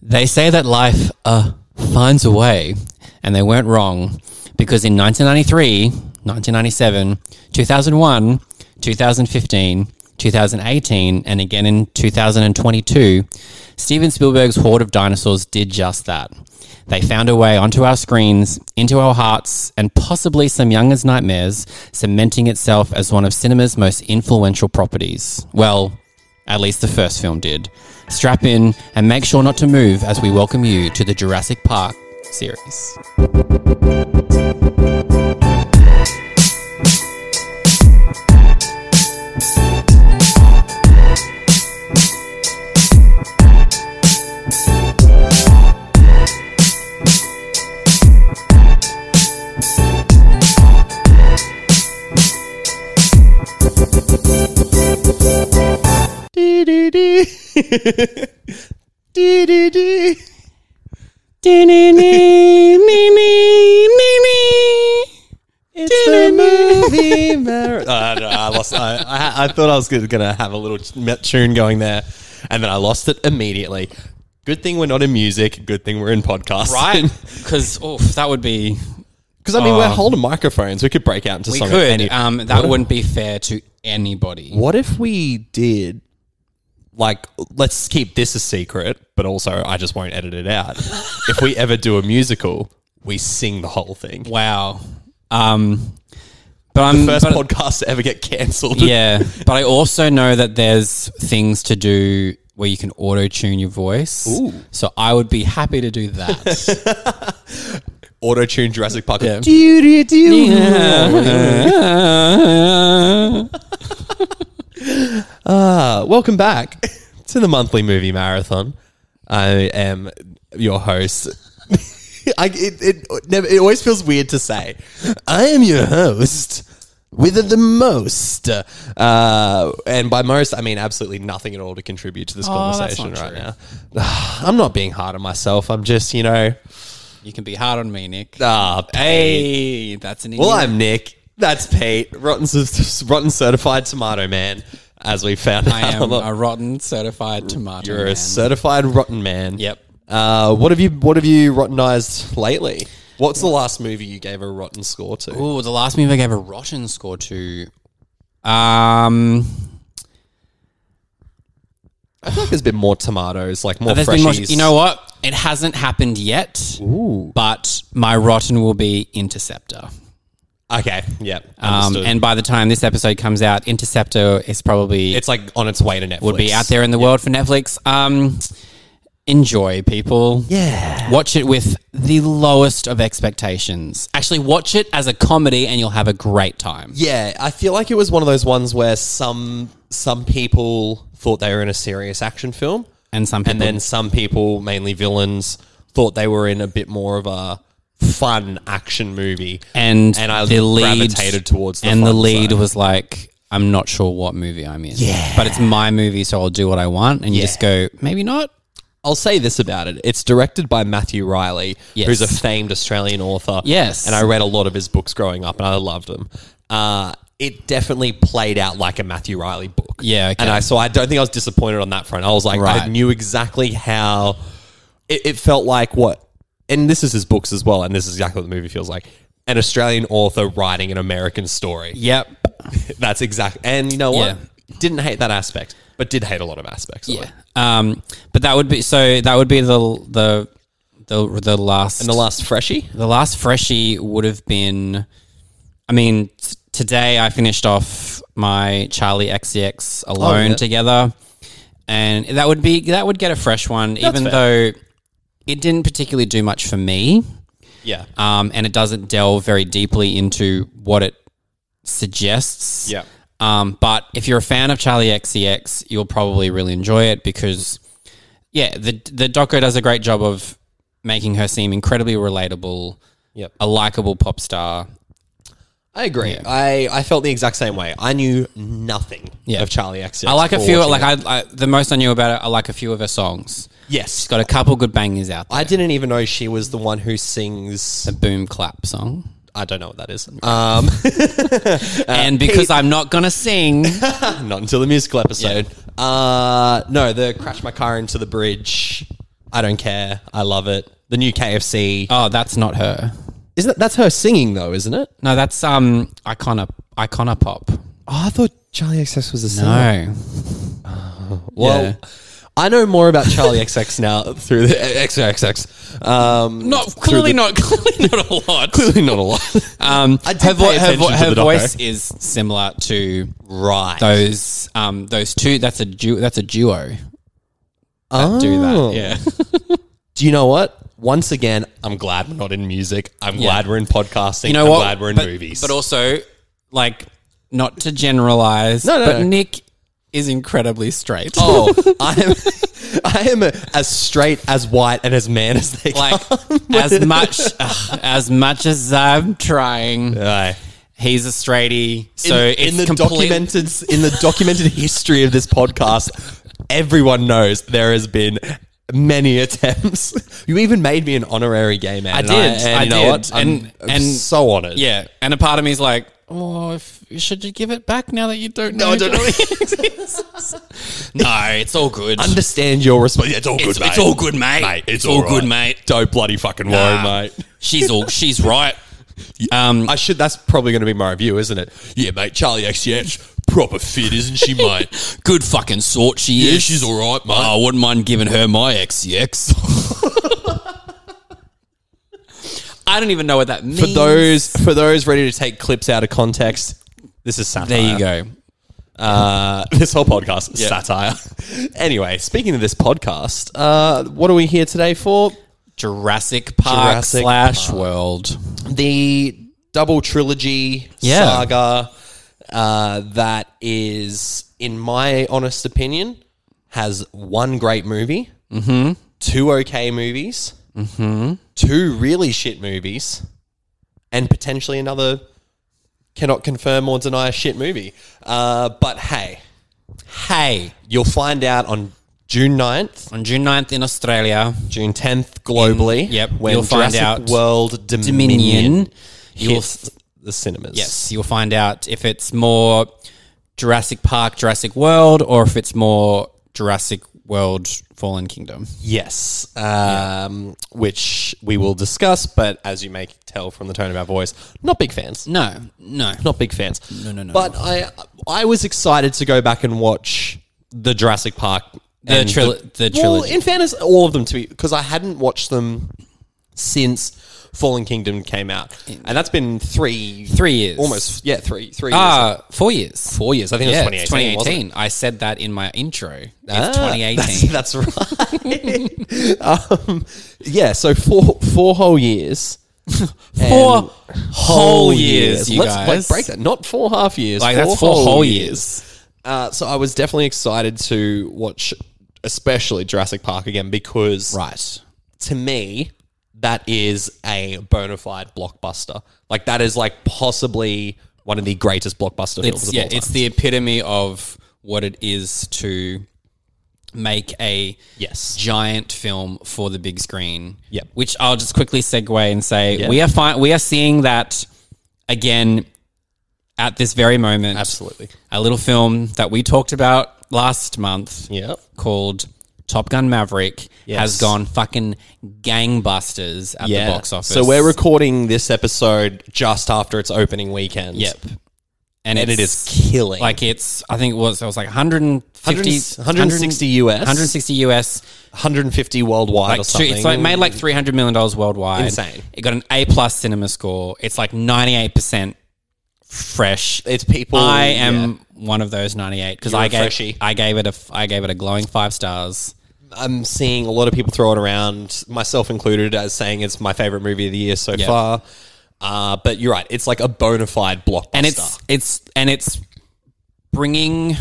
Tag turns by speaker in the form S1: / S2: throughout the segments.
S1: They say that life uh, finds a way, and they weren't wrong because in 1993, 1997, 2001, 2015, 2018, and again in 2022, Steven Spielberg's Horde of Dinosaurs did just that. They found a way onto our screens, into our hearts, and possibly some youngers' nightmares, cementing itself as one of cinema's most influential properties. Well, at least the first film did. Strap in and make sure not to move as we welcome you to the Jurassic Park series.
S2: Dee dee dee. dee dee dee. It's the movie marathon. I, don't know, I lost. I, I, I thought I was going to have a little tune going there, and then I lost it immediately. Good thing we're not in music. Good thing we're in podcast.
S1: Right? Because oof, that would be
S2: Because I mean, we're
S1: Oh.
S2: holding microphones. We could break out into
S1: we
S2: song. at
S1: could.
S2: any-
S1: um, that wouldn't be fair to anybody.
S2: What if we did like let's keep this a secret, but also I just won't edit it out. if we ever do a musical, we sing the whole thing.
S1: Wow. Um, but I'm
S2: First
S1: but-
S2: podcast to ever get cancelled.
S1: yeah. But I also know that there's things to do where you can auto tune your voice.
S2: Ooh.
S1: So I would be happy to do that.
S2: Auto tune Jurassic Park.
S1: Yeah.
S2: Uh, welcome back to the monthly movie marathon. I am your host. I, it, it, never, it always feels weird to say. I am your host with the most. Uh, and by most, I mean absolutely nothing at all to contribute to this
S1: Oh, that's
S2: conversation right
S1: not
S2: now. I'm not being hard on myself. I'm just, you know,
S1: you can be hard on me, Nick.
S2: ah,
S1: Hey, that's an
S2: Well,
S1: Indian-
S2: I'm Nick. That's Pete. Rotten, c- rotten certified tomato man, as we found
S1: I
S2: out.
S1: am
S2: on the-
S1: a rotten certified tomato.
S2: You're a
S1: man.
S2: certified rotten man.
S1: Yep.
S2: Uh, what have you What have you rottenized lately? What's the last movie you gave a rotten score to?
S1: Ooh, the last movie I gave a rotten score to. Um,
S2: I feel like there's been more tomatoes, like more
S1: there's
S2: freshies.
S1: been more, you know what? It hasn't happened yet. But my rotten will be Interceptor.
S2: Okay. Yep.
S1: Um,
S2: Understood.
S1: and by the time this episode comes out, Interceptor is probably
S2: it's like on its way to Netflix.
S1: would be out there in the world for Netflix. Um, enjoy, people.
S2: Yeah.
S1: Watch it with the lowest of expectations. Actually, watch it as a comedy, and you'll have a great time.
S2: Yeah, I feel like it was one of those ones where some some people thought they were in a serious action film,
S1: And some people,
S2: and then some people, mainly villains, thought they were in a bit more of a fun action movie.
S1: and
S2: and I
S1: the lead
S2: gravitated towards the
S1: and the
S2: fun
S1: lead
S2: side.
S1: was like, I'm not sure what movie I'm in.
S2: Yeah.
S1: but it's my movie, so I'll do what I want. And you just go, maybe not.
S2: I'll say this about it: it's directed by Matthew Riley,
S1: Yes.
S2: who's a famed Australian author.
S1: Yes.
S2: and I read a lot of his books growing up, and I loved them. Uh, it definitely played out like a Matthew Riley book.
S1: Yeah, okay.
S2: and I so I don't think I was disappointed on that front. I was like, I
S1: Right.
S2: knew exactly how it, it felt like what, and this is his books as well, and this is exactly what the movie feels like: an Australian author writing an American story.
S1: Yep.
S2: That's exact. And you know what?
S1: Yeah.
S2: Didn't hate that aspect, but did hate a lot of aspects. Of
S1: Yeah.
S2: it.
S1: Um, but that would be so. That would be the the the the last
S2: And the last freshie.
S1: the last freshie would have been. I mean, t- today I finished off my Charlie XCX alone
S2: Oh, yeah.
S1: together, and that would be that would get a fresh one, even though it didn't particularly do much for me,
S2: Yeah.
S1: um, and it doesn't delve very deeply into what it suggests.
S2: yeah.
S1: Um, but if you're a fan of Charlie XCX, you'll probably really enjoy it because, yeah, the the doco does a great job of making her seem incredibly relatable,
S2: Yep.
S1: a likable pop star.
S2: I agree. I, I felt the exact same way. I knew nothing
S1: Yeah.
S2: of Charlie XCX.
S1: I like a
S2: before
S1: few,
S2: watching
S1: like
S2: it.
S1: I, I the most I knew about it. I like a few of her songs.
S2: yes,
S1: She's got a couple good bangers out there.
S2: I didn't even know she was the one who sings.
S1: the boom clap song,
S2: I don't know what that is. Um,
S1: and because I'm not gonna sing,
S2: not until the musical episode. Uh, no, the crash my car into the bridge. I don't care. I love it. The new KFC.
S1: Oh, that's not her.
S2: Isn't that, that's her singing though, isn't it?
S1: No, that's um Icona Icona Pop.
S2: Oh, I thought Charlie XX was a singer.
S1: No.
S2: Well,
S1: Yeah.
S2: I know more about Charlie XX now through the XXX. Um,
S1: Not
S2: through
S1: clearly
S2: the-
S1: not clearly not a lot.
S2: clearly not a lot.
S1: Um,
S2: I did
S1: her vo-
S2: pay
S1: her, vo-
S2: attention to
S1: her
S2: the doco.
S1: voice is similar to
S2: right.
S1: those um, those two. That's a du- that's a duo. That do
S2: Oh.
S1: that. Yeah.
S2: Do you know what? Once again, I'm glad we're not in music. I'm glad we're in podcasting.
S1: You know
S2: I'm
S1: what?
S2: glad we're in
S1: but,
S2: movies.
S1: But also, like, not to generalize.
S2: No, no,
S1: But
S2: no.
S1: Nick is incredibly straight.
S2: oh, I am, I am as straight as white and as man as they
S1: like as much as much as I'm trying.
S2: Aye.
S1: He's a straighty, so
S2: in,
S1: it's
S2: in the
S1: complete-
S2: documented in the documented history of this podcast, everyone knows there has been many attempts. You even made me an honorary gay man. I
S1: did,
S2: and
S1: I
S2: you know
S1: did,
S2: What? I'm-
S1: and-
S2: I'm
S1: and-
S2: so honored.
S1: Yeah, and a part of me is like, oh, if, should you give it back now that you don't know?
S2: I don't know.
S1: no, it's all good.
S2: Understand your response. Yeah, it's all
S1: it's,
S2: good, mate.
S1: it's all good, mate.
S2: Mate,
S1: it's, all,
S2: right.
S1: good, mate.
S2: Don't bloody fucking worry,
S1: Nah.
S2: mate.
S1: She's all she's right. Um,
S2: I should. That's probably going to be my review, isn't it? Yeah, mate. Charlie XCX, proper fit, isn't she, mate?
S1: good fucking sort she is. Oh,
S2: all right, mate.
S1: I wouldn't mind giving her my XCX. I don't even know what that means.
S2: for those for those ready to take clips out of context, this is satire.
S1: there you go.
S2: Uh, this whole podcast is satire. anyway, speaking of this podcast, uh, what are we here today for?
S1: Jurassic Park
S2: Jurassic
S1: slash World.
S2: The double trilogy
S1: Yeah.
S2: saga uh, that is, in my honest opinion, has one great movie, mm-hmm. two okay movies, mm-hmm. two really shit movies, and potentially another cannot confirm or deny a shit movie. Uh, but hey,
S1: Hey,
S2: you'll find out on June 9th.
S1: on June 9th in Australia,
S2: June 10th globally.
S1: In- yep,
S2: when
S1: you'll find
S2: Jurassic
S1: out
S2: World Dominion,
S1: Dominion. You'll
S2: hits the cinemas.
S1: yes, you'll find out if it's more Jurassic Park, Jurassic World, or if it's more Jurassic World Fallen Kingdom.
S2: yes, um, which we will discuss. But as you may tell from the tone of our voice, not big fans.
S1: No, no,
S2: Not big fans. No,
S1: no, no.
S2: But I, I was excited to go back and watch the Jurassic Park.
S1: the,
S2: and
S1: tril- the,
S2: well,
S1: trilogy.
S2: in fairness, all of them to be because I hadn't watched them since Fallen Kingdom came out, and that's been three,
S1: Three years.
S2: almost yeah, three, three. years.
S1: Ah, four years.
S2: four years. I think
S1: Yeah,
S2: it was
S1: it's 2018.
S2: 2018. wasn't it?
S1: I said that in my intro. It's
S2: Ah,
S1: 2018.
S2: That's, that's right. um, yeah, so four four whole years.
S1: Four
S2: And
S1: whole years, you
S2: Let's
S1: guys.
S2: Like, break that. Not four half years.
S1: Like, that's four whole years.
S2: Uh, so I was definitely excited to watch, especially Jurassic Park again, because
S1: Right.
S2: to me, that is a bona fide blockbuster. Like that is like possibly one of the greatest blockbuster films
S1: It's,
S2: of
S1: yeah,
S2: all time.
S1: it's the epitome of what it is to make a
S2: yes.
S1: giant film for the big screen.
S2: Yep.
S1: Which I'll just quickly segue and say
S2: Yeah.
S1: we are fi- we are seeing that again at this very moment.
S2: Absolutely.
S1: A little film that we talked about last month
S2: Yeah.
S1: called Top Gun Maverick has
S2: Yes.
S1: gone fucking gangbusters at the box office.
S2: So we're recording this episode just after its opening weekend.
S1: Yep. and,
S2: And it is
S1: it's-
S2: killing.
S1: like it's I think it was it was like 150
S2: 160 US,
S1: 160 US
S2: 150 worldwide
S1: like
S2: or
S1: two,
S2: something.
S1: it's like made like 300 million dollars worldwide.
S2: Insane.
S1: It got an A plus cinema score. It's like 98% fresh.
S2: it's people.
S1: I am
S2: Oh, yeah.
S1: one of those 98 cuz
S2: You're
S1: I
S2: a
S1: gave
S2: freshie.
S1: I gave it a f- I gave it a glowing 5 stars.
S2: I'm seeing a lot of people throw it around, myself included, as saying it's my favorite movie of the year so far. Uh, but you're right. It's like a bona fide blockbuster.
S1: and it's it's and it's bringing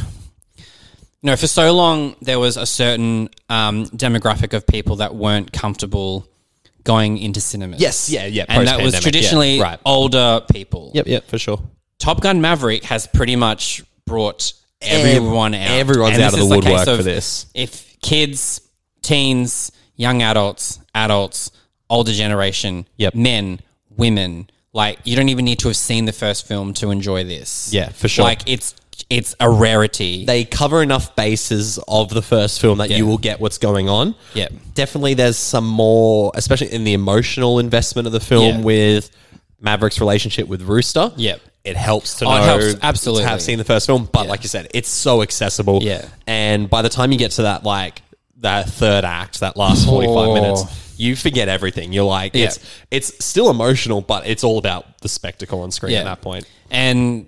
S1: no for so long there was a certain um, demographic of people that weren't comfortable going into cinemas
S2: Yes, yeah, yeah,
S1: and that was
S2: post-pandemic, yeah,
S1: traditionally
S2: right.
S1: older people
S2: yep, yep, for sure.
S1: top gun maverick has pretty much brought everyone out
S2: everyone's
S1: And
S2: out
S1: this
S2: of the
S1: is a case
S2: woodwork
S1: of
S2: for this.
S1: if kids teens young adults adults older generation
S2: Yep.
S1: men women like you don't even need to have seen the first film to enjoy this
S2: Yeah, for sure.
S1: like it's it's a rarity.
S2: they cover enough bases of the first film that
S1: Yeah.
S2: you will get what's going on.
S1: Yeah.
S2: Definitely there's some more, especially in the emotional investment of the film
S1: Yeah.
S2: with Maverick's relationship with Rooster.
S1: Yep.
S2: It helps to
S1: Oh, it
S2: know
S1: helps, absolutely.
S2: to have seen the first film, but like you said, it's so accessible.
S1: Yeah.
S2: And by the time you get to that like that third act, that last 45
S1: Oh.
S2: minutes, you forget everything. You're like
S1: Yeah.
S2: it's it's still emotional, but it's all about the spectacle on screen
S1: Yeah.
S2: at that point.
S1: And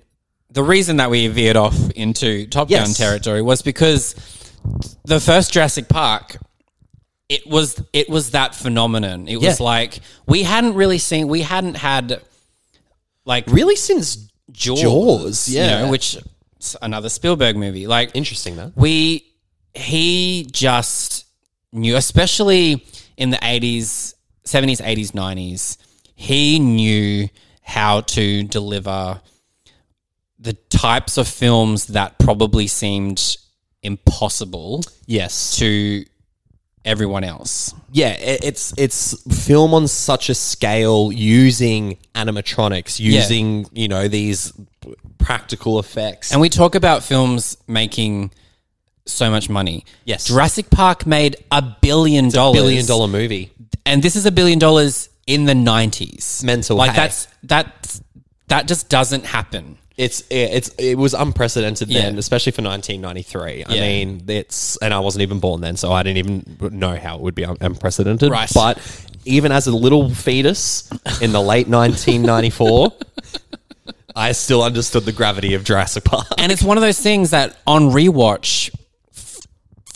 S1: the reason that we veered off into Top
S2: Yes.
S1: Gun territory was because the first Jurassic Park, it was it was that phenomenon. It was
S2: Yeah.
S1: like we hadn't really seen, we hadn't had like
S2: Really since
S1: Jaws,
S2: Jaws,
S1: you
S2: yeah.
S1: know, which is another Spielberg movie. Like
S2: Interesting though.
S1: we he just knew especially in the 80s 70s 80s 90s he knew how to deliver the types of films that probably seemed impossible
S2: Yes.
S1: to everyone else
S2: yeah, i- it's it's film on such a scale using animatronics, using you know these p- practical effects.
S1: and we talk about films making so much money
S2: Yes.
S1: jurassic park made a billion dollars
S2: billion dollar movie.
S1: and this is a billion dollars in the 90s
S2: Mental,
S1: like
S2: hey.
S1: that's that's that just doesn't happen
S2: It's i- it's it was unprecedented then,
S1: Yeah.
S2: especially for 1993. I
S1: Yeah.
S2: mean, it's and I wasn't even born then, so I didn't even know how it would be un- unprecedented.
S1: Right.
S2: But even as a little fetus in the late 1994, I still understood the gravity of Jurassic Park.
S1: and it's one of those things that on rewatch f-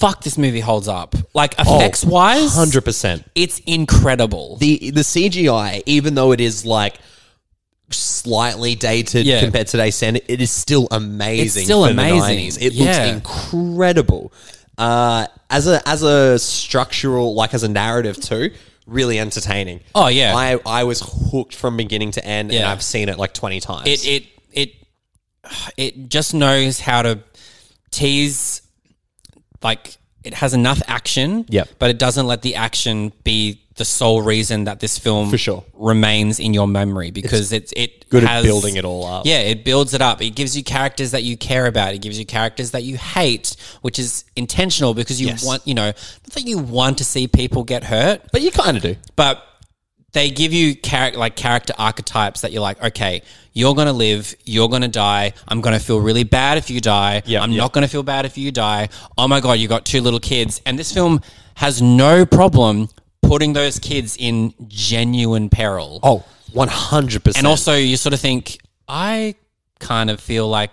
S1: fuck this movie holds up like effects wise
S2: Oh, hundred percent.
S1: it's incredible
S2: the the CGI, even though it is like slightly dated
S1: Yeah.
S2: compared to today's standard, it is still amazing.
S1: It's still
S2: for the
S1: amazing.
S2: 90s. It
S1: Yeah.
S2: looks incredible. Uh, as a as a structural, like as a narrative too, really entertaining.
S1: Oh, yeah.
S2: I I was hooked from beginning to end, and
S1: Yeah.
S2: I've seen it like twenty times.
S1: it it it it just knows how to tease like it has enough action
S2: Yep.
S1: but it doesn't let the action be the sole reason that this film
S2: For sure.
S1: remains in your memory because it's, it
S2: good
S1: has-
S2: at building it all up.
S1: Yeah, it builds it up. It gives you characters that you care about. It gives you characters that you hate, which is intentional because you
S2: Yes.
S1: want, you know, not that you want to see people get hurt,
S2: but you kind of do.
S1: but they give you character like character archetypes that you're like, okay, you're gonna live, you're gonna die. I'm gonna feel really bad if you die.
S2: Yeah,
S1: I'm
S2: yeah.
S1: not gonna feel bad if you die. Oh my god, you got two little kids, and this film has no problem putting those kids in genuine peril.
S2: Oh, one hundred percent.
S1: And also, you sort of think, I kind of feel like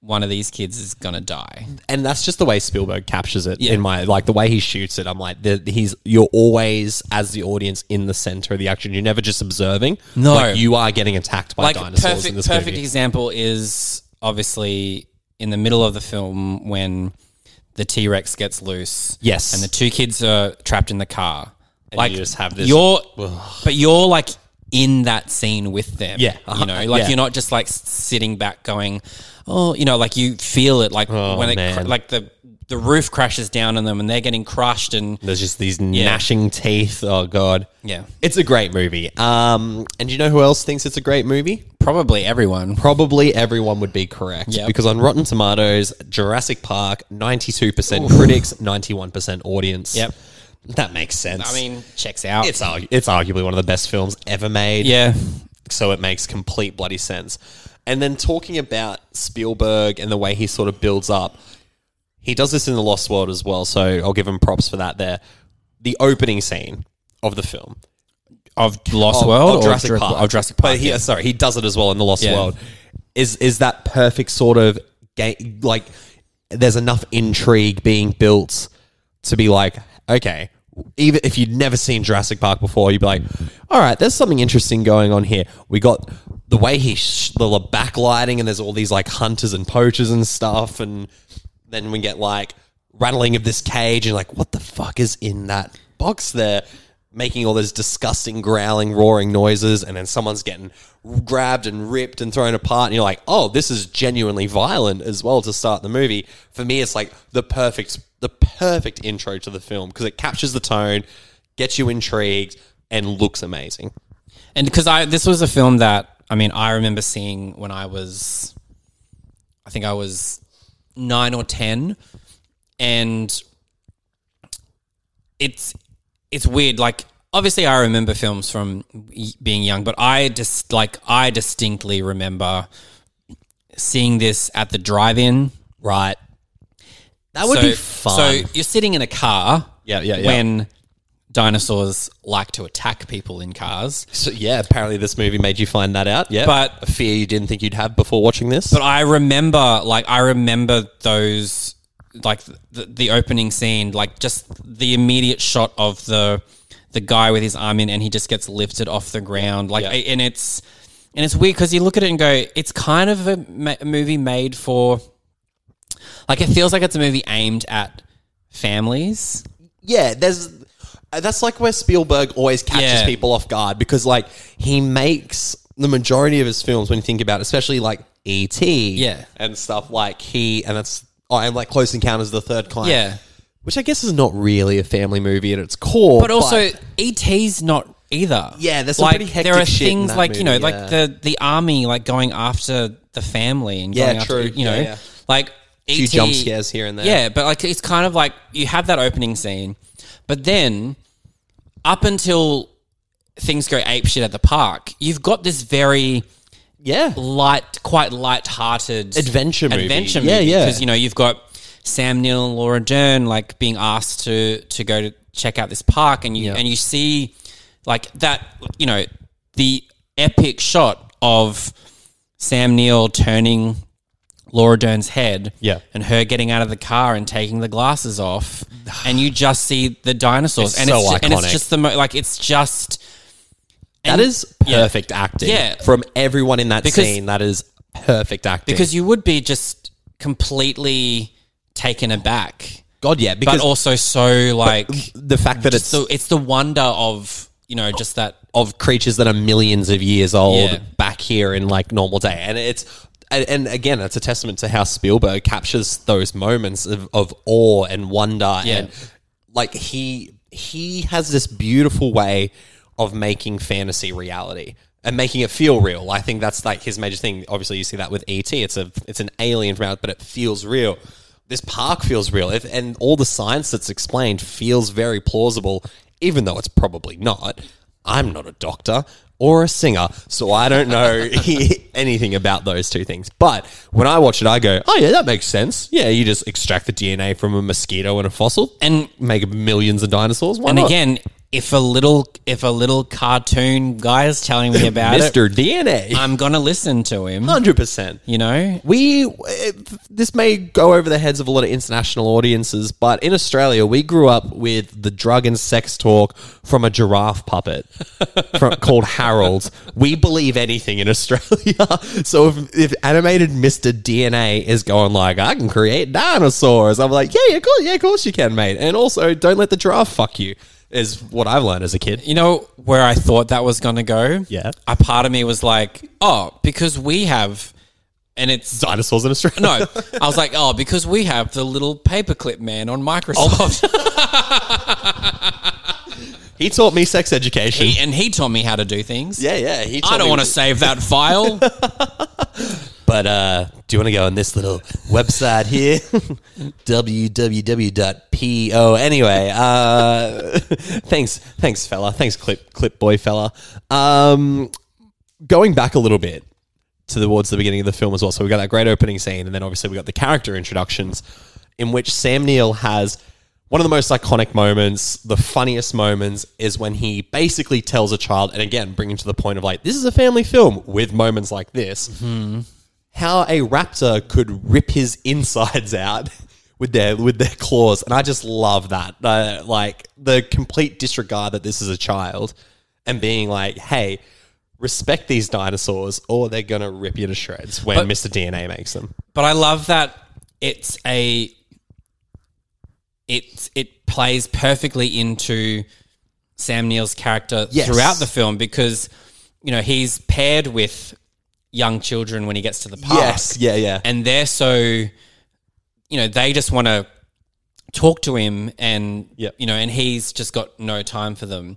S1: one of these kids is going to die.
S2: and that's just the way Spielberg captures it in my like the way he shoots it. I'm like the, he's you're always as the audience in the center of the action. You're never just observing.
S1: No.
S2: like, you are getting attacked by
S1: Like,
S2: dinosaurs in
S1: perfect,
S2: this
S1: perfect
S2: movie.
S1: example is obviously in the middle of the film when the T Rex gets loose.
S2: Yes.
S1: And the two kids are trapped in the car. like,
S2: you just have this-
S1: You're, but you're like in that scene with them.
S2: Yeah.
S1: You know, like
S2: Yeah.
S1: you're not just like s- sitting back going, oh, you know, like you feel it. Like when it, cr-
S2: Oh, man.
S1: like the, the roof crashes down on them and they're getting crushed and
S2: There's just these gnashing teeth. Oh god,
S1: Yeah.
S2: it's a great movie. Um, and you know who else thinks it's a great movie?
S1: Probably everyone.
S2: Probably everyone would be correct
S1: Yep.
S2: because on Rotten Tomatoes, Jurassic Park, 92% critics, 91% audience.
S1: Yep.
S2: that makes sense.
S1: I mean, checks out.
S2: it's argu- it's arguably one of the best films ever made.
S1: yeah.
S2: so it makes complete bloody sense. And then talking about Spielberg and the way he sort of builds up, he does this in The Lost World as well. So I'll give him props for that. There, the opening scene of the film
S1: Of Lost World or
S2: Jurassic
S1: Jura-
S2: Park,
S1: Of Jurassic Park.
S2: But he, sorry, he does it as well in The Lost
S1: Yeah.
S2: World. Is is that perfect sort of game? Like, there's enough intrigue being built to be like, okay, even if you'd never seen Jurassic Park before, you'd be like, all right, there's something interesting going on here. We got the way he sh- the la- backlighting, and there's all these like hunters and poachers and stuff, and then we get like rattling of this cage and like, what the fuck is in that box there? Making all those disgusting growling, roaring noises, and then someone's getting grabbed and ripped and thrown apart, and you're like, "Oh, this is genuinely violent as well." To start the movie, for me, it's like the perfect, the perfect intro to the film because it captures the tone, gets you intrigued, and looks amazing.
S1: and because I, this was a film that I mean, I remember seeing when I was, I think I was nine or ten, and it's it's weird. Like obviously, I remember films from y- being young, but I just like I distinctly remember seeing this at the drive-in.
S2: Right. That would be fun.
S1: So you're sitting in a car.
S2: Yeah, yeah, yeah.
S1: When dinosaurs like to attack people in cars.
S2: So, yeah, apparently this movie made you find that out. Yeah.
S1: But-
S2: a fear you didn't think you'd have before watching this.
S1: But I remember, like, I remember those, like, the, the opening scene, like, just the immediate shot of the the guy with his arm in, and he just gets lifted off the ground, like,
S2: Yeah.
S1: a- and it's and it's weird because you look at it and go, it's kind of a ma- movie made for, like, it feels like it's a movie aimed at families.
S2: yeah, there's uh, that's like where Spielberg always catches
S1: Yeah.
S2: people off guard because like he makes the majority of his films when you think about, it, especially like E.T.
S1: Yeah.
S2: and stuff like he and that's oh, and like Close Encounters of the Third Kind.
S1: Yeah.
S2: which I guess is not really a family movie at its core,
S1: But also, ET's not either.
S2: Yeah, there's some
S1: like
S2: pretty hectic
S1: there are
S2: shit in
S1: things
S2: that
S1: like you know,
S2: movie, yeah.
S1: like the the army like going after the family and
S2: Yeah,
S1: going
S2: true.
S1: after you
S2: Yeah,
S1: know,
S2: yeah.
S1: like E
S2: a few jump scares here and there.
S1: Yeah, but like it's kind of like you have that opening scene, but then up until things go apeshit at the park, you've got this very
S2: yeah,
S1: light, quite light-hearted
S2: Adventure movie.
S1: Adventure
S2: Yeah,
S1: movie.
S2: yeah.
S1: Because you know you've got Sam Neill and Laura Dern like being asked to to go to check out this park, and you and you see like that. You know the epic shot of Sam Neill turning Laura Dern's head,
S2: Yeah.
S1: and her getting out of the car and taking the glasses off, and you just see the dinosaurs,
S2: It's
S1: and
S2: so
S1: it's ju- and
S2: iconic.
S1: it's just the mo- like it's just.
S2: that
S1: and-
S2: is perfect acting.
S1: Yeah.
S2: from everyone in that
S1: Because-
S2: scene, that is perfect acting.
S1: because you would be just completely taken aback,
S2: God, yeah,
S1: but
S2: because
S1: also so like
S2: the fact that it's
S1: so it's the wonder of you know just that
S2: of creatures that are millions of years old
S1: Yeah.
S2: back here in like normal day. And it's and, and again, it's a testament to how Spielberg captures those moments of, of awe and wonder
S1: Yeah.
S2: and like he he has this beautiful way of making fantasy reality and making it feel real. I think that's like his major thing. Obviously, you see that with ET. It's a it's an alien from out, but it feels real. This park feels real, if, and all the science that's explained feels very plausible, even though it's probably not. I'm not a doctor or a singer, so I don't know anything about those two things. But when I watch it, I go, "Oh yeah, that makes sense. Yeah, you just extract the DNA from a mosquito and a fossil,
S1: and
S2: make millions of dinosaurs. Why
S1: and
S2: not?
S1: again if a little if a little cartoon guy is telling me about it,
S2: Mr. DNA,
S1: I'm gonna listen to him.
S2: hundred percent.
S1: You know,
S2: We uh, this may go over the heads of a lot of international audiences, but in Australia, we grew up with the drug and sex talk from a giraffe puppet from, called Harold. We believe anything in Australia, so if, if animated Mister DNA is going like, "I can create dinosaurs," I'm like, "Yeah, yeah, of course, yeah, of course you can, mate." And also, don't let the giraffe fuck you. Is what I've learned as a kid.
S1: you know where I thought that was gonna go.
S2: Yeah.
S1: a part of me was like, oh, because we have, and it's
S2: Dinosaurs in Australia.
S1: no. I was like, oh, because we have the little paperclip man
S2: Oh.
S1: on Microsoft.
S2: He taught me sex education.
S1: He- and he taught me how to do things.
S2: yeah, yeah. He
S1: I don't want to save that file.
S2: But uh, do you want to go on this little website here? www.po. Anyway, uh, thanks, thanks, fella. Thanks, clip, clip boy, fella. Um, going back a little bit to towards the beginning of the film as well. So we got that great opening scene, and then obviously we got the character introductions, in which Sam Neill has one of the most iconic moments. The funniest moments is when he basically tells a child, and again, bringing to the point of like this is a family film with moments like this, how a raptor could rip his insides out. With their with their claws, and I just love that, uh, like the complete disregard that this is a child, and being like, "Hey, respect these dinosaurs or they're going to rip you to shreds when Mr. DNA makes them.
S1: but I love that it's a it's it plays perfectly into Sam Neill's character
S2: Yes.
S1: throughout the film because you know he's paired with young children when he gets to the park.
S2: Yeah, yeah.
S1: and they're so you know they just want to talk to him and
S2: Yep.
S1: you know and he's just got no time for them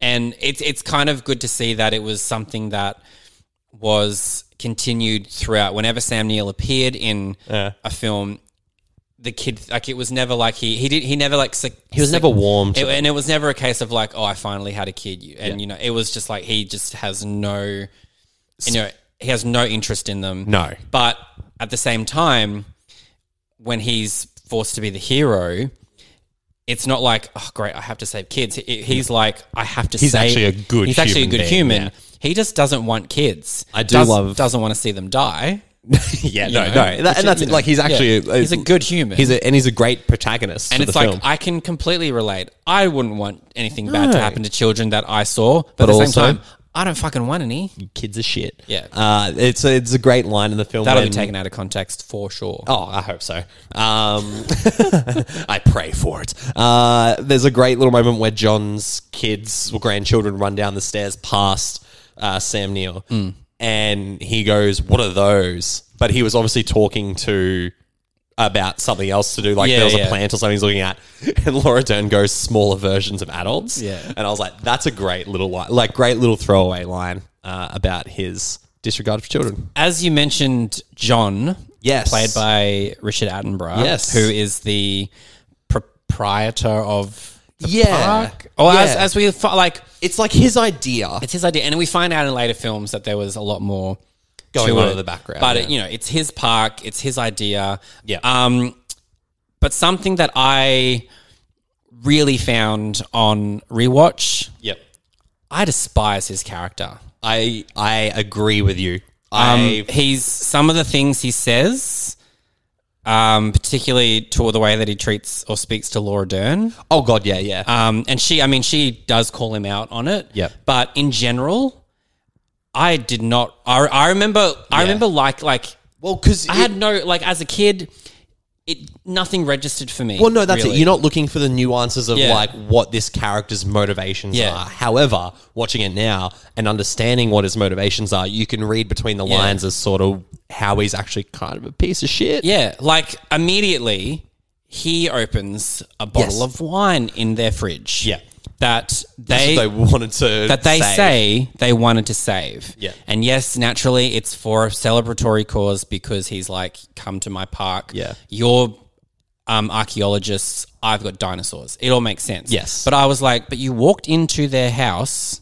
S1: and it's it's kind of good to see that it was something that was continued throughout. Whenever Sam Neill appeared in
S2: Yeah.
S1: a film, the kid like it was never like he he did he never like he
S2: He was never warm.
S1: it,
S2: To
S1: and it was never a case of like oh I finally had a kid you and you know it was just like he just has no you know he has no interest in them
S2: No.
S1: but at the same time when he's forced to be the hero. It's not like oh great, I have to save kids. He- He's like I have to.
S2: He's
S1: save-
S2: actually a good
S1: He's actually a
S2: human
S1: good
S2: being,
S1: human.
S2: yeah.
S1: He just doesn't want kids.
S2: I do love-
S1: Doesn't want to see them die.
S2: yeah,
S1: you
S2: no,
S1: know,
S2: no, That-
S1: which is,
S2: and that's
S1: you
S2: it.
S1: know,
S2: like he's
S1: yeah,
S2: actually a,
S1: he's a good human.
S2: He's a, and he's a great protagonist.
S1: and
S2: for
S1: it's
S2: the
S1: like
S2: film.
S1: I can completely relate. I wouldn't want anything bad to happen to children that I saw, but, at
S2: But
S1: the
S2: also-
S1: same time, I don't fucking want any.
S2: kids are shit.
S1: Yeah.
S2: uh, it's a, it's a great line in the film.
S1: That'll
S2: when-
S1: be taken out of context for sure.
S2: Oh, I hope so. Um, I pray for it. Uh, there's a great little moment where John's kids or grandchildren run down the stairs past uh, Sam Neill,
S1: Hmm.
S2: and he goes, "What are those?" But he was obviously talking to about something else to do, like
S1: Yeah,
S2: there was
S1: yeah.
S2: a plant or something he's looking at. And Laura Dern goes, "Smaller versions of adults."
S1: Yeah.
S2: and I was like, "That's a great little line, like great little throwaway line uh, about his disregard for children."
S1: As you mentioned, John,
S2: Yes,
S1: played by Richard Attenborough,
S2: Yes.
S1: who is the proprietor of the
S2: Yeah.
S1: park. Or as,
S2: Yeah.
S1: as we fo- like,
S2: It's like his idea.
S1: it's his idea, and we find out in later films that there was a lot more
S2: Going
S1: to
S2: on
S1: it.
S2: in the background,
S1: But
S2: yeah.
S1: it, you know, it's his park, it's his idea.
S2: Yeah.
S1: Um, but something that I really found on rewatch,
S2: Yep.
S1: I despise his character.
S2: I I agree with you.
S1: Um,
S2: I
S1: he's some of the things he says, um, particularly toward the way that he treats or speaks to Laura Dern.
S2: oh god yeah yeah
S1: Um, and she, I mean, she does call him out on it.
S2: Yep.
S1: But in general, I did not. I, I remember. I remember like like
S2: well because
S1: I had no like as a kid. It nothing registered for me.
S2: well no that's it
S1: really.
S2: you're not looking for the nuances of
S1: Yeah.
S2: like what this character's motivations
S1: Yeah.
S2: are. However, watching it now and understanding what his motivations are, you can read between the lines as sort of how he's actually kind of a piece of shit.
S1: Yeah, like immediately he opens a bottle
S2: Yes.
S1: of wine in their fridge.
S2: Yeah.
S1: That
S2: They,
S1: they
S2: wanted to
S1: that they
S2: say,
S1: say they wanted to save.
S2: Yeah.
S1: And yes, naturally, it's for a celebratory cause because he's like, come to my park.
S2: Yeah.
S1: You're um, archaeologists. I've got dinosaurs. It all makes sense.
S2: Yes.
S1: But I was like, but you walked into their house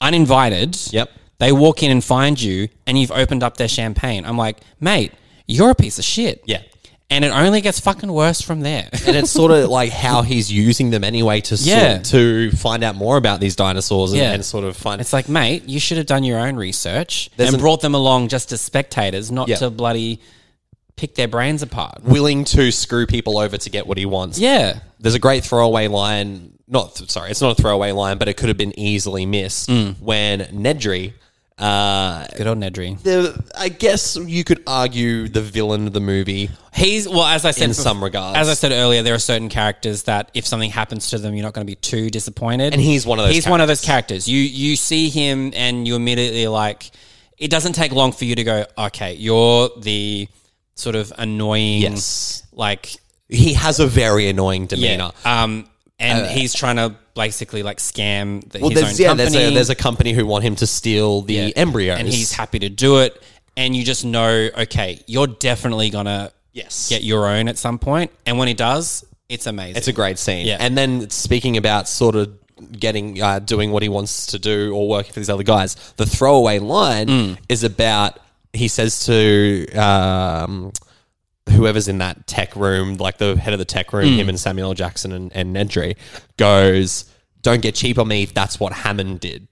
S1: uninvited.
S2: Yep.
S1: They walk in and find you, and you've opened up their champagne. I'm like, mate, you're a piece of shit.
S2: Yeah.
S1: And it only gets fucking worse from there.
S2: and it's sort of like how he's using them anyway to
S1: Yeah.
S2: sort, to find out more about these dinosaurs and,
S1: Yeah.
S2: and sort of find
S1: It's like, mate, you should have done your own research
S2: There's
S1: and
S2: an-
S1: brought them along just as spectators, not
S2: Yeah.
S1: to bloody pick their brains apart.
S2: willing to screw people over to get what he wants.
S1: Yeah.
S2: There's a great throwaway line. Not th- sorry, it's not a throwaway line, but it could have been easily missed when Nedry. Uh,
S1: Good old Nedry.
S2: the, I guess you could argue the villain of the movie.
S1: He's, well, as I said,
S2: In
S1: bef-
S2: some regards.
S1: As I said earlier, there are certain characters that if something happens to them, you're not going to be too disappointed.
S2: And he's one of those
S1: He's one of those characters. You, you see him and you immediately like, it doesn't take long for you to go, okay, you're the sort of annoying,
S2: Yes.
S1: like,
S2: He has a very annoying demeanor.
S1: Um, and he's trying to basically like scam the,
S2: Uh, well,
S1: his
S2: there's
S1: own
S2: yeah,
S1: company.
S2: there's a, there's a company who want him to steal the embryos,
S1: and he's happy to do it. And you just know, okay, you're definitely gonna
S2: yes,
S1: get your own at some point. And when he does, it's amazing.
S2: It's a great scene.
S1: Yeah.
S2: And then speaking about sort of getting uh, doing what he wants to do or working for these other guys, the throwaway line is about he says to um, whoever's in that tech room, like the head of the tech room, him and Samuel L. Jackson and, and Nedry, goes, "Don't get cheap on me." That's what Hammond did.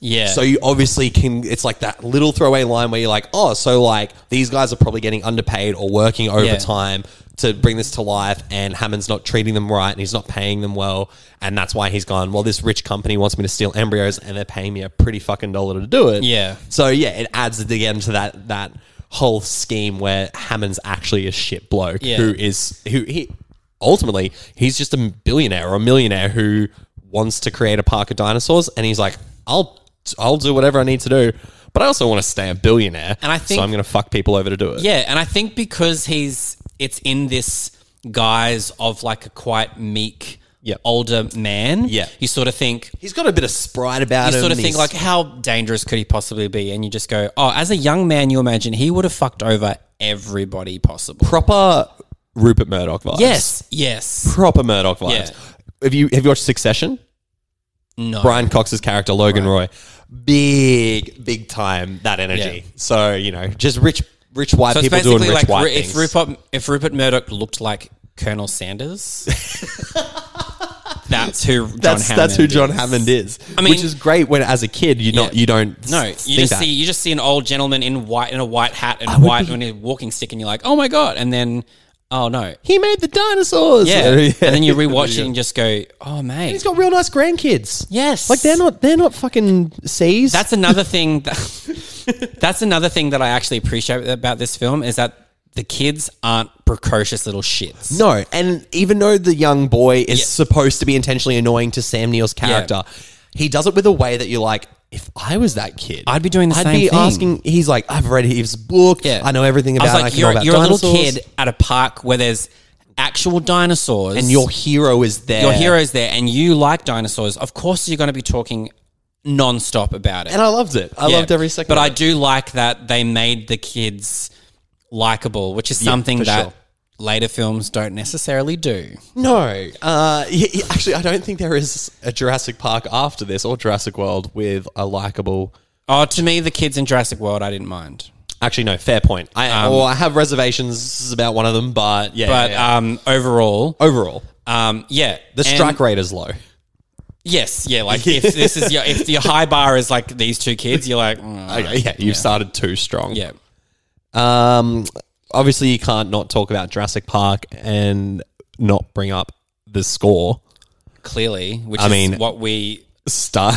S1: yeah.
S2: So you obviously can. It's like that little throwaway line where you're like, oh, so like these guys are probably getting underpaid or working overtime to bring this to life, and Hammond's not treating them right, and he's not paying them well, and that's why he's gone. Well, this rich company wants me to steal embryos, and they're paying me a pretty fucking dollar to do it.
S1: Yeah.
S2: So yeah, it adds it again to that that whole scheme where Hammond's actually a shit bloke
S1: Yeah.
S2: who is who he ultimately he's just a billionaire or a millionaire who wants to create a park of dinosaurs and he's like I'll I'll do whatever I need to do but I also want to stay a billionaire
S1: And I think-
S2: so I'm going to fuck people over to do it.
S1: yeah, and I think because he's it's in this guise of like a quite meek
S2: Yep.
S1: older man,
S2: Yeah.
S1: you sort of think
S2: He's got a bit of sprite about
S1: you
S2: him.
S1: sort of think
S2: He's-
S1: like how dangerous could he possibly be and you just go oh as a young man you imagine he would have fucked over everybody possible
S2: proper Rupert Murdoch vibes.
S1: yes yes
S2: proper Murdoch vibes.
S1: Yeah.
S2: Have you have you watched Succession?
S1: no
S2: Brian Cox's character Logan Roy, big big time that energy.
S1: Yeah.
S2: So you know, just rich rich white
S1: so it's
S2: people doing
S1: basically like
S2: rich white
S1: Ru-
S2: things.
S1: if Rupert if Rupert Murdoch looked like Colonel Sanders that's who John
S2: that's
S1: Hammond
S2: that's who John
S1: is.
S2: Hammond is.
S1: I mean-
S2: which is great when as a kid you not
S1: Yeah.
S2: you don't
S1: no, you
S2: s- think
S1: just
S2: that.
S1: see you just see an old gentleman in white in a white hat and
S2: would
S1: white
S2: be-
S1: when he's walking stick, and you're like, oh my god! And then, oh no,
S2: he made the dinosaurs.
S1: yeah. And then you rewatch it and just go, oh mate,
S2: He's got real nice grandkids.
S1: Yes.
S2: like they're not they're not fucking C's.
S1: that's another thing that, that's another thing that I actually appreciate about this film is that the kids aren't precocious little shits.
S2: No, and even though the young boy is
S1: Yeah.
S2: supposed to be intentionally annoying to Sam Neill's character, he does it with a way that you're like, if I was that kid,
S1: I'd be doing the
S2: I'd
S1: same
S2: be
S1: thing.
S2: asking. He's like, I've read his book. I know everything
S1: I
S2: about. it.
S1: was
S2: I
S1: like,
S2: can know
S1: you're,
S2: about
S1: you're a little
S2: dinosaurs."
S1: kid at a park where there's actual dinosaurs,
S2: and your hero is there.
S1: your hero's there, and you like dinosaurs. Of course, you're going to be talking nonstop about it.
S2: and I loved it. I loved every second.
S1: But
S2: of
S1: I
S2: it.
S1: do like that they made the kids likable, which is something
S2: for
S1: that
S2: sure.
S1: later films don't necessarily do.
S2: no. Uh, y- y- actually, I don't think there is a Jurassic Park after this or Jurassic World with a likable.
S1: Oh, to me, the kids in Jurassic World, I didn't mind.
S2: Actually, no. Fair point. I or I have reservations about one of them, but yeah.
S1: Um, But
S2: yeah,
S1: um, overall,
S2: yeah. overall,
S1: um, yeah,
S2: the strike rate is low.
S1: Yes, yeah. Like if this is your if your high bar is like these two kids, you're like, mm,
S2: Okay, yeah, you've started too strong.
S1: yeah,
S2: Um, obviously, you can't not talk about Jurassic Park and not bring up the score.
S1: clearly. Which
S2: I
S1: is
S2: mean-
S1: what we
S2: Star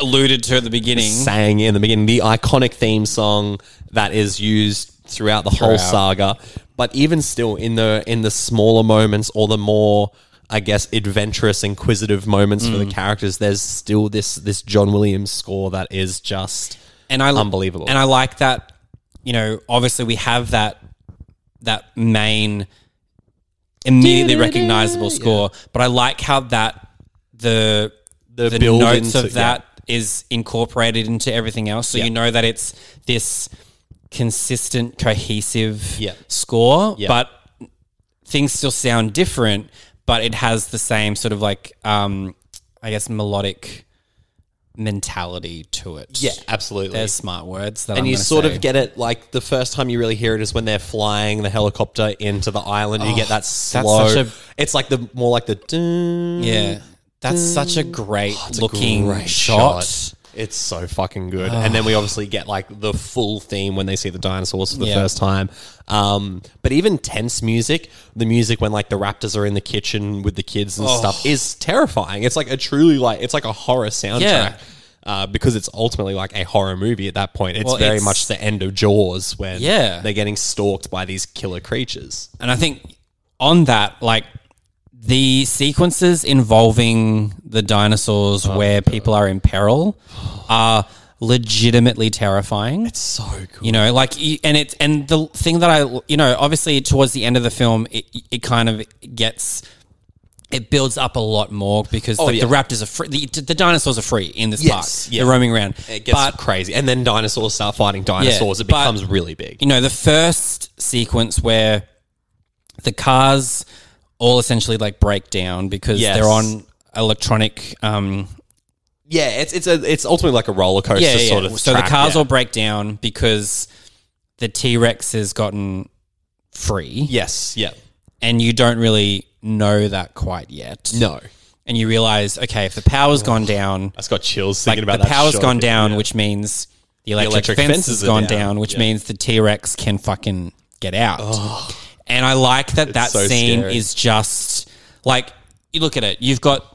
S1: alluded to at the beginning.
S2: sang in the beginning, the iconic theme song that is used throughout the whole
S1: Throughout.
S2: saga. But even still, in the in the smaller moments or the more, I guess, adventurous, inquisitive moments for the characters, there's still this this John Williams score that is just
S1: and I
S2: Unbelievable.
S1: And I like that. You know, obviously we have that that main immediately recognizable score, but I like how that the the,
S2: build
S1: notes
S2: into-
S1: of that is incorporated into everything else, so you know that it's this consistent, cohesive
S2: Yeah.
S1: score,
S2: Yeah.
S1: but things still sound different, but it has the same sort of like, um, I guess, melodic mentality to it.
S2: yeah, absolutely.
S1: There's smart words that
S2: and
S1: I'm
S2: you
S1: gonna
S2: sort
S1: say.
S2: of get it like the first time you really hear it is when they're flying the helicopter into the island. you get that slow.
S1: Oh, such a-
S2: it's like the more like the dun,
S1: yeah. That's such a great
S2: Oh, it's a
S1: looking
S2: great
S1: shot.
S2: It's so fucking good. And then we obviously get like the full theme when they see the dinosaurs for the
S1: Yeah.
S2: first time. Um, but even tense music, the music when like the raptors are in the kitchen with the kids
S1: Oh.
S2: and stuff is terrifying. It's like a truly like it's like a horror soundtrack.
S1: Yeah.
S2: Uh, because it's ultimately like a horror movie at that point. It's
S1: Well,
S2: very
S1: it's-
S2: much the end of Jaws when
S1: Yeah.
S2: they're getting stalked by these killer creatures.
S1: And I think on that, like the sequences involving the dinosaurs
S2: Oh,
S1: where people are in peril are legitimately terrifying.
S2: So cool.
S1: you know, like, y- and it's, and the thing that I, you know, obviously towards the end of the film, it, it kind of gets, it builds up a lot more because like,
S2: Oh, yeah.
S1: the raptors are free, the, the dinosaurs are free in this
S2: Yes,
S1: park.
S2: yeah.
S1: They're roaming around.
S2: It gets crazy. And then dinosaurs start fighting dinosaurs. it
S1: but-
S2: becomes really big.
S1: you know, the first sequence where the cars all essentially like break down because
S2: Yes.
S1: they're on electronic um
S2: Yeah, it's it's a it's ultimately like a roller coaster
S1: yeah, yeah.
S2: sort of.
S1: so
S2: track,
S1: the cars
S2: yeah.
S1: all break down because the T-Rex has gotten free
S2: yes, yeah,
S1: and you don't really know that quite yet.
S2: no.
S1: And you realize okay, if the power's gone down,
S2: I just got chills thinking about
S1: the
S2: that.
S1: power's
S2: shot.
S1: gone down, which means the electric,
S2: electric
S1: fence
S2: fences
S1: has
S2: are
S1: gone
S2: down.
S1: down, which
S2: Yeah. Oh.
S1: means the T Rex can fucking get out. And I like that that
S2: so
S1: scene
S2: scary.
S1: is just like you look at it. You've got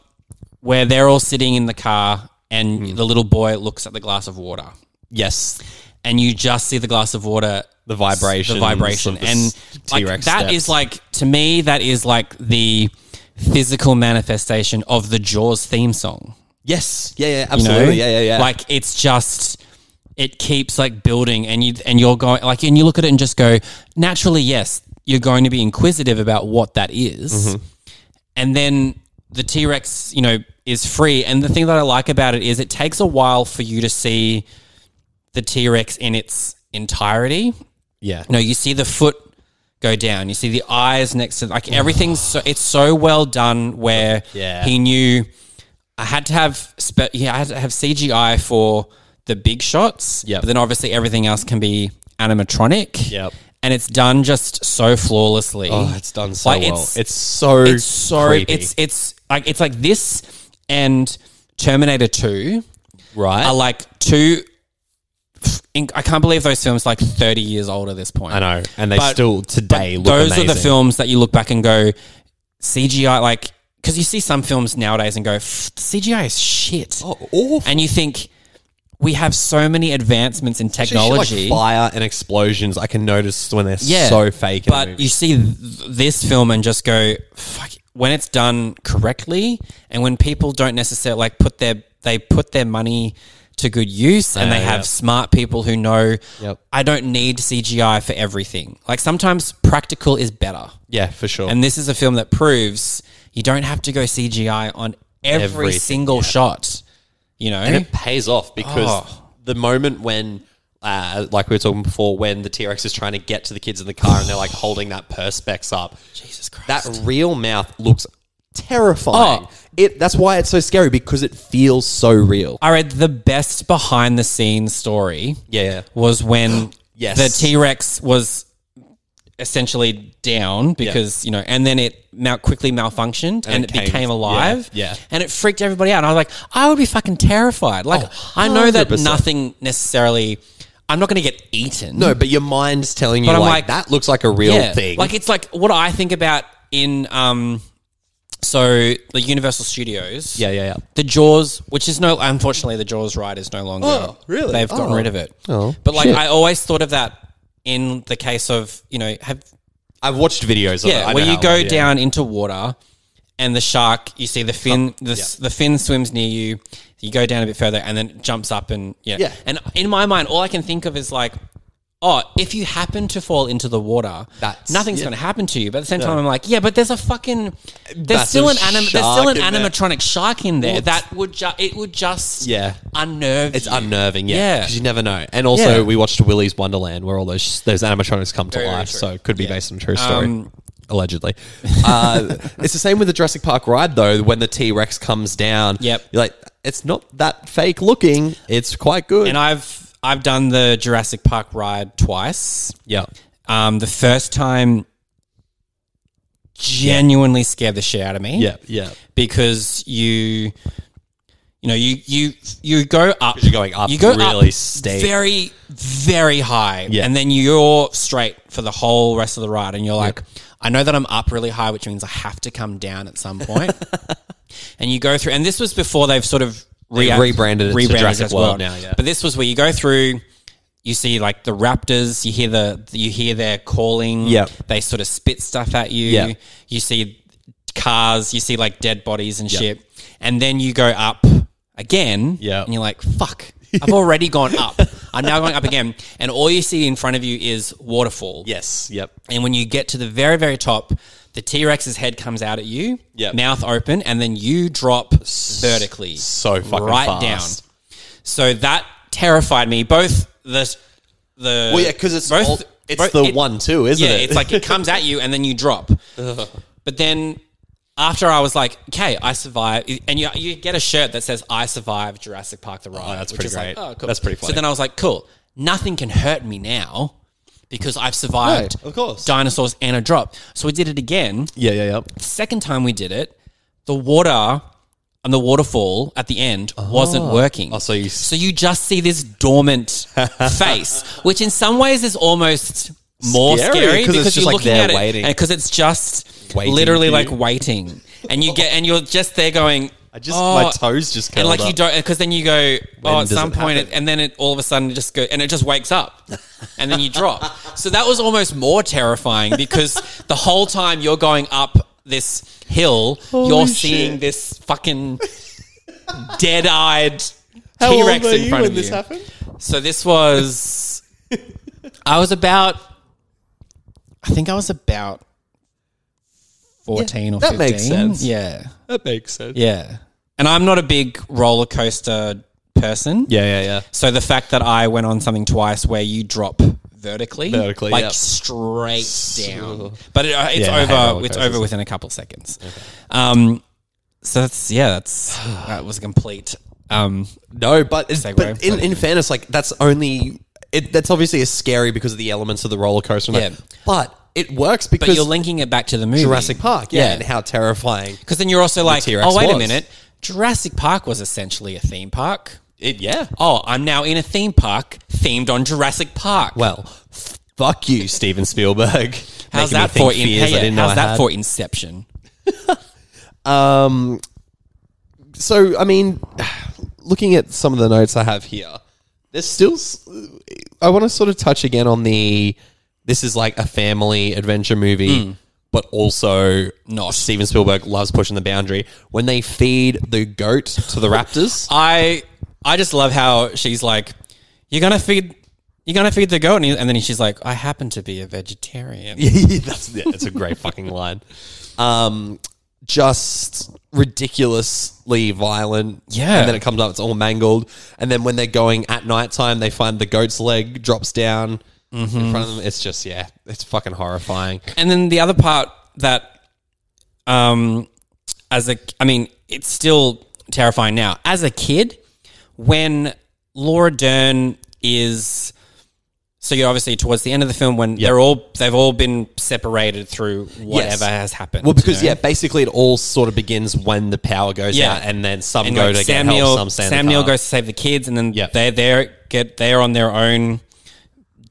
S1: where they're all sitting in the car, and
S2: Hmm.
S1: the little boy looks at the glass of water,
S2: Yes,
S1: and you just see the glass of water.
S2: the vibration,
S1: The vibration and like, that is like to me that is like the physical manifestation of the Jaws theme song.
S2: yes, yeah, yeah,
S1: you know?
S2: absolutely, yeah, yeah, yeah.
S1: Like it's just it keeps like building, and you and you're going like, and you look at it and just go
S2: Mm-hmm.
S1: naturally. Yes, you're going to be inquisitive about what that is. and then the T Rex, you know, is free. And the thing that I like about it is it takes a while for you to see the T Rex in its entirety.
S2: Yeah.
S1: You know, you see the foot go down, you see the eyes next to, like, everything's so, it's so well done where
S2: Yeah.
S1: he knew I had to have, spe- yeah, I had to have CGI for the big shots.
S2: Yep.
S1: But then obviously everything else can be animatronic.
S2: Yep.
S1: And it's done just so flawlessly.
S2: Oh, it's done so
S1: Like,
S2: well.
S1: it's-
S2: It's, so
S1: it's so
S2: creepy.
S1: it's it's like it's like this and Terminator Two
S2: right.
S1: are like two. inc- I can't believe those films are like thirty years old at this point.
S2: I know, and they
S1: But-
S2: still today look
S1: those are the
S2: amazing.
S1: films that you look back and go CGI like because you see some films nowadays and go "Pff, CGI is shit,
S2: Oh, awful.
S1: and you think we have so many advancements in
S2: Especially
S1: technology.
S2: shit like fire and explosions. I can notice when they're
S1: yeah,
S2: so fake. In a
S1: But
S2: movie.
S1: you see th- this film and just go, fuck. When it's done correctly, and when people don't necessarily like put their they put their money to good use, and
S2: Yeah,
S1: they have
S2: yeah.
S1: smart people who know,
S2: Yep.
S1: I don't need CGI for everything. Like sometimes practical is better,
S2: yeah, for sure.
S1: and this is a film that proves you don't have to go CGI on every
S2: Everything,
S1: single shot. You know,
S2: and it pays off because
S1: Oh.
S2: the moment when, uh, like we were talking before, when the T Rex is trying to get to the kids in the car and they're like holding that perspex up,
S1: Jesus Christ.
S2: that real mouth looks terrifying.
S1: Oh.
S2: It that's why it's so scary because it feels so real.
S1: I read the best behind the scenes story.
S2: Yeah, yeah.
S1: was when
S2: Yes.
S1: the T Rex was essentially down because you know, and then it mal- quickly malfunctioned and, it,
S2: it came-
S1: became alive.
S2: yeah, yeah.
S1: and it freaked everybody out. And I was like, I would be fucking terrified. Like,
S2: Oh,
S1: I know that
S2: 100%.
S1: nothing necessarily. I'm not going to get eaten.
S2: No, but your mind's telling you
S1: I'm
S2: like,
S1: like-
S2: that looks like a real thing.
S1: Like it's like what I think about in um so the Universal Studios.
S2: Yeah, yeah, yeah.
S1: The Jaws, which is no unfortunately the Jaws ride is no longer
S2: Oh, really?
S1: they've gotten
S2: Oh.
S1: rid of it.
S2: Oh,
S1: But like
S2: shit.
S1: I always thought of that in the case of, you know, have
S2: I've watched videos of it.
S1: yeah,
S2: I
S1: where
S2: know
S1: you
S2: how-
S1: go
S2: yeah.
S1: down into water and the shark, you see the fin,
S2: Oh,
S1: the, s the fin swims near you. You go down a bit further and then it jumps up and yeah.
S2: Yeah.
S1: And in my mind, all I can think of is like, oh, if you happen to fall into the water,
S2: That's-
S1: nothing's
S2: yeah.
S1: going to happen to you. But at the same time, I'm like, yeah, but there's a fucking, there's
S2: That's
S1: still
S2: a
S1: an anim- there's
S2: shark
S1: still an
S2: in there.
S1: animatronic shark in there
S2: What?
S1: that would just, it would just,
S2: Yeah.
S1: unnerve.
S2: It's
S1: you.
S2: unnerving,
S1: Yeah.
S2: yeah, because you never know. And also,
S1: Yeah.
S2: we watched Willy's Wonderland, where all those those animatronics come to
S1: Very, very
S2: life,
S1: true. Um,
S2: so it could be based on a true story, allegedly. uh, it's the same with the Jurassic Park ride, though. When the T Rex comes down,
S1: Yep.
S2: you're like, it's not that fake looking. It's quite good.
S1: And I've I've done the Jurassic Park ride twice.
S2: yeah,
S1: Um, the first time genuinely scared the shit out of me.
S2: yeah, yeah.
S1: Because you, you know, you you you go up.
S2: you're going up really steep.
S1: very very high.
S2: Yeah.
S1: And then you're straight for the whole rest of the ride, and you're like, I know that I'm up really high, which means I have to come down at some point. and you go through, and this was before they've sort of rea-
S2: rebranded it to Jurassic
S1: as
S2: World now, yeah.
S1: But this was where you go through. You see, like the raptors. You hear the you hear their calling.
S2: Yep.
S1: they sort of spit stuff at you.
S2: Yeah.
S1: you see cars. You see like dead bodies and shit. And then you go up again.
S2: Yeah.
S1: and you're like, "Fuck! I've already gone up. I'm now going up again." And all you see in front of you is waterfall.
S2: Yes, yep.
S1: And when you get to the very, very top, the T Rex's head comes out at you,
S2: Yep.
S1: mouth open, and then you drop vertically.
S2: so fucking fast.
S1: down. So that terrified me. Both the. the
S2: Well, yeah, because it's
S1: both-
S2: all- it's
S1: both-
S2: the
S1: it-
S2: one too, isn't
S1: yeah,
S2: it?
S1: it's like it comes at you and then you drop. but then after I was like, okay, I survived, and you you get a shirt that says "I survived Jurassic Park: The Ride."
S2: that's
S1: which
S2: pretty
S1: is Like,
S2: great.
S1: oh, cool.
S2: That's pretty funny.
S1: So then I was like, cool, nothing can hurt me now because I've survived.
S2: No, of course.
S1: dinosaurs and a drop. So we did it again.
S2: yeah, yeah, yeah.
S1: Second time we did it, the water and the waterfall at the end wasn't working.
S2: Oh, so you
S1: So you just see this dormant face, which in some ways is almost more
S2: Scary,
S1: scary,
S2: 'cause it's
S1: because
S2: just
S1: you're
S2: like
S1: looking
S2: they're
S1: at
S2: waiting.
S1: it because it's just
S2: Waiting
S1: literally
S2: for
S1: like
S2: you.
S1: waiting, and you get and you're just there going.
S2: I just
S1: "Oh,"
S2: my toes just
S1: and
S2: curled
S1: like you
S2: up.
S1: don't because then you go oh
S2: When
S1: at
S2: does
S1: some
S2: it
S1: point
S2: happen?
S1: it, and then it all of a sudden it just go and it just wakes up and then you drop so that was almost more terrifying because the whole time you're going up this hill you're seeing
S2: shit.
S1: this fucking dead-eyed
S2: How old
S1: T-Rex
S2: were
S1: in
S2: you
S1: front
S2: when
S1: of
S2: this
S1: you
S2: happened?
S1: so this was I was about I think I was about 14 or 15.
S2: that makes sense.
S1: Yeah.
S2: That makes sense.
S1: Yeah. And I'm not a big roller coaster person.
S2: Yeah, yeah, yeah.
S1: So the fact that I went on something twice where you drop vertically,
S2: Vertically,
S1: like
S2: yep.
S1: straight down, but it, uh, it's
S2: Yeah, I hate
S1: over.
S2: roller
S1: It's
S2: coasters.
S1: over within a couple seconds. Um, so that's yeah, that's that was a complete. Um,
S2: No, but,
S1: Segue.
S2: but in, in fairness, like that's only it, that's obviously is scary because of the elements of the roller coaster. and that.
S1: Yeah.
S2: but it works
S1: but
S2: because
S1: you're linking it back to the movie
S2: Jurassic Park, yeah,
S1: Yeah.
S2: and how terrifying
S1: because then you're also like,
S2: T-Rex
S1: oh wait a
S2: was.
S1: minute, Jurassic Park was essentially a theme park.
S2: it. Yeah,
S1: Oh, I'm now in a theme park themed on Jurassic Park.
S2: well, fuck you, Steven Spielberg.
S1: How's
S2: Making me
S1: that
S2: think
S1: for in-
S2: fears I
S1: hey,
S2: didn't know
S1: How's
S2: I
S1: that
S2: had.
S1: for Inception?
S2: Um, so I mean, looking at some of the notes I have here, there's still. s- I want to sort of touch again on the. This is like a family adventure movie, but also
S1: Not.
S2: Steven Spielberg loves pushing the boundary when they feed the goat to the raptors.
S1: I I just love how she's like, "You're gonna feed, you're gonna feed the goat," and, he- and then she's like, "I happen to be a vegetarian."
S2: that's yeah, that's a great fucking line. Um, just ridiculously violent.
S1: Yeah.
S2: And then it comes up, it's all mangled. And then when they're going at nighttime, they find the goat's leg drops down
S1: Mm-hmm.
S2: in front of them. It's just, yeah, it's fucking horrifying.
S1: And then the other part that, um, as a, I mean, it's still terrifying now. As a kid, when Laura Dern is, so you're obviously towards the end of the film when they're all they've all been separated through whatever has happened.
S2: Well, because,
S1: you know?
S2: yeah, basically it all sort of begins when the power goes
S1: Yeah.
S2: out and then some
S1: and
S2: go
S1: like
S2: to
S1: Sam
S2: get help,
S1: Neill,
S2: some stand
S1: Sam
S2: in the
S1: Neill
S2: car.
S1: goes to save the kids, and then
S2: Yep.
S1: they're there get they're on their own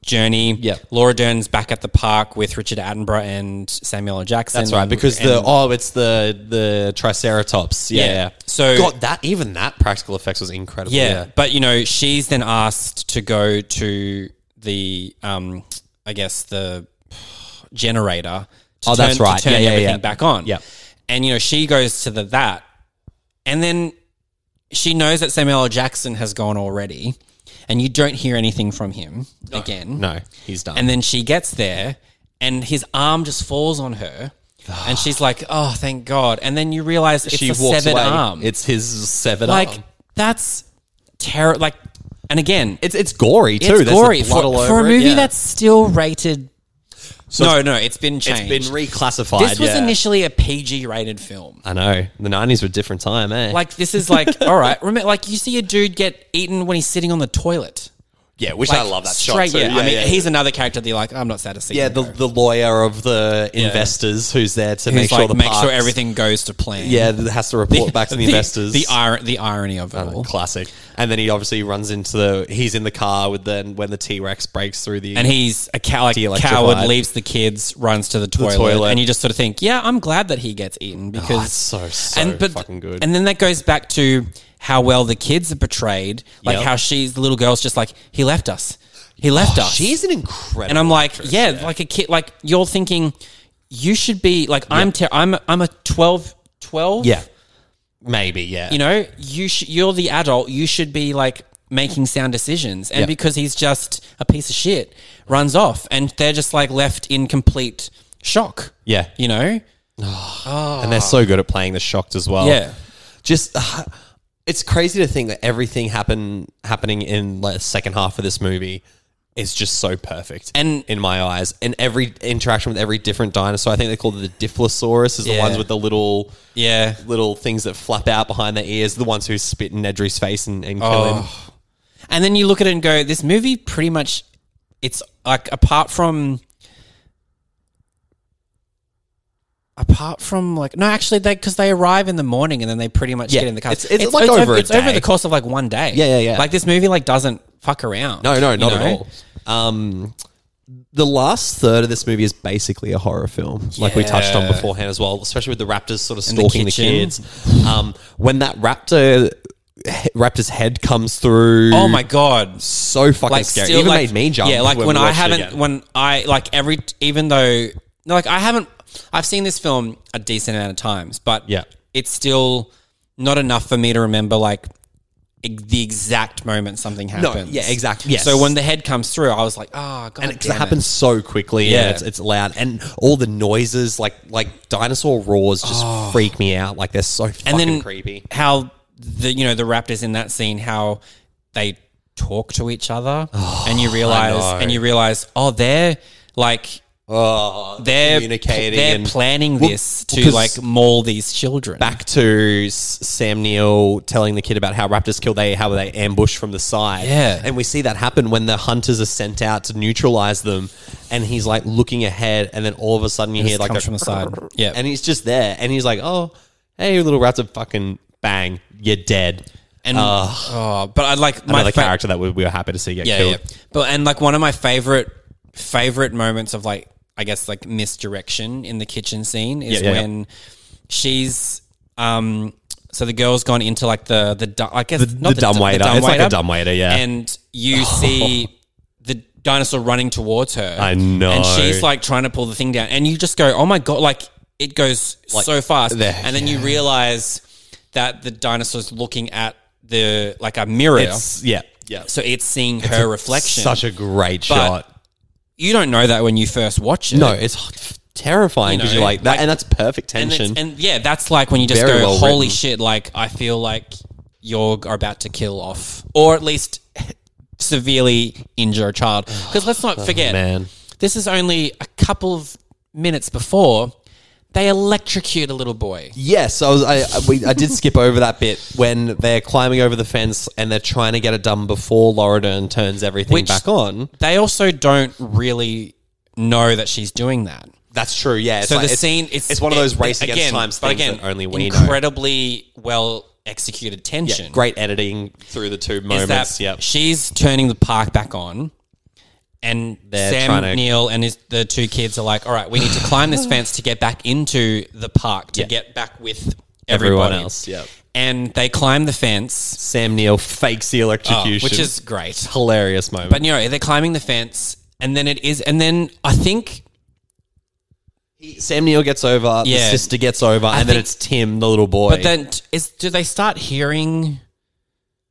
S1: journey.
S2: Yep.
S1: Laura Dern's back at the park with Richard Attenborough and Samuel L. Jackson.
S2: That's right, because
S1: And-
S2: the oh, it's the the Triceratops. Yeah,
S1: Yeah.
S2: yeah.
S1: So-
S2: God, that even that practical effects was incredible.
S1: yeah, but you know she's then asked to go to the um, I guess the generator. To
S2: Oh, that's
S1: turn-
S2: right.
S1: To turn
S2: Yeah, yeah,
S1: everything
S2: yeah.
S1: back on.
S2: Yep.
S1: And you know she goes to the that, and then she knows that Samuel L. Jackson has gone already, and you don't hear anything from him again.
S2: No, he's done.
S1: And then she gets there, and his arm just falls on her, and she's like, "Oh, thank God!" And then you realize it's
S2: she
S1: a
S2: walks
S1: severed
S2: away.
S1: arm.
S2: It's his severed
S1: like
S2: arm.
S1: that's terror. Like, and again,
S2: It's it's gory too.
S1: it's
S2: There's
S1: gory
S2: blood
S1: for,
S2: all
S1: for a
S2: over it,
S1: movie
S2: yeah.
S1: that's still rated. no, no, it's been
S2: it's
S1: changed.
S2: been reclassified.
S1: this was
S2: yeah.
S1: initially a PG-rated film.
S2: I know the nineties were a different time, eh?
S1: Like this is like all right. Remember, like you see a dude get eaten when he's sitting on the toilet.
S2: yeah, which I
S1: Like,
S2: love that
S1: straight.
S2: shot. too.
S1: yeah, I mean,
S2: yeah.
S1: he's another character that you're like, I'm not sad to see.
S2: yeah
S1: him
S2: the,
S1: go."
S2: the lawyer of the investors who's there to
S1: Who's
S2: make
S1: like,
S2: sure the
S1: make sure
S2: parks-
S1: everything goes to plan.
S2: yeah that has to report back to the, investors. Oh,
S1: The, ir- the irony of it all.
S2: classic, and then he obviously runs into the he's in the car with then when the T Rex breaks through the
S1: And he's a cow- like,
S2: De-electrified.
S1: coward, leaves the kids, runs to the toilet,
S2: toilet.
S1: and you just sort of think, yeah, I'm glad that he gets eaten because
S2: that's so, so fucking good.
S1: And then that goes back to how well the kids are portrayed, like
S2: Yep. Oh,
S1: how she's the little girl's just like he left us, he left us.
S2: she's an incredible
S1: and I'm like, yeah, like a kid, like you're thinking, you should be like, I'm, ter- I'm, I'm a 12, 12?
S2: yeah maybe yeah
S1: you know you sh- you're the adult you should be like making sound decisions and
S2: Yep.
S1: because he's just a piece of shit runs off and they're just like left in complete shock
S2: yeah
S1: you know
S2: and they're so good at playing the shocked as well.
S1: Yeah.
S2: just it's crazy to think that everything happen happening in like, the second half of this movie is just so perfect,
S1: And-
S2: in my eyes, and every interaction with every different dinosaur. I think they call it the Diplodorus is the
S1: Yeah.
S2: ones with the little
S1: yeah
S2: little things that flap out behind their ears, the ones who spit in Nedry's face and, and kill
S1: Oh,
S2: him.
S1: and then you look at it and go this movie pretty much it's like apart from apart from like no actually they because they arrive in the morning and then they pretty much
S2: Yeah.
S1: get in the car
S2: It's- it's like over a
S1: it's over
S2: day.
S1: the course of like one day
S2: Yeah, yeah, yeah.
S1: like this movie like doesn't fuck around
S2: No, no,
S1: you
S2: not
S1: know?
S2: at all. Um, the last third of this movie is basically a horror film, like we touched on
S1: Yeah.
S2: beforehand as well, especially with the raptors sort of
S1: the
S2: stalking the,
S1: kitchen.
S2: kids. Um, when that raptor he- raptor's head comes through,
S1: oh my god
S2: Mm-hmm. so fucking
S1: like
S2: scary.
S1: still,
S2: Even
S1: like-
S2: made me jump.
S1: Yeah, like when,
S2: we
S1: I
S2: watched it
S1: haven't,
S2: again.
S1: when I like every, even though no, like I haven't, I've seen this film a decent amount of times, but
S2: Yeah.
S1: it's still not enough for me to remember like e- the exact moment something happens.
S2: yeah, exact- yes.
S1: So when the head comes through, I was like, oh, God.
S2: and it, 'cause it
S1: damn
S2: happens so quickly. Yeah,
S1: Yeah.
S2: it's, it's loud, and all the noises, like like dinosaur roars, just freak me out. Like they're so fucking
S1: Oh. And then
S2: creepy.
S1: how the you know the raptors in that scene how they talk to each other and you realize
S2: Oh, know.
S1: and you realize oh they're like
S2: Oh,
S1: they're
S2: communicating.
S1: they're
S2: and
S1: planning
S2: Well,
S1: this to
S2: because-
S1: like maul these children
S2: back to S- Sam Neill telling the kid about how raptors kill they how they ambush from the side.
S1: Yeah.
S2: and we see that happen when the hunters are sent out to neutralize them, and he's like looking ahead, and then all of a sudden you hear
S1: just
S2: like
S1: comes
S2: the
S1: from the side. Yeah.
S2: and he's just there, and he's like, oh, hey, little raptor, fucking bang, you're dead.
S1: and oh but I like my
S2: Another
S1: fa-
S2: character that we, we were happy to see get
S1: yeah,
S2: killed.
S1: yeah but and like one of my favorite favorite moments of like I guess like misdirection in the kitchen scene is
S2: Yeah, yeah, yeah.
S1: when she's um so the girl's gone into like the the du- I guess not
S2: the dumbwaiter.
S1: the
S2: It's like a dumbwaiter, yeah.
S1: and you see the dinosaur running towards her
S2: I know.
S1: and she's like trying to pull the thing down and you just go oh my god like it goes so fast
S2: there,
S1: and then you realize that the dinosaur's looking at the like a mirror
S2: It's- yeah, yeah.
S1: so it's seeing her reflection.
S2: Such a great shot.
S1: you don't know that when you first watch it.
S2: No, it's terrifying because
S1: You
S2: you
S1: know,
S2: are like that,
S1: like-
S2: and that's perfect
S1: and,
S2: tension.
S1: it's, and yeah, that's like when you just
S2: Very
S1: go,
S2: well
S1: "Holy
S2: written.
S1: shit!" Like I feel like you're about to kill off, or at least severely injure a child. Because let's not forget,
S2: man.
S1: this is only a couple of minutes before they electrocute a little boy.
S2: Yes, I was. I I- we, I did skip over that bit when they're climbing over the fence and they're trying to get it done before Loredon turns everything
S1: Which-
S2: back on.
S1: They also don't really know that she's doing that.
S2: That's true. Yeah. It's
S1: So
S2: like-
S1: the
S2: it's-
S1: scene, it's,
S2: it's one of those
S1: it-
S2: race against
S1: again,
S2: time things
S1: but again,
S2: that only we know.
S1: incredibly well executed tension.
S2: Yeah, great editing through the two
S1: is
S2: moments.
S1: that
S2: yep.
S1: she's turning the park back on, and
S2: trying
S1: Sam
S2: to-
S1: Neil and his, the two kids are like, "All right, we need to climb this fence to get back into the park to
S2: Yeah.
S1: get back with
S2: Everyone
S1: everybody.
S2: else, yep.
S1: And they climb the fence,
S2: Sam Neill fakes the
S1: uh,
S2: electrocution,
S1: which is great.
S2: hilarious moment.
S1: But you know, they're climbing the fence, and then it is, and then I think
S2: Sam Neill gets over.
S1: Yeah.
S2: The sister gets over, and then
S1: think-
S2: it's Tim, the little boy.
S1: But then t- is do they start hearing?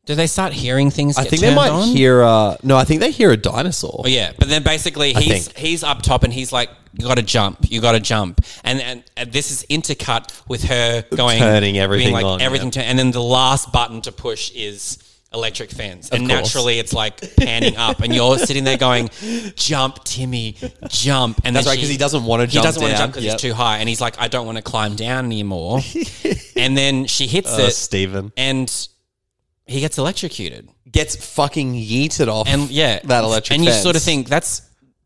S1: Do they start hearing things?
S2: I
S1: get
S2: think they
S1: turned
S2: might
S1: on?
S2: hear a no. I think they hear a dinosaur.
S1: Oh, yeah, but then basically he's
S2: think.
S1: he's up top and he's like, "You got to jump, you got to jump," and, and and this is intercut with her going
S2: Turning
S1: being
S2: everything
S1: like,
S2: on,
S1: everything, turn, and then the last button to push is electric fence, and
S2: course.
S1: naturally it's like panning up, and you're sitting there going, "Jump, Timmy, jump!" And
S2: That's
S1: then
S2: right,
S1: she-
S2: 'cause he doesn't wanna
S1: He
S2: jump
S1: doesn't want to
S2: down.
S1: jump because
S2: Yep.
S1: he's too high, and he's like, "I don't want to climb down anymore," and then she hits
S2: Uh,
S1: it
S2: Stephen
S1: and he gets electrocuted.
S2: gets fucking yeeted off,
S1: And yeah,
S2: that electric.
S1: And you
S2: fence.
S1: sort of think that's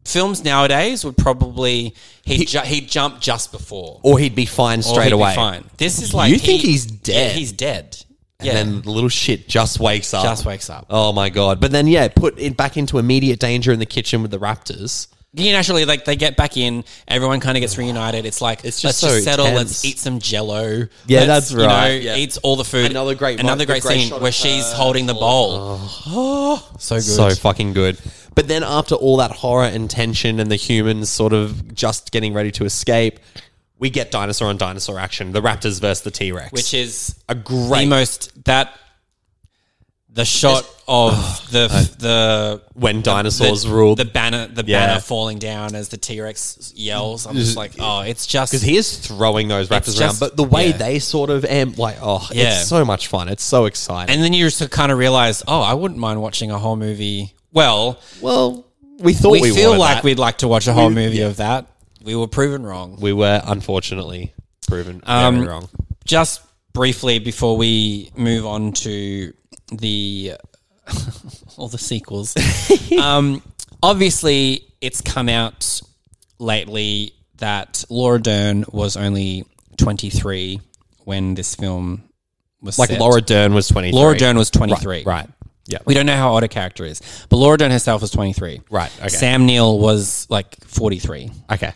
S1: films nowadays would probably he ju- he jumped just before
S2: or he'd be fine
S1: Or
S2: straight
S1: he'd be
S2: away.
S1: fine. This is like
S2: You think he's
S1: yeah,
S2: dead.
S1: he's dead.
S2: And
S1: Yeah,
S2: then the little shit just wakes up.
S1: just wakes up.
S2: Oh my god! But then yeah, put it back into immediate danger in the kitchen with the raptors.
S1: You know, naturally, like they get back in, everyone kind of gets reunited. It's like
S2: It's
S1: let's
S2: just
S1: just
S2: so
S1: settle.
S2: tense.
S1: Let's eat some Jello.
S2: Yeah,
S1: Let's,
S2: that's right.
S1: You know,
S2: Yeah.
S1: eats all the food.
S2: Another great mo-
S1: another
S2: the
S1: great,
S2: great shot
S1: scene
S2: of
S1: where she's
S2: her
S1: holding the bowl. so good.
S2: So fucking good. But then after all that horror and tension and the humans sort of just getting ready to escape, we get dinosaur on dinosaur action: the raptors versus the T Rex,
S1: which is
S2: a great
S1: the most that the shot of the the
S2: when dinosaurs
S1: the,
S2: Oh, ruled.
S1: the banner the
S2: Yeah.
S1: banner falling down as the T Rex yells. I'm just like, oh, it's just
S2: because he is throwing those raptors
S1: It's
S2: around,
S1: just-
S2: but the way
S1: yeah.
S2: they sort of am like, oh,
S1: Yeah.
S2: it's so much fun. It's so exciting.
S1: and then you just kind of realize, oh, I wouldn't mind watching a whole movie. Well,
S2: well, we thought we,
S1: we, feel
S2: wanted
S1: like
S2: that.
S1: we'd like to watch a whole movie of that. We were proven wrong.
S2: We were unfortunately proven
S1: Um,
S2: very wrong.
S1: Just briefly before we move on to the all the sequels. um, obviously, it's come out lately that Laura Dern was only 23 when this film was
S2: Like
S1: set.
S2: Laura Dern was 23.
S1: Laura Dern was 23.
S2: Right. Yeah.
S1: We don't know how old a character is, but Laura Dern herself was 23.
S2: Right, okay.
S1: Sam Neill was like 43.
S2: Okay.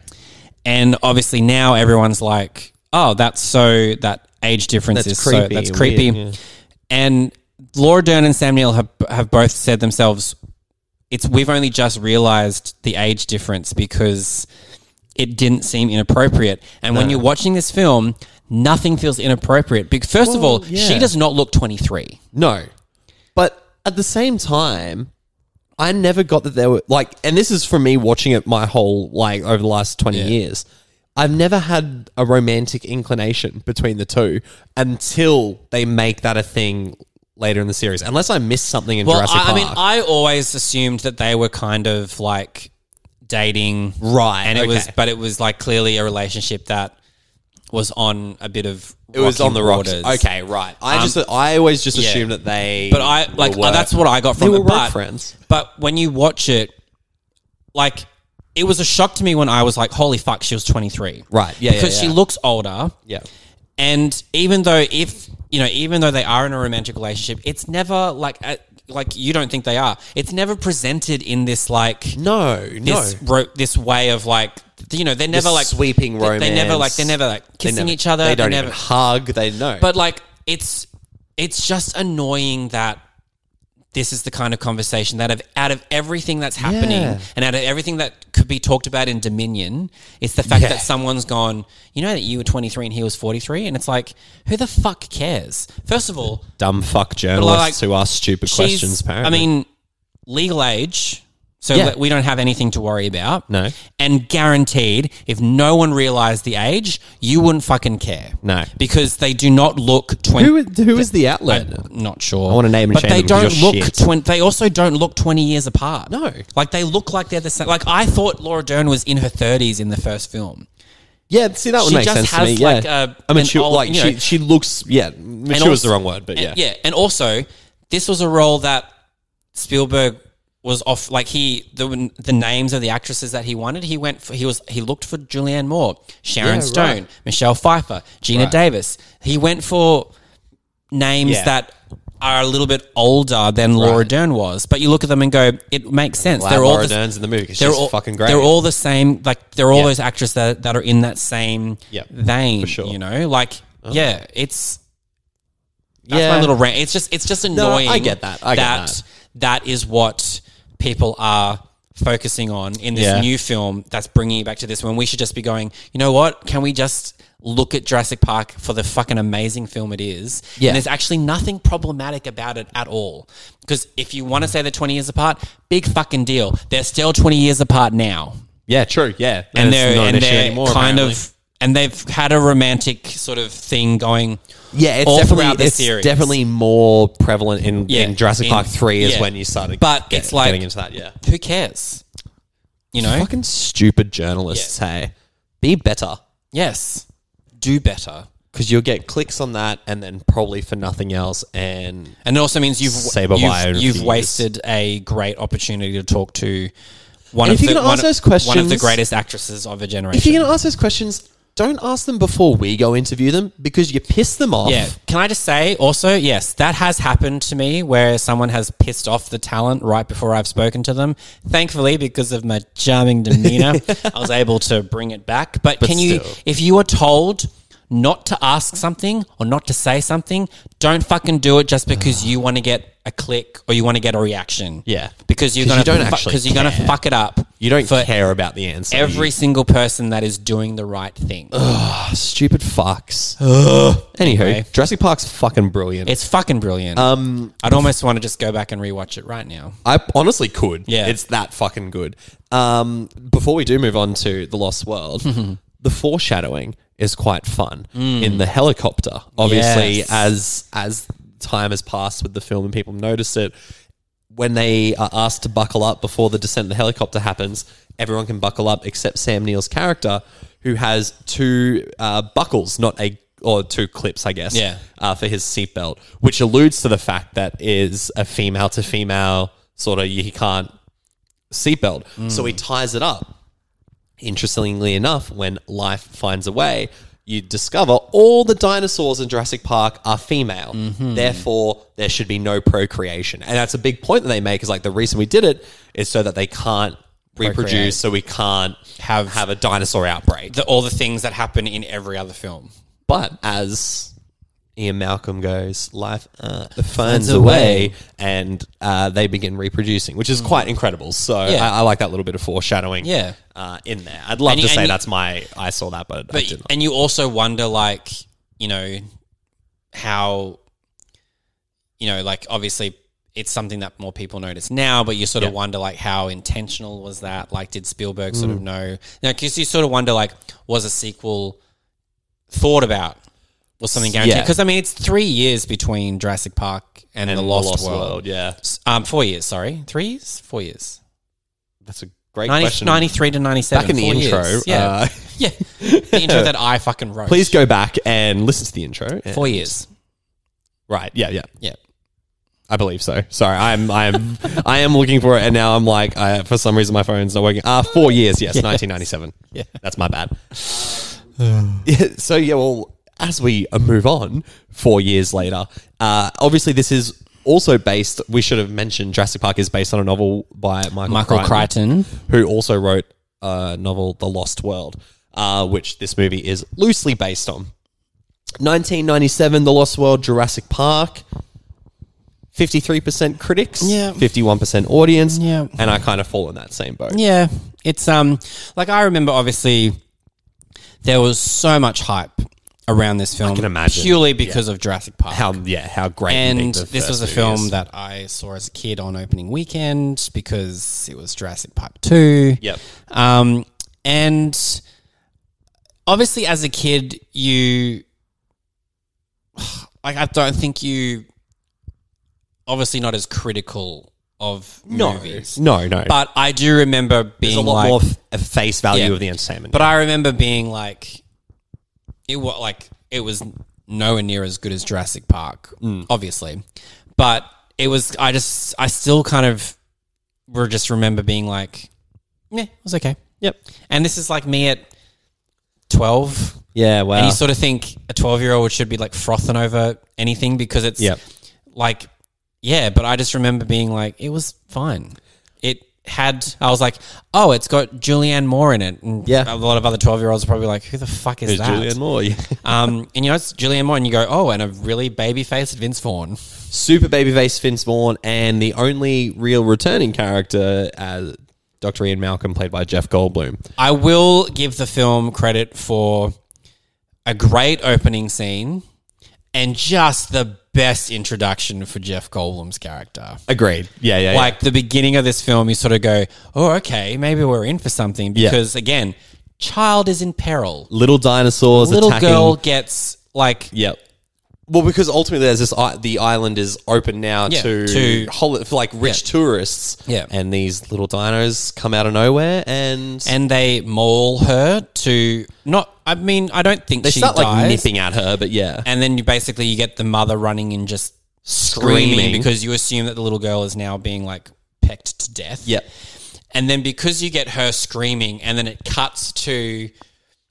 S1: And obviously now everyone's like, oh, that's so that age difference
S2: That's
S1: is so
S2: creepy,
S1: that's creepy.
S2: weird, yeah.
S1: And Laura Dern and Sam Neill have have both said themselves, it's we've only just realized the age difference because it didn't seem inappropriate. And when you're watching this film, nothing feels inappropriate. Because first of all,
S2: yeah.
S1: she does not look 23.
S2: No. But at the same time, I never got that there were like, and this is from me watching it my whole like over the last twenty
S1: Yeah.
S2: years. I've never had a romantic inclination between the two until they make that a thing later in the series. Unless I missed something in
S1: Well,
S2: Jurassic
S1: I, I
S2: Park.
S1: mean, I always assumed that they were kind of like dating,
S2: Right,
S1: And it was,
S2: okay.
S1: but it was like clearly a relationship that was on a bit of
S2: it was
S1: rocky
S2: on the rocks.
S1: waters.
S2: Okay, right. I just I always just
S1: Um, yeah.
S2: assumed that they.
S1: But I like uh,
S2: were-
S1: that's what I got
S2: they
S1: from
S2: were
S1: it. But,
S2: work friends.
S1: but when you watch it, like it was a shock to me when I was like, "Holy fuck, she was 23."
S2: Right, yeah, yeah,
S1: because she
S2: yeah.
S1: looks older.
S2: Yeah.
S1: And even though if you know, even though they are in a romantic relationship, it's never like uh, like you don't think they are. It's never presented in this like
S2: No, no.
S1: this ro- this way of like you know they're never like
S2: sweeping
S1: they, They never
S2: romance.
S1: like they're never like
S2: They
S1: kissing
S2: never-
S1: each other.
S2: They don't
S1: never,
S2: even hug. They know.
S1: but like it's it's just annoying that this is the kind of conversation that of out of everything that's happening
S2: Yeah.
S1: and out of everything that could be talked about in Dominion, it's the fact
S2: Yeah.
S1: that someone's gone, you know that you were 23 and he was 43 and it's like who the fuck cares? First of all,
S2: dumb fuck
S1: like,
S2: journalists who ask stupid
S1: she's-
S2: questions. Apparently,
S1: I mean, legal age, so
S2: Yeah.
S1: that we don't have anything to worry about.
S2: No.
S1: and guaranteed, if no one realised the age, you wouldn't fucking care.
S2: No.
S1: because they do not look twenty.
S2: who who is the outlet?
S1: not sure.
S2: I wanna name and
S1: but
S2: shame
S1: they
S2: them 'cause
S1: don't
S2: you're
S1: look.
S2: shit.
S1: Twen- they also don't look twenty years apart.
S2: No.
S1: like they look like they're the same. Like I thought Laura Dern was in her thirties in the first film.
S2: yeah, see that would
S1: She
S2: make
S1: just
S2: sense
S1: has,
S2: to me.
S1: like,
S2: yeah,
S1: a-
S2: I mean,
S1: an
S2: she
S1: old-
S2: like
S1: you
S2: she,
S1: know-
S2: she looks yeah. Mature was
S1: also-
S2: the wrong word, but yeah,
S1: And, yeah, and also this was a role that Spielberg was off. Like he, the the names of the actresses that he wanted, he went for. He was he looked for Julianne Moore, Sharon
S2: Yeah,
S1: Stone,
S2: right.
S1: Michelle Pfeiffer, Gina
S2: Right.
S1: Davis. He went for names
S2: Yeah.
S1: that are a little bit older than Laura
S2: Right.
S1: Dern was. But you look at them and go, it makes sense.
S2: Glad
S1: they're all
S2: Laura
S1: the,
S2: Dern's in the movie. 'cause
S1: they're
S2: she's
S1: all
S2: fucking great.
S1: They're all the same. Like they're all
S2: Yeah.
S1: those actresses that, that are in that same
S2: Yep,
S1: vein.
S2: for sure. Oh.
S1: You know, like yeah, it's that's
S2: Yeah.
S1: my little rant. It's just it's just annoying.
S2: I get that. I get
S1: that is what people are focusing on in this
S2: Yeah.
S1: new film that's bringing it back to this when we should just be going. You know what? Can we just look at Jurassic Park for the fucking amazing film it is?
S2: Yeah.
S1: And there's actually nothing problematic about it at all. Because if you want to say they're 20 years apart, big fucking deal. They're still 20 years apart now
S2: yeah, true. Yeah,
S1: and
S2: it's
S1: they're,
S2: not an
S1: and
S2: issue
S1: they're
S2: anymore,
S1: kind
S2: apparently.
S1: of and they've had a romantic sort of thing going.
S2: yeah. It's
S1: all throughout the
S2: definitely it's
S1: series.
S2: definitely more prevalent in,
S1: Yeah,
S2: in Jurassic
S1: in-
S2: Park Three is
S1: yeah.
S2: when you started,
S1: But
S2: get-
S1: it's like-
S2: getting into that. Yeah,
S1: Who cares? You know.
S2: fucking stupid journalists. Hey, be better.
S1: yes. Do better,
S2: because you'll get clicks on that and then probably for nothing else and
S1: and it also means you've
S2: Say
S1: you've,
S2: bye-bye in a few
S1: you've
S2: years.
S1: wasted a great opportunity to talk to one of
S2: And if
S1: the
S2: you're gonna
S1: one,
S2: ask those
S1: of- one of the
S2: questions-
S1: greatest actresses of a
S2: if you're
S1: generation.
S2: going to ask those questions don't ask them before we go interview them because you piss them off
S1: Yeah. Can I just say also, yes, that has happened to me where someone has pissed off the talent right before I've spoken to them. Thankfully, because of my charming demeanor, I was able to bring it back. But, can you,
S2: still.
S1: if you are told not to ask something or not to say something, don't fucking do it just because you want to get a click or you want to get a reaction.
S2: Yeah.
S1: Because you're
S2: 'Cause
S1: gonna
S2: you don't
S1: fuck-
S2: actually
S1: 'cause you're gonna
S2: care.
S1: fuck it up.
S2: you don't
S1: for
S2: care about the answer
S1: every single person that is doing the right thing.
S2: you stupid fucks anywho jurassic park's fucking brilliant
S1: It's fucking brilliant. Um, I'd almost want to just go back and rewatch it right now.
S2: i honestly could
S1: Yeah.
S2: it's that fucking good um, before we do move on to the lost world
S1: Mm-hmm.
S2: the foreshadowing is quite fun in the helicopter obviously
S1: Yes.
S2: as as time has passed with the film and people notice it when they are asked to buckle up before the descent of the helicopter happens, everyone can buckle up except Sam Neill's character, who has two uh, buckles, not a or two clips, I guess,
S1: Yeah.
S2: uh, for his seatbelt, which alludes to the fact that is a female to female sort of he can't seatbelt, so he ties it up. Interestingly enough, when life finds a way, you discover all the dinosaurs in Jurassic Park are female.
S1: Mm-hmm.
S2: Therefore, there should be no procreation. And that's a big point that they make is like the reason we did it is so that they can't
S1: Procreate.
S2: reproduce, so we can't
S1: Have-
S2: have, have a dinosaur outbreak.
S1: The, all the things that happen in every other film.
S2: But as Ian Malcolm goes, life uh, finds,
S1: a
S2: a
S1: way. Mm.
S2: way, and uh, they begin reproducing, which is quite incredible. So
S1: Yeah.
S2: I, I like that little bit of foreshadowing.
S1: Yeah.
S2: uh, in there, I'd love
S1: And
S2: to
S1: you-
S2: say
S1: and you-
S2: that's my I saw that, but, I
S1: But
S2: didn't.
S1: and you also wonder, like, you know, how, you know, like obviously it's something that more people notice now, but you sort of
S2: Yeah.
S1: wonder like how intentional was that? Like, did Spielberg sort of know? Now, because you sort of wonder like, was a sequel thought about? Was something guaranteed?
S2: Yeah.
S1: Because I mean, it's three years between Jurassic Park and, the, Lost World.
S2: Yeah,
S1: S- Um, four years, sorry, three years, four years.
S2: that's a great
S1: 90,
S2: question.
S1: 93 to ninety seven.
S2: Back in the
S1: four
S2: intro,
S1: years. yeah,
S2: uh,
S1: yeah, the intro that I fucking wrote.
S2: Please go back and listen to the intro.
S1: four years.
S2: Right. Yeah. Yeah.
S1: Yeah.
S2: I believe so. Sorry, I'm I'm I am looking for it, and now I'm like, I, for some reason my phone's not working. Ah, four years, yes, 1997. Yeah, that's my bad. yeah, so yeah, well, as we uh, move on, four years later, uh, obviously this is also based. We should have mentioned Jurassic Park is based on a novel by Michael
S1: Michael
S2: Crichton,
S1: Crichton.
S2: who also wrote a novel, The Lost World, uh, which this movie is loosely based on. 1997, The Lost World, Jurassic Park. 53% critics,
S1: Yeah.
S2: 51% audience.
S1: Yeah.
S2: And I kind of fall in that same boat.
S1: Yeah, it's um like I remember obviously there was so much hype around this film. I
S2: can imagine.
S1: purely because of Jurassic Park.
S2: How, yeah, how great. you
S1: and
S2: think the
S1: this
S2: first
S1: was a
S2: movie
S1: film
S2: is.
S1: that I saw as a kid on opening weekend because it was Jurassic Park two.
S2: Yep.
S1: Um, and obviously, as a kid, you like I don't think you obviously not as critical of
S2: No,
S1: movies.
S2: no, no.
S1: But I do remember being
S2: There's a lot
S1: like,
S2: more f- of face value
S1: Yeah.
S2: of the entertainment.
S1: but I remember being like, it was like it was nowhere near as good as Jurassic Park,
S2: Mm.
S1: obviously. But it was. I just. I still kind of. Were just remember being like, yeah, it was okay.
S2: yep.
S1: And this is like me at twelve.
S2: Yeah, wow.
S1: And you sort of think a twelve-year-old should be like frothing over anything because it's
S2: Yep.
S1: like, yeah. But I just remember being like, it was fine. It had. I was like, oh, it's got Julianne Moore in it. And
S2: Yeah.
S1: a lot of other twelve-year-olds are probably like, who the fuck is
S2: There's
S1: that?
S2: Julianne Moore. yeah.
S1: Um, and you know, it's Julianne Moore, and you go, oh, and a really baby-faced Vince Vaughn.
S2: super babyface Vince Vaughn, and the only real returning character as Dr. Ian Malcolm, played by Jeff Goldblum.
S1: I will give the film credit for a great opening scene and just the best introduction for Jeff Goldblum's character.
S2: Agreed. Yeah, yeah.
S1: Like the beginning of this film, you sort of go, oh, okay, maybe we're in for something.
S2: Yeah.
S1: Because again, child is in peril.
S2: yeah. little dinosaurs
S1: Little
S2: attacking.
S1: girl gets like,
S2: Yep. Well, because ultimately, there's this i- the island is open now
S1: Yeah,
S2: to,
S1: to-
S2: hol- for like rich tourists.
S1: Yeah.
S2: and these little dinos come out of nowhere and
S1: and they maul her to not, I mean, I don't think
S2: they
S1: she
S2: start like
S1: dies.
S2: nipping at her. But yeah,
S1: and then you basically you get the mother running and just screaming,
S2: Screaming.
S1: because you assume that the little girl is now being like pecked to death.
S2: Yep.
S1: And then because you get her screaming, and then it cuts to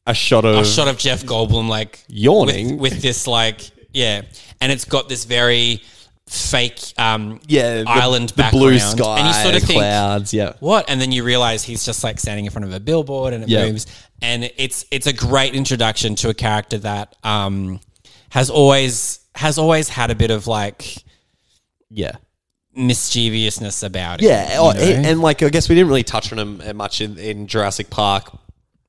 S2: a shot of
S1: a shot of Jeff Goldblum like
S2: Yawning.
S1: with, with this like yeah, and it's got this very fake um
S2: yeah the-
S1: island
S2: the blue
S1: background.
S2: sky,
S1: and you sort of think
S2: clouds. Yeah,
S1: what? And then you realize he's just like standing in front of a billboard and it
S2: Yeah.
S1: moves. And it's it's a great introduction to a character that um, has always has always had a bit of like
S2: yeah.
S1: mischievousness about it.
S2: Yeah,
S1: you
S2: oh,
S1: know?
S2: he- and like I guess we didn't really touch on him uh, much in, in Jurassic Park,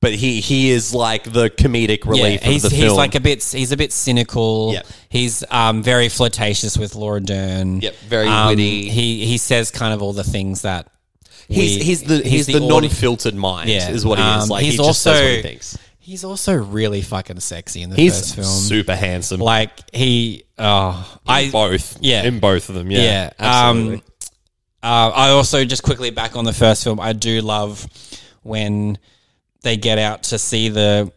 S2: but he he is like the comedic
S1: Yeah,
S2: relief
S1: he's,
S2: of the
S1: he's
S2: film.
S1: like a bit he's a bit cynical.
S2: Yeah.
S1: He's um, very flirtatious with Laura Dern.
S2: Yep, very
S1: Um,
S2: witty.
S1: He he says kind of all the things that
S2: he's
S1: we-
S2: he's the he's, the,
S1: audi-
S2: non-filtered mind
S1: Yeah,
S2: is what he
S1: um,
S2: is. Like
S1: he's
S2: he just says
S1: also-
S2: what he thinks.
S1: He's also really fucking sexy in the first film.
S2: He's super handsome.
S1: like he oh
S2: in
S1: I
S2: both,
S1: yeah.
S2: in both of them, yeah,
S1: Yeah.
S2: absolutely.
S1: Um, uh, I also just quickly back on the first film. I do love when they get out to see the.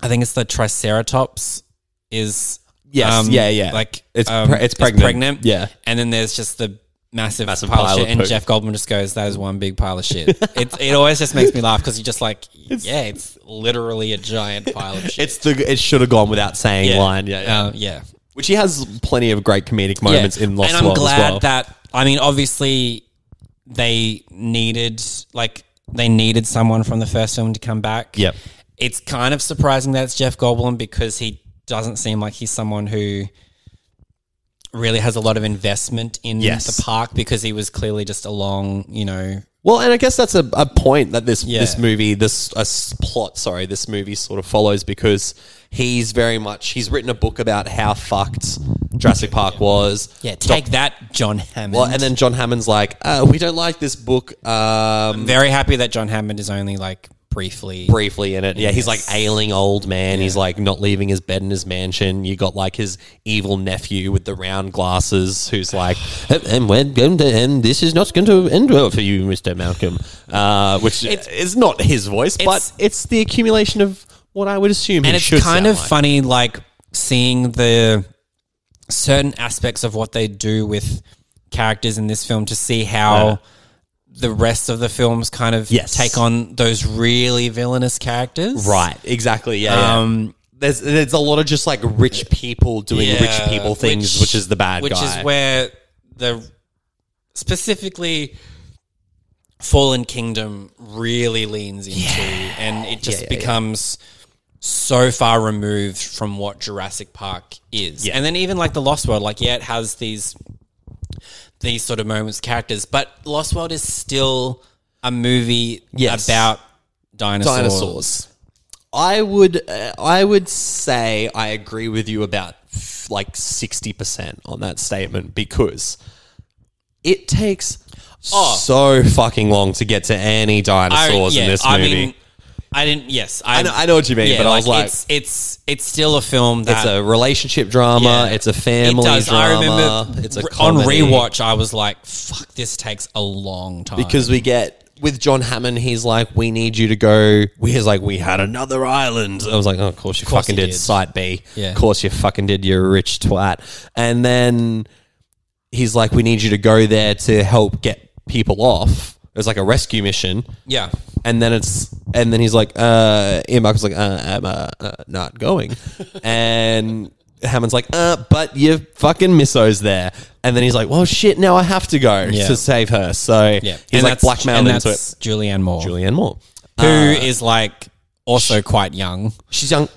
S1: I think it's the Triceratops. Is um,
S2: Yes, yeah, yeah.
S1: Like
S2: It's
S1: um,
S2: pre-
S1: is
S2: it's pregnant.
S1: pregnant.
S2: Yeah.
S1: and then there's just the. Massive,
S2: Massive
S1: pile,
S2: pile
S1: of
S2: of
S1: shit, and
S2: poop.
S1: Jeff Goldman just goes, "That is one big pile of shit." it, it always just makes me laugh because you're just like, "Yeah, it's literally a giant pile of shit."
S2: it's the it should have gone without saying
S1: Yeah.
S2: line, yeah, yeah.
S1: Uh, yeah,
S2: which he has plenty of great comedic moments in Lost
S1: and I'm
S2: World
S1: glad
S2: as well.
S1: that I mean, obviously, they needed like they needed someone from the first film to come back.
S2: Yep.
S1: it's kind of surprising that it's Jeff Goldblum because he doesn't seem like he's someone who really has a lot of investment in
S2: Yes.
S1: the park because he was clearly just along, you know.
S2: Well, and I guess that's a, a point that this
S1: Yeah.
S2: this movie this a s- plot sorry this movie sort of follows because he's very much he's written a book about how fucked Jurassic Park was.
S1: Yeah, take that, John Hammond.
S2: Well, and then John Hammond's like, uh, we don't like this book um,
S1: very happy that John Hammond is only like briefly.
S2: briefly in it. Yeah, he's like ailing old man. He's like not leaving his bed in his mansion. You got like his evil nephew with the round glasses who's like, "Uh, and we're going to end. This is not going to end well for you, Mr. Malcolm. Uh, which is not his voice, but
S1: It's-
S2: it's the accumulation of what I would assume
S1: and
S2: he
S1: it's
S2: should
S1: kind
S2: sound
S1: of
S2: like.
S1: funny, like seeing the certain aspects of what they do with characters in this film to see how
S2: Yeah.
S1: the rest of the films kind of
S2: Yes.
S1: take on those really villainous characters.
S2: Right. Exactly. Yeah. yeah.
S1: Um,
S2: There's there's a lot of just like rich people doing rich
S1: Yeah,
S2: people things, which, is the bad
S1: which
S2: guy.
S1: is where the specifically Fallen Kingdom really leans into, and it just
S2: yeah, yeah.
S1: becomes so far removed from what Jurassic Park is. And then even like the Lost World, like yeah, it has these these sort of moments, characters, but Lost World is still a movie
S2: Yes.
S1: about dinosaurs.
S2: dinosaurs. I would uh, I would say I agree with you about f- like sixty percent on that statement because it takes
S1: Oh.
S2: so fucking long to get to any
S1: I-
S2: dinosaurs
S1: yeah,
S2: in this
S1: I
S2: movie.
S1: mean, I didn't. Yes, I,
S2: I know, I know what you mean,
S1: Yeah,
S2: but I was like,
S1: it's, it's it's still a film that
S2: it's a relationship drama.
S1: Yeah.
S2: It's a family
S1: it does.
S2: drama.
S1: I remember
S2: it's a
S1: re-
S2: comedy.
S1: on rewatch. I was like, "Fuck, this takes a long time."
S2: because we get with John Hammond, he's like, "We need you to go." He's like, "We had another island." I was like, "Oh, of course you fucking
S1: you
S2: did.
S1: did.
S2: Site B.
S1: Yeah.
S2: Of course you fucking did. You rich twat." And then he's like, "We need you to go there to help get people off." It was like a rescue mission.
S1: yeah,
S2: And then it's and then he's like, uh, Ian Malcolm's like, uh, I'm uh, uh, not going. and Hammond's like, uh, but your fucking misso's there. And then he's like, well, shit, now I have to go
S1: Yeah.
S2: to save her. So
S1: yeah,
S2: he's like
S1: and
S2: blackmailed into it.
S1: that's Julianne Moore, who is
S2: Julianne Moore.
S1: like also quite young.
S2: She's young.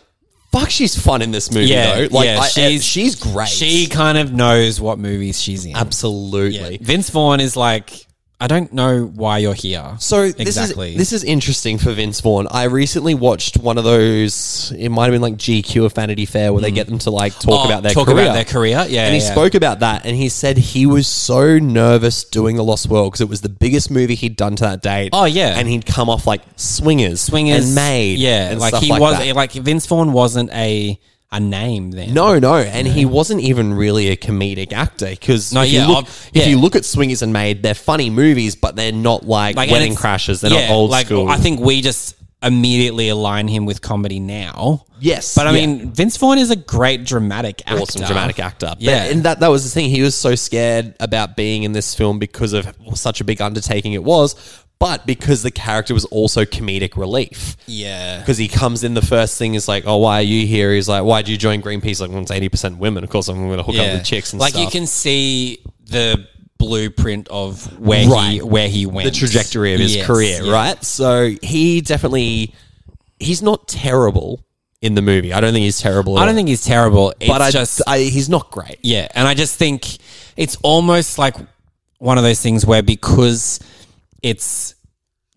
S2: Fuck, she's fun in this movie
S1: Yeah,
S2: though. Like,
S1: yeah,
S2: I-
S1: she's-
S2: she's great.
S1: She kind of knows what movies she's in.
S2: absolutely.
S1: Yeah. Vince Vaughn is like, I don't know why you're here.
S2: So this
S1: exactly,
S2: is this is interesting for Vince Vaughn. I recently watched one of those. It might have been like GQ or Vanity Fair, where they get them to like talk
S1: Oh,
S2: about their
S1: talk
S2: career.
S1: about their career. Yeah,
S2: and he
S1: yeah.
S2: spoke about that, and he said he was so nervous doing The Lost World because it was the biggest movie he'd done to that date.
S1: Oh, yeah.
S2: and he'd come off like Swingers,
S1: Swingers
S2: and Made,
S1: Yeah,
S2: and
S1: like
S2: stuff
S1: he was
S2: that.
S1: like Vince Vaughn wasn't a a name then.
S2: No, no, and he wasn't even really a comedic actor because
S1: No,
S2: if,
S1: yeah,
S2: you look,
S1: I've-
S2: if
S1: yeah.
S2: you look at Swingers and Made, they're funny movies, but they're not like,
S1: Like, and
S2: Wedding
S1: it's-
S2: Crashes. They're
S1: yeah,
S2: not old
S1: like,
S2: school.
S1: I think we just immediately align him with comedy now.
S2: Yes,
S1: But I
S2: yeah.
S1: mean, Vince Vaughn is a great dramatic actor.
S2: awesome dramatic actor. Yeah,
S1: Yeah.
S2: and that that was the thing. He was so scared about being in this film because of such a big undertaking it was, but because the character was also comedic relief.
S1: Yeah.
S2: Because he comes in, the first thing is like, "Oh, why are you here?" He's like, "Why did you join Greenpeace?" Like, well, it's eighty percent women. Of course, I'm going to hook up
S1: yeah.
S2: with chicks and
S1: like
S2: stuff.
S1: you can see the blueprint of where he
S2: Right.
S1: where he went.
S2: the trajectory of his
S1: Yes,
S2: career,
S1: yeah.
S2: right? So he definitely he's not terrible in the movie. I don't think he's terrible. At
S1: I don't
S2: all.
S1: think he's terrible. It's
S2: but I
S1: just
S2: just I, he's not great.
S1: Yeah, and I just think it's almost like one of those things where because it's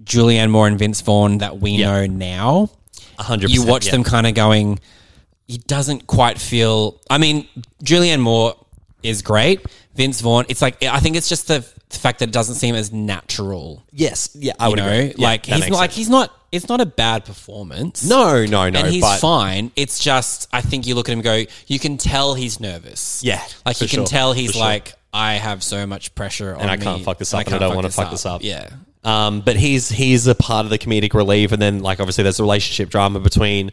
S1: Julianne Moore and Vince Vaughn that we know now,
S2: hundred.
S1: you watch them kind of going, he doesn't quite feel. I mean, Julianne Moore is great. Vince Vaughn, it's like I think it's just the f- fact that it doesn't seem as natural.
S2: Yes, yeah, I
S1: You
S2: would
S1: know,
S2: agree. Yeah,
S1: like
S2: that
S1: he's
S2: makes
S1: not, like
S2: sense.
S1: he's not. It's not a bad performance.
S2: No, no, no.
S1: and he's
S2: but
S1: fine. It's just I think you look at him and go, you can tell he's nervous.
S2: Yeah,
S1: like
S2: for
S1: you can
S2: sure,
S1: tell
S2: for
S1: he's
S2: sure.
S1: like, I have so much pressure on
S2: I
S1: me,
S2: can't fuck this up,
S1: and
S2: and I
S1: can't
S2: don't wanna fuck this up.
S1: Yeah,
S2: Um, but he's he's a part of the comedic relief, and then like obviously there's a relationship drama between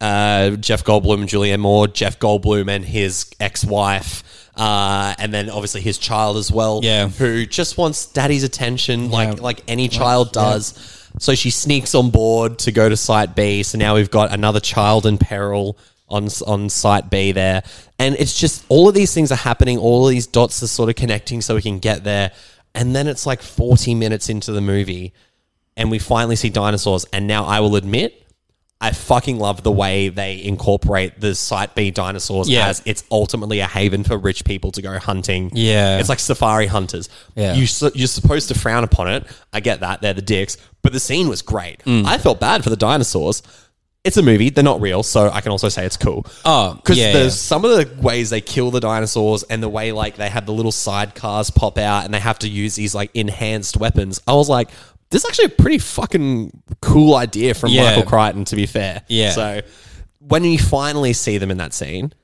S2: uh, Jeff Goldblum and Julianne Moore, Jeff Goldblum and his ex-wife, uh, and then obviously his child as well,
S1: Yeah.
S2: who just wants daddy's attention, like
S1: Yeah.
S2: like any child does. So she sneaks on board to go to Site B. So now we've got another child in peril on on Site B there, and it's just all of these things are happening. All of these dots are sort of connecting, so we can get there. And then it's like forty minutes into the movie, and we finally see dinosaurs. And now I will admit, I fucking love the way they incorporate the Site B dinosaurs
S1: Yeah.
S2: as it's ultimately a haven for rich people to go hunting.
S1: Yeah.
S2: It's like safari hunters.
S1: Yeah.
S2: You, s- you're supposed to frown
S1: Mm.
S2: upon it. I get that. They're the dicks. But the scene was great. I felt bad for the dinosaurs. it's a movie. They're not real, so I can also say it's cool.
S1: Oh,
S2: because
S1: yeah,
S2: there's
S1: yeah.
S2: some of the ways they kill the dinosaurs and the way like they have the little sidecars pop out and they have to use these like enhanced weapons. I was like, this is actually a pretty fucking cool idea from
S1: Yeah.
S2: Michael Crichton. To be fair,
S1: Yeah.
S2: So when you finally see them in that scene,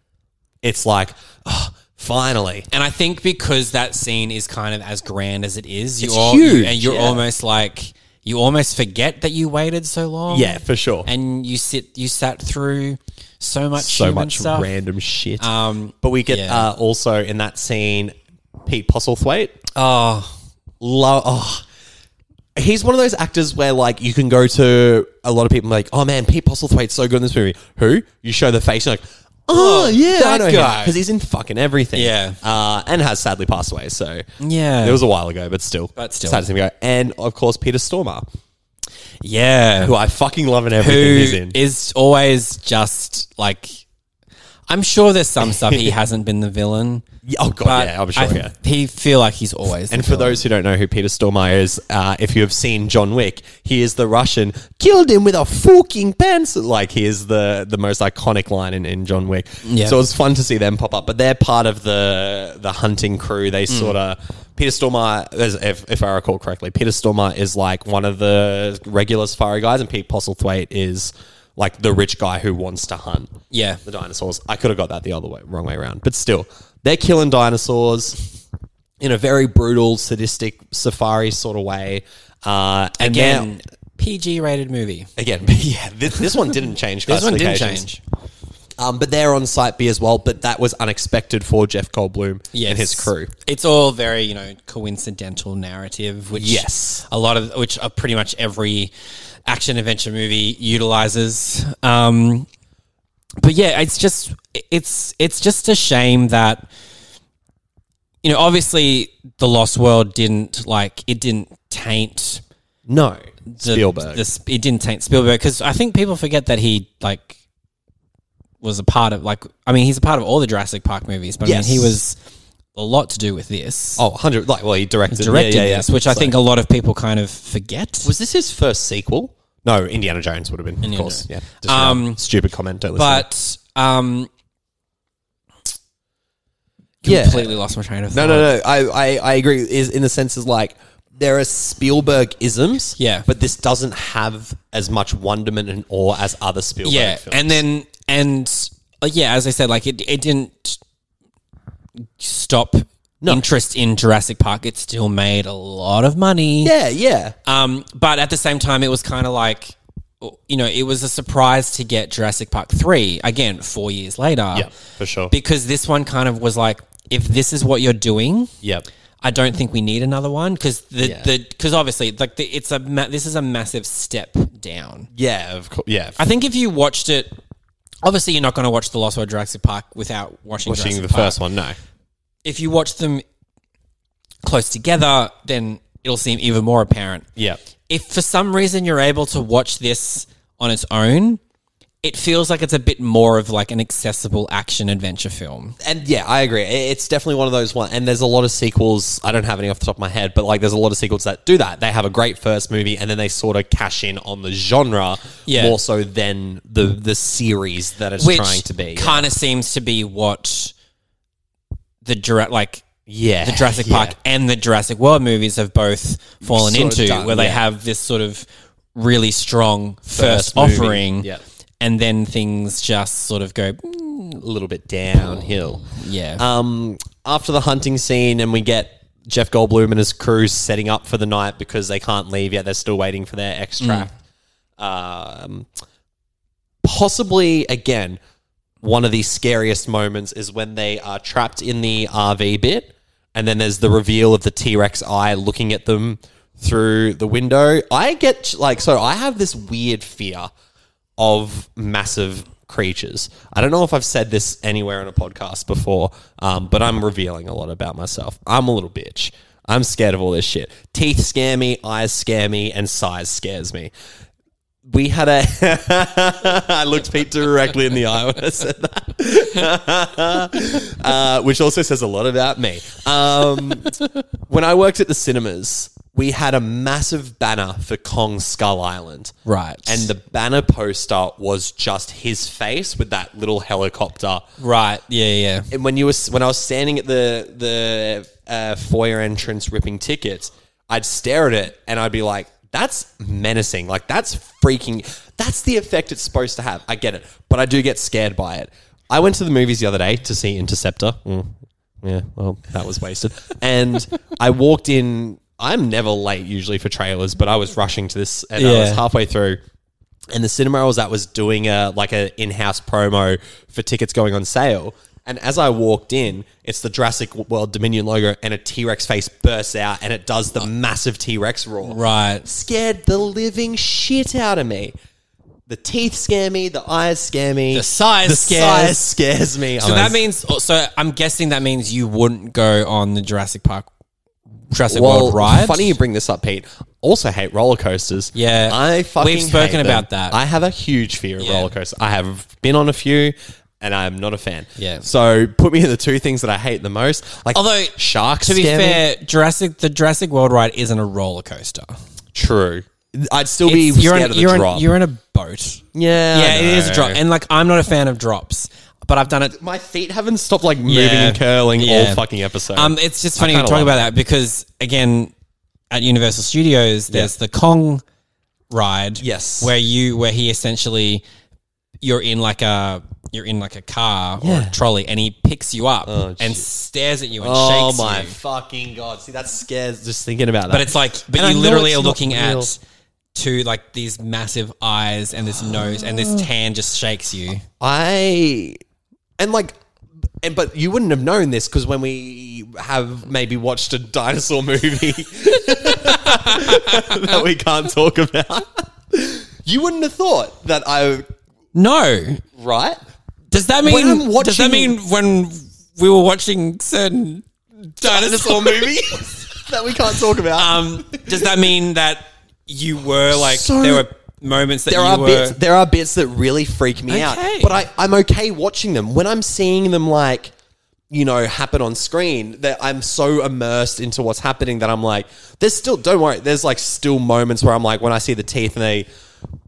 S2: it's like, oh, finally,
S1: And I think because that scene is kind of as grand as it is, you
S2: It's
S1: all
S2: huge,
S1: and you're
S2: yeah.
S1: almost like you almost forget that you waited so long.
S2: yeah, for sure.
S1: and you sit you sat through so much
S2: so
S1: human
S2: much
S1: stuff.
S2: random shit.
S1: Um,
S2: but we get
S1: yeah.
S2: uh, also in that scene, Pete Postlethwaite.
S1: oh,
S2: love. Oh, he's one of those actors where like you can go to a lot of people and be like, oh man, Pete Postlethwaite's so good in this movie. Who you show the face, you're like, oh,
S1: Oh,
S2: yeah,
S1: that guy.
S2: because he's in fucking everything.
S1: Yeah.
S2: uh, and has sadly passed away. So
S1: Yeah.
S2: it was a while ago, but still,
S1: But still.
S2: sad to see him go. And of course, Peter Stormer,
S1: yeah,
S2: who I fucking love in
S1: who
S2: everything he's in.
S1: is always just like. I'm sure there's some stuff he hasn't been the villain.
S2: Yeah, oh god,
S1: But
S2: yeah, I'm sure.
S1: I-
S2: yeah.
S1: He feel like he's always.
S2: And
S1: the
S2: for
S1: villain.
S2: those who don't know who Peter Stormare is, uh, if you have seen John Wick, he is the Russian killed him with a fucking pencil. Like he is the the most iconic line in, in John Wick.
S1: Yeah.
S2: So it was fun to see them pop up, but they're part of the the hunting crew. They sort of Peter Stormare, as- if, if I recall correctly, Peter Stormare is like one of the regular Safari guys, and Pete Postlethwaite is like the rich guy who wants to hunt
S1: yeah,
S2: the dinosaurs. I could have got that the other way, wrong way around. But still, they're killing dinosaurs in a very brutal, sadistic safari sort of way. Uh, and
S1: again,
S2: now-
S1: PG rated movie.
S2: again, yeah, this, this one didn't change.
S1: This one didn't
S2: classifications.
S1: change.
S2: Um, but they're on site B as well. But that was unexpected for Jeff Goldblum and his crew.
S1: It's all very, you know, coincidental narrative, which
S2: Yes.
S1: a lot of which are pretty much every action adventure movie utilizes. Um, but yeah, it's just it's it's just a shame that you know, obviously the Lost World didn't like it didn't taint
S2: No,
S1: the,
S2: Spielberg.
S1: the sp- it didn't taint Spielberg because I think people forget that he like was a part of like I mean he's a part of all the Jurassic Park movies, but
S2: Yes.
S1: I mean he was a lot to do with this.
S2: oh, 100. Like, well, he directed,
S1: directed
S2: yeah, yeah, yeah.
S1: this, which I
S2: So-
S1: think a lot of people kind of forget.
S2: was this his first sequel. No, Indiana Jones would have been,
S1: Indiana
S2: of course.
S1: Jones.
S2: Yeah, just
S1: Um,
S2: a stupid comment. Don't listen.
S1: but um,
S2: Yeah.
S1: completely lost my train of
S2: No,
S1: thought.
S2: no, no. I, I, I agree. Is in the sense is like there are Spielberg isms.
S1: Yeah.
S2: But this doesn't have as much wonderment and awe as other Spielberg
S1: Yeah,
S2: films.
S1: and then and uh, yeah, as I said, like it it didn't stop. Interest in Jurassic Park, it still made a lot of money.
S2: yeah, yeah.
S1: Um, but at the same time, it was kind of like, you know, it was a surprise to get Jurassic Park 3 again, four years later.
S2: Yeah, for sure.
S1: Because this one kind of was like, if this is what you're doing,
S2: Yep.
S1: I don't think we need another one because the,
S2: Yeah.
S1: the, cause obviously, like, the, it's a, ma- this is a massive step down.
S2: Yeah, of course. Yeah.
S1: I think if you watched it, obviously, you're not going to watch The Lost World Jurassic Park without watching,
S2: Watching
S1: Jurassic
S2: the
S1: Park
S2: first one, no.
S1: if you watch them close together, then it'll seem even more apparent.
S2: Yeah.
S1: If for some reason you're able to watch this on its own, it feels like it's a bit more of like an accessible action adventure film.
S2: and yeah, I agree. I- It's definitely one of those one. And there's a lot of sequels. I don't have any off the top of my head, but like there's a lot of sequels that do that. They have a great first movie, and then they sort of cash in on the genre
S1: Yeah.
S2: more so than the the series that it's
S1: Which
S2: trying to be.
S1: kind of seems to be what the Jura- like
S2: yeah,
S1: the Jurassic
S2: Yeah.
S1: Park and the Jurassic World movies have both fallen
S2: Sort of
S1: into,
S2: done,
S1: where they
S2: yeah.
S1: have this sort of really strong first,
S2: movie,
S1: offering,
S2: yep.
S1: and then things just sort of go, "Mm,
S2: a little bit downhill.
S1: yeah.
S2: Um, after the hunting scene, and we get Jeff Goldblum and his crew setting up for the night because they can't leave yet. They're still waiting for their extract. Um, possibly again, one of the scariest moments is when they are trapped in the RV bit, and then there's the reveal of the T Rex eye looking at them through the window. I get like, so I have this weird fear of massive creatures. I don't know if I've said this anywhere in a podcast before, um, but I'm revealing a lot about myself. I'm a little bitch. I'm scared of all this shit. Teeth scare me, eyes scare me, and size scares me. We had a. I looked Pete directly in the eye when I said that, uh, which also says a lot about me. Um, when I worked at the cinemas, we had a massive banner for Kong Skull Island.
S1: Right.
S2: And the banner poster was just his face with that little helicopter.
S1: Right. Yeah. Yeah.
S2: And when you were when I was standing at the the uh, foyer entrance ripping tickets, I'd stare at it and I'd be like, "That's menacing. Like that's freaking. That's the effect it's supposed to have. I get it, but I do get scared by it. I went to the movies the other day to see Interceptor. Mm. Yeah, well, that was wasted. and I walked in. I'm never late usually for trailers, but I was rushing to this and I was
S1: Yeah.
S2: halfway through and the cinema I was at was doing a like a in-house promo for tickets going on sale. And as I walked in, it's the Jurassic World Dominion logo, and a T Rex face bursts out, and it does the massive T Rex roar.
S1: Right.
S2: Scared the living shit out of me. The teeth scare me. The eyes scare me.
S1: The size scares.
S2: size scares me.
S1: So that means. oh, So I'm guessing that means you wouldn't go on the Jurassic Park, Jurassic World ride.
S2: Funny you bring this up, Pete. Also hate roller coasters.
S1: Yeah.
S2: I fucking
S1: We've spoken
S2: hate them.
S1: about that.
S2: I have a huge fear of
S1: Yeah.
S2: roller coasters. I have been on a few, and I'm not a fan.
S1: Yeah.
S2: So put me in the two things that I hate the most. Like
S1: Although,
S2: sharks.
S1: To be
S2: scare me.
S1: fair, Jurassic the Jurassic World ride isn't a roller coaster.
S2: true. I'd still be
S1: It's- you're
S2: scared
S1: in,
S2: of the
S1: you're in-
S2: drop.
S1: you're in a boat.
S2: yeah.
S1: yeah,
S2: I
S1: it is a
S2: know.
S1: drop, and like I'm not a fan of drops, but I've done it.
S2: My feet haven't stopped like moving
S1: Yeah.
S2: and curling
S1: Yeah.
S2: all fucking episode.
S1: Um, it's just funny you
S2: kinda
S1: talk
S2: love
S1: about that because again, at Universal Studios, there's the Kong ride.
S2: Yes.
S1: where you where he essentially you're in like a you're in like a car or a trolley, and he picks you up and stares at you and
S2: oh
S1: shakes
S2: my
S1: you.
S2: fucking god! See, that scares. Just thinking about that.
S1: But it's like, but
S2: And I
S1: you
S2: know
S1: literally
S2: it's
S1: are
S2: not
S1: looking
S2: real.
S1: at two like these massive eyes and this nose and this tan just shakes you.
S2: I and like and but you wouldn't have known this because when we have maybe watched a dinosaur movie that we can't talk about, you wouldn't have thought that I
S1: No,
S2: right.
S1: does that
S2: When
S1: mean?
S2: I'm
S1: does that
S2: watching-
S1: mean when we were watching certain dinosaur
S2: Dinosaur
S1: movies?
S2: movie that we can't talk about.
S1: Um, does that mean that you were like
S2: So-
S1: there were moments that
S2: there
S1: you
S2: are
S1: were?
S2: bits there are bits that really freak me
S1: Okay.
S2: out but I, i'm okay watching them when i'm seeing them like you know happen on screen that i'm so immersed into what's happening that i'm like there's still don't worry there's like still moments where i'm like when i see the teeth and they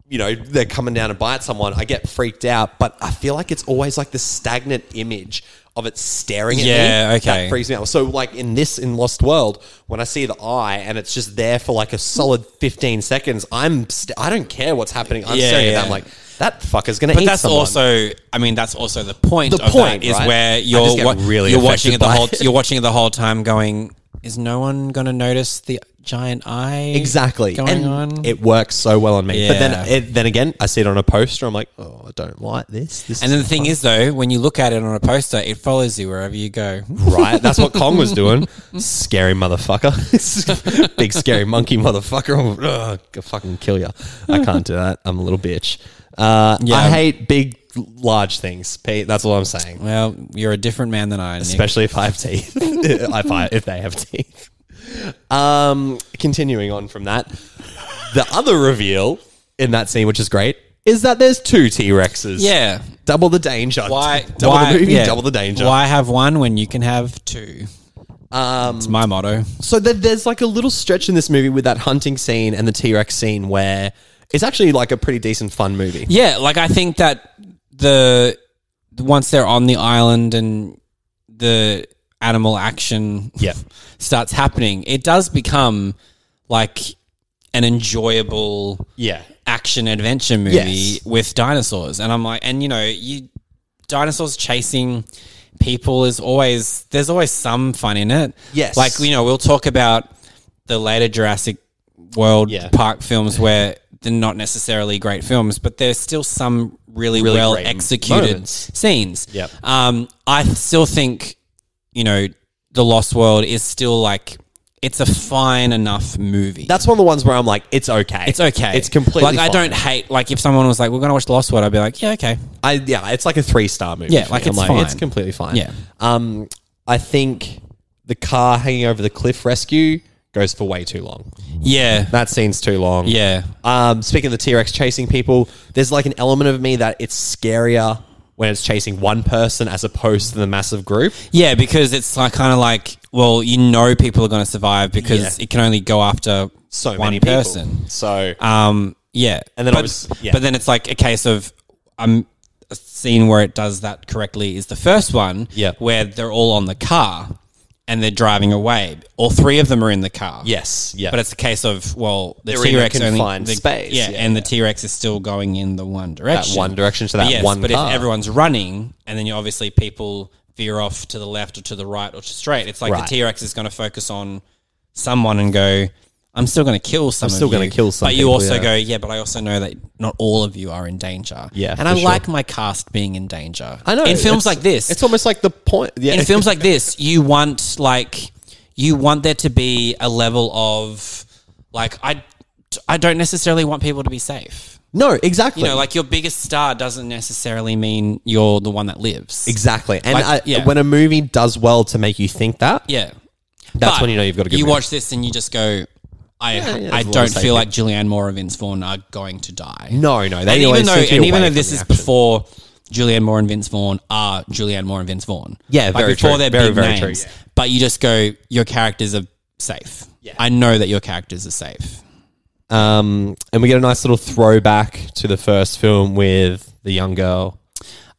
S2: you know they're coming down and bite someone i get freaked out but i feel like it's always like the stagnant image of it staring at
S1: Yeah,
S2: me
S1: okay.
S2: that freaks me out so like in this in lost world when i see the eye and it's just there for like a solid 15 seconds i'm st- i don't care what's happening I'm
S1: Yeah,
S2: staring at
S1: yeah.
S2: that. I'm like, that fucker's gonna
S1: But
S2: eat
S1: that's
S2: someone.
S1: also, I mean, that's also the point.
S2: The
S1: of
S2: point,
S1: that is
S2: right?
S1: where
S2: I
S1: you're
S2: just get
S1: wa-
S2: really
S1: you're watching it
S2: affected
S1: the
S2: by
S1: whole
S2: it.
S1: you're watching it the whole time, going, "Is no one going to notice the giant eye?"
S2: exactly
S1: going
S2: and
S1: on.
S2: It works so well on me. But
S1: Yeah.
S2: then, it, then again, I see it on a poster. I'm like, oh, I don't like this. This
S1: and then the thing is, though, when you look at it on a poster, it follows you wherever you go.
S2: is right. That's what Kong was doing. scary motherfucker, big scary monkey motherfucker. Ugh, I'll fucking kill you. I can't do that. I'm a little bitch. Uh, I hate big, large things, Pete. That's all I'm saying.
S1: Well, you're a different man than I. Nick.
S2: especially if I have teeth. if I, if they have teeth. Um, continuing on from that, the other reveal in that scene, which is great, is that there's two T Rexes.
S1: yeah.
S2: double the danger.
S1: Why?
S2: double
S1: why,
S2: the movie?
S1: yeah.
S2: Double the danger.
S1: Why have one when you can have two? Um, it's my motto.
S2: So there- there's like a little stretch in this movie with that hunting scene and the T Rex scene where it's actually like a pretty decent fun movie.
S1: Yeah, like I think that the once they're on the island and the animal action
S2: Yeah.
S1: starts happening, it does become like an enjoyable
S2: Yeah.
S1: action adventure movie
S2: Yes.
S1: with dinosaurs. And I'm like, and you know, you dinosaurs chasing people is always there's always some fun in it.
S2: Yes.
S1: like you know, we'll talk about the later Jurassic World
S2: Yeah.
S1: Park films where they're not necessarily great films, but there's still some really,
S2: Really
S1: well
S2: great
S1: executed
S2: moments.
S1: scenes.
S2: Yep.
S1: Um, I still think, you know, The Lost World is still like it's a fine enough movie.
S2: That's one of the ones where I'm like, it's okay.
S1: It's okay.
S2: It's completely.
S1: like I
S2: fine.
S1: don't hate. Like if someone was like, "We're gonna watch The Lost World," I'd be like, "Yeah, okay."
S2: I yeah, it's like a three star movie.
S1: Yeah,
S2: for
S1: like,
S2: me. I'm
S1: it's fine.
S2: It's completely fine.
S1: Yeah.
S2: Um, I think the car hanging over the cliff rescue goes for way too long.
S1: Yeah,
S2: That scene's too long.
S1: yeah,
S2: Um, speaking of the T Rex chasing people, there's like an element of me that it's scarier when it's chasing one person as opposed to the massive group.
S1: Yeah, because it's like kind of like, well, you know, people are going to survive because
S2: Yeah.
S1: it can only go after
S2: So
S1: one
S2: many people.
S1: person.
S2: So
S1: Um, yeah,
S2: And then
S1: but,
S2: I was- yeah.
S1: but then it's like a case of um, a scene where it does that correctly is the first one,
S2: Yeah.
S1: where they're all on the car and they're driving away. All three of them are in the car.
S2: yes, yeah,
S1: But it's a case of well, the
S2: They're in a
S1: T Rex only
S2: confined
S1: the-
S2: space,
S1: yeah,
S2: yeah,
S1: and the T Rex is still going in the one
S2: that
S1: direction,
S2: one direction to
S1: But
S2: that
S1: yes,
S2: one
S1: but
S2: car.
S1: if everyone's running, and then you obviously people veer off to the left or to the right or to straight, it's like the
S2: Right.
S1: T Rex is going to focus on someone and go, "I'm still going to kill some. I'm
S2: still gonna kill some
S1: But you
S2: people,
S1: also
S2: yeah.
S1: go, "Yeah, but I also know that not all of you are in danger."
S2: Yeah,
S1: and I
S2: for sure.
S1: like my cast being in danger.
S2: I know
S1: in
S2: it's-
S1: films like this,
S2: it's almost like the point. Yeah,
S1: in films like this, you want like you want there to be a level of like I I don't necessarily want people to be safe.
S2: no, exactly.
S1: You know, like your biggest star doesn't necessarily mean you're the one that lives.
S2: exactly. And
S1: like,
S2: I,
S1: yeah.
S2: when a movie does well to make you think that,
S1: Yeah,
S2: that's
S1: But
S2: when you know you've got a good.
S1: You
S2: movie.
S1: watch this and you just go, I I
S2: yeah, there's a lot
S1: don't
S2: of safety.
S1: feel like Julianne Moore or Vince Vaughn are going to die.
S2: No, no, they
S1: and even
S2: always
S1: though
S2: seem to be
S1: and even
S2: away
S1: though this
S2: from
S1: is
S2: the action.
S1: before Julianne Moore and Vince Vaughn are Julianne Moore and Vince Vaughn.
S2: Yeah,
S1: like
S2: very
S1: before
S2: true.
S1: they're
S2: Very,
S1: big
S2: very
S1: names.
S2: true, yeah.
S1: But you just go, your characters are safe. I know that your characters are safe.
S2: Um, and we get a nice little throwback to the first film with the young girl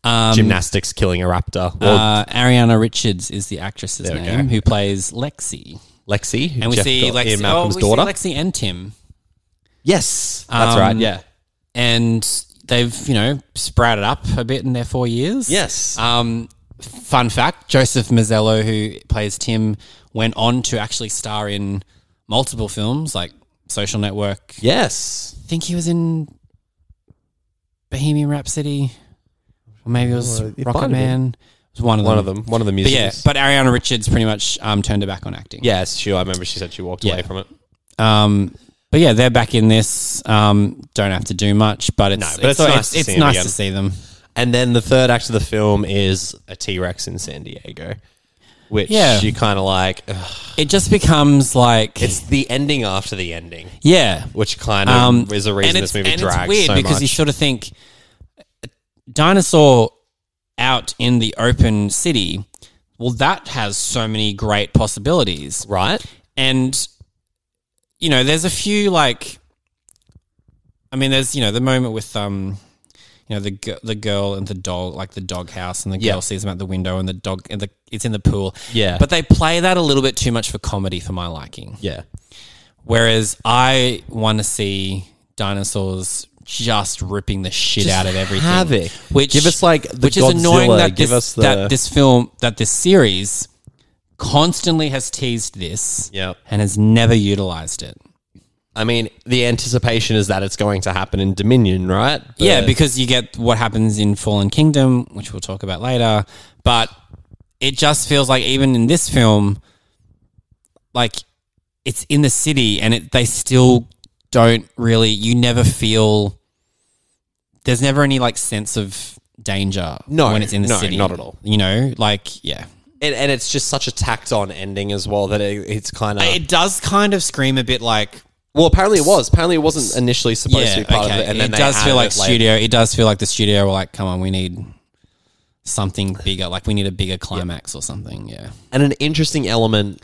S1: Um,
S2: gymnastics killing a raptor. Or
S1: uh, Ariana Richards is the actress's
S2: we
S1: name
S2: go.
S1: who plays Lexi,
S2: Lexi,
S1: and we see Lexi.
S2: Ian
S1: oh,
S2: Malcolm's
S1: we see
S2: daughter.
S1: Lexi and Tim,
S2: yes, that's right.
S1: Um,
S2: Yeah,
S1: and they've you know sprouted up a bit in their four years.
S2: yes,
S1: Um, fun fact: Joseph Mazzello, who plays Tim, went on to actually star in multiple films like Social Network.
S2: yes.
S1: I think he was in Bohemian Rhapsody, or maybe it was
S2: it might
S1: Rocket
S2: have been.
S1: Man. It was one of them.
S2: One of them. One of the
S1: But
S2: musicals.
S1: yeah, but Ariana Richards pretty much um, turned her back on acting.
S2: yes, sure. I remember she said she walked away
S1: Yeah.
S2: from it.
S1: Um, but yeah, they're back in this. Um, don't have to do much, but it's
S2: No, but it's nice to
S1: it's
S2: see them
S1: nice
S2: again.
S1: to see them.
S2: And then the third act of the film is a T Rex in San Diego, which
S1: Yeah.
S2: you kind of like. ugh,
S1: It just becomes like
S2: it's the ending after the ending,
S1: yeah,
S2: which kind of
S1: Um,
S2: is a reason this
S1: it's-
S2: movie drags
S1: It's weird
S2: so
S1: because
S2: much.
S1: you sort of think dinosaur out in the open city. Well, that has so many great possibilities,
S2: right?
S1: and you know, there's a few like, I mean, there's you know the moment with um, you know the gi- the girl and the dog, like the dog house, and the
S2: Yeah.
S1: girl sees them out the window, and the dog and the it's in the pool,
S2: Yeah.
S1: But they play that a little bit too much for comedy for my liking.
S2: Yeah.
S1: Whereas I want to see dinosaurs just ripping the shit out of everything.
S2: havoc.
S1: Which
S2: Give us, like, the
S1: which is annoying
S2: Godzilla,
S1: that this,
S2: give us the-
S1: that this film that this series constantly has teased this
S2: Yep.
S1: and has never utilized it.
S2: I mean, the anticipation is that it's going to happen in Dominion, right? But-
S1: yeah, because you get what happens in Fallen Kingdom, which we'll talk about later. But it just feels like even in this film, like it's in the city, and it, they still don't really. You never feel there's never any like sense of danger.
S2: No,
S1: when it's in the
S2: no,
S1: city,
S2: not at all.
S1: You know, like yeah,
S2: and, and it's just such a tacked on ending as well that it, it's kind of.
S1: it does kind of scream a bit like.
S2: Well, apparently it was. Apparently it wasn't initially supposed
S1: yeah,
S2: to be part
S1: okay.
S2: of it, and
S1: it
S2: then they
S1: does
S2: added
S1: feel like
S2: it later.
S1: studio. It does feel like the studio were like, "Come on, we need something bigger. Like we need a bigger climax or something." Yeah,
S2: And an interesting element,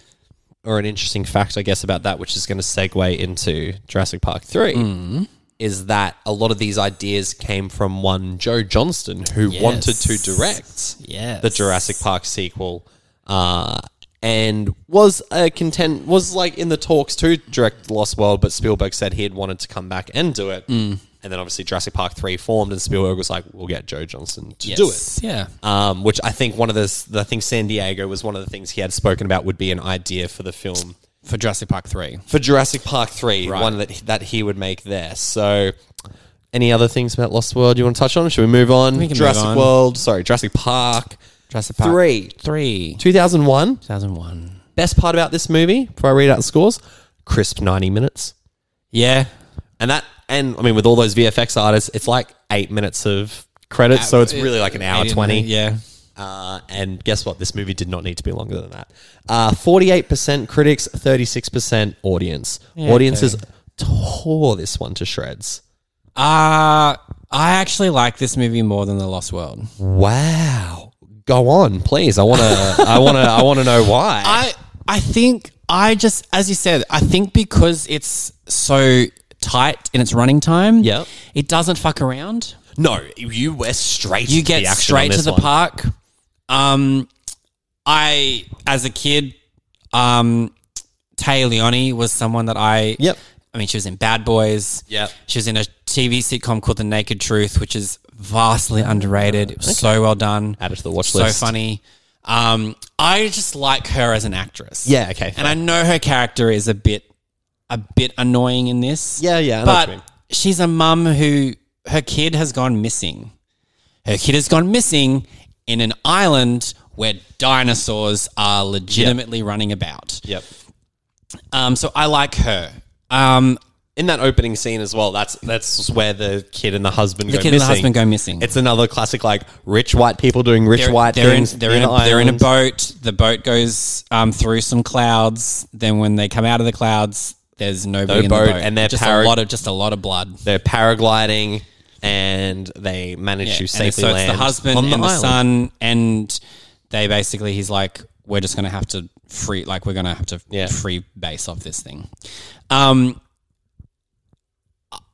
S2: or an interesting fact, I guess, about that, which is going to segue into Jurassic Park three,
S1: Mm-hmm.
S2: is that a lot of these ideas came from one Joe Johnston who wanted to direct
S1: yeah.
S2: the Jurassic Park sequel, uh, and was a content was like in the talks to direct Lost World, but Spielberg said he had wanted to come back and do it.
S1: Mm.
S2: And then obviously Jurassic Park three formed, and Spielberg was like, "We'll get Joe Johnston to do it."
S1: Yeah,
S2: um, which I think one of the the thing San Diego was one of the things he had spoken about would be an idea for the film
S1: for Jurassic Park three.
S2: for Jurassic Park three, one that that he would make there. So, any other things about Lost World you want to touch on? Should we move on?
S1: can move
S2: Jurassic
S1: on.
S2: World, sorry, Jurassic Park,
S1: Jurassic Park
S2: three,
S1: three, two
S2: two thousand one.
S1: thousand one.
S2: Best part about this movie, before I read out the scores, crisp ninety minutes,
S1: Yeah,
S2: and that and I mean with all those VFX artists, it's like eight minutes of credits, so it's really like an hour
S1: Uh, Eight in
S2: twenty.
S1: the- Yeah,
S2: Uh, and guess what? This movie did not need to be longer than that. Uh, 48% critics, 36% audience. Audiences tore this one to shreds.
S1: uh, I actually like this movie more than The Lost World.
S2: Wow. Go on, please. I wanna I wanna I wanna know why.
S1: I I think I just as you said, I think because it's so tight in its running time,
S2: Yep.
S1: it doesn't fuck around.
S2: no, you were straight
S1: You
S2: to the
S1: get
S2: action on
S1: straight to
S2: this
S1: the
S2: one.
S1: park. Um I as a kid, um Tay Leone was someone that I
S2: Yep.
S1: I mean she was in Bad Boys.
S2: Yep.
S1: She was in a TV sitcom called The Naked Truth, which is vastly underrated. It was so well done.
S2: Add it to the watch
S1: so
S2: list.
S1: funny. Um, I just like her as an actress.
S2: Yeah, okay.
S1: and I know her character is a bit, a bit annoying in this.
S2: Yeah, yeah, I know what you mean.
S1: But she's a mum who her kid has gone missing. Her kid has gone missing in an island where dinosaurs are legitimately running about.
S2: Yep.
S1: Um, so I like her. Um,
S2: In that opening scene as well, that's that's where the kid and the husband
S1: the
S2: go
S1: kid
S2: missing.
S1: and the husband go missing.
S2: It's another classic, like rich white people doing rich white
S1: they're
S2: things.
S1: In, they're, in a, they're in a
S2: islands.
S1: boat. The boat goes um, through some clouds. Then when they come out of the clouds, there's nobody
S2: No
S1: in
S2: boat,
S1: the boat,
S2: and they're
S1: just
S2: para-
S1: a lot of just a lot of blood.
S2: They're paragliding, and they manage to
S1: And
S2: safely
S1: so it's
S2: land.
S1: the husband
S2: on
S1: and the
S2: island.
S1: son, and they basically he's like, we're just gonna have to free, like we're gonna have to
S2: Yeah.
S1: free base off this thing. Um,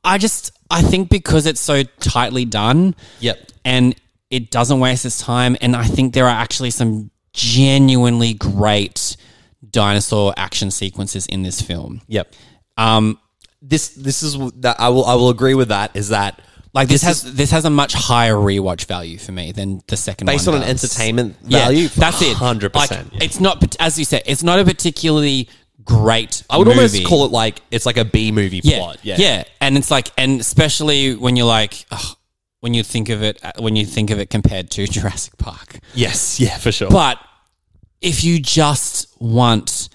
S1: I just I think because it's so tightly done,
S2: Yep.
S1: and it doesn't waste its time. And I think there are actually some genuinely great dinosaur action sequences in this film.
S2: Yep.
S1: Um,
S2: This this is w- that I will I will agree with that. Is that
S1: like this, has this has a much higher rewatch value for me than the second
S2: based
S1: one
S2: on an
S1: does.
S2: entertainment
S1: Yeah,
S2: value?
S1: that's it.
S2: Hundred
S1: Like,
S2: percent.
S1: It's not pat- as you said. It's not a particularly great.
S2: I would almost
S1: movie.
S2: call it like it's like a B movie
S1: yeah,
S2: plot.
S1: yeah, And it's like, and especially when you're like. ugh, when you think of it, uh, when you think of it compared to Jurassic Park,
S2: Yes. Yeah. For sure.
S1: But if you just want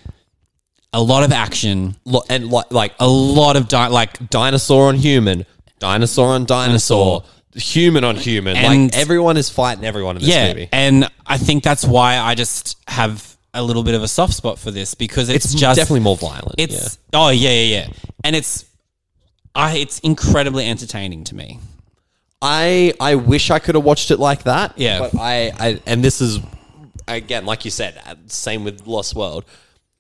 S1: a lot of action,
S2: Lo- and like like
S1: a lot of di- like
S2: dinosaur on human, dinosaur on dinosaur, human on human.
S1: And-
S2: like everyone is fighting everyone in this
S1: yeah,
S2: movie.
S1: and I think that's why I just have a little bit of a soft spot for this because it's, just
S2: definitely more violent. yeah.
S1: it's oh yeah yeah yeah, and it's I it's incredibly entertaining to me.
S2: I I wish I could have watched it like that.
S1: Yeah.
S2: But I, I and this is again like you said, uh, same with Lost World.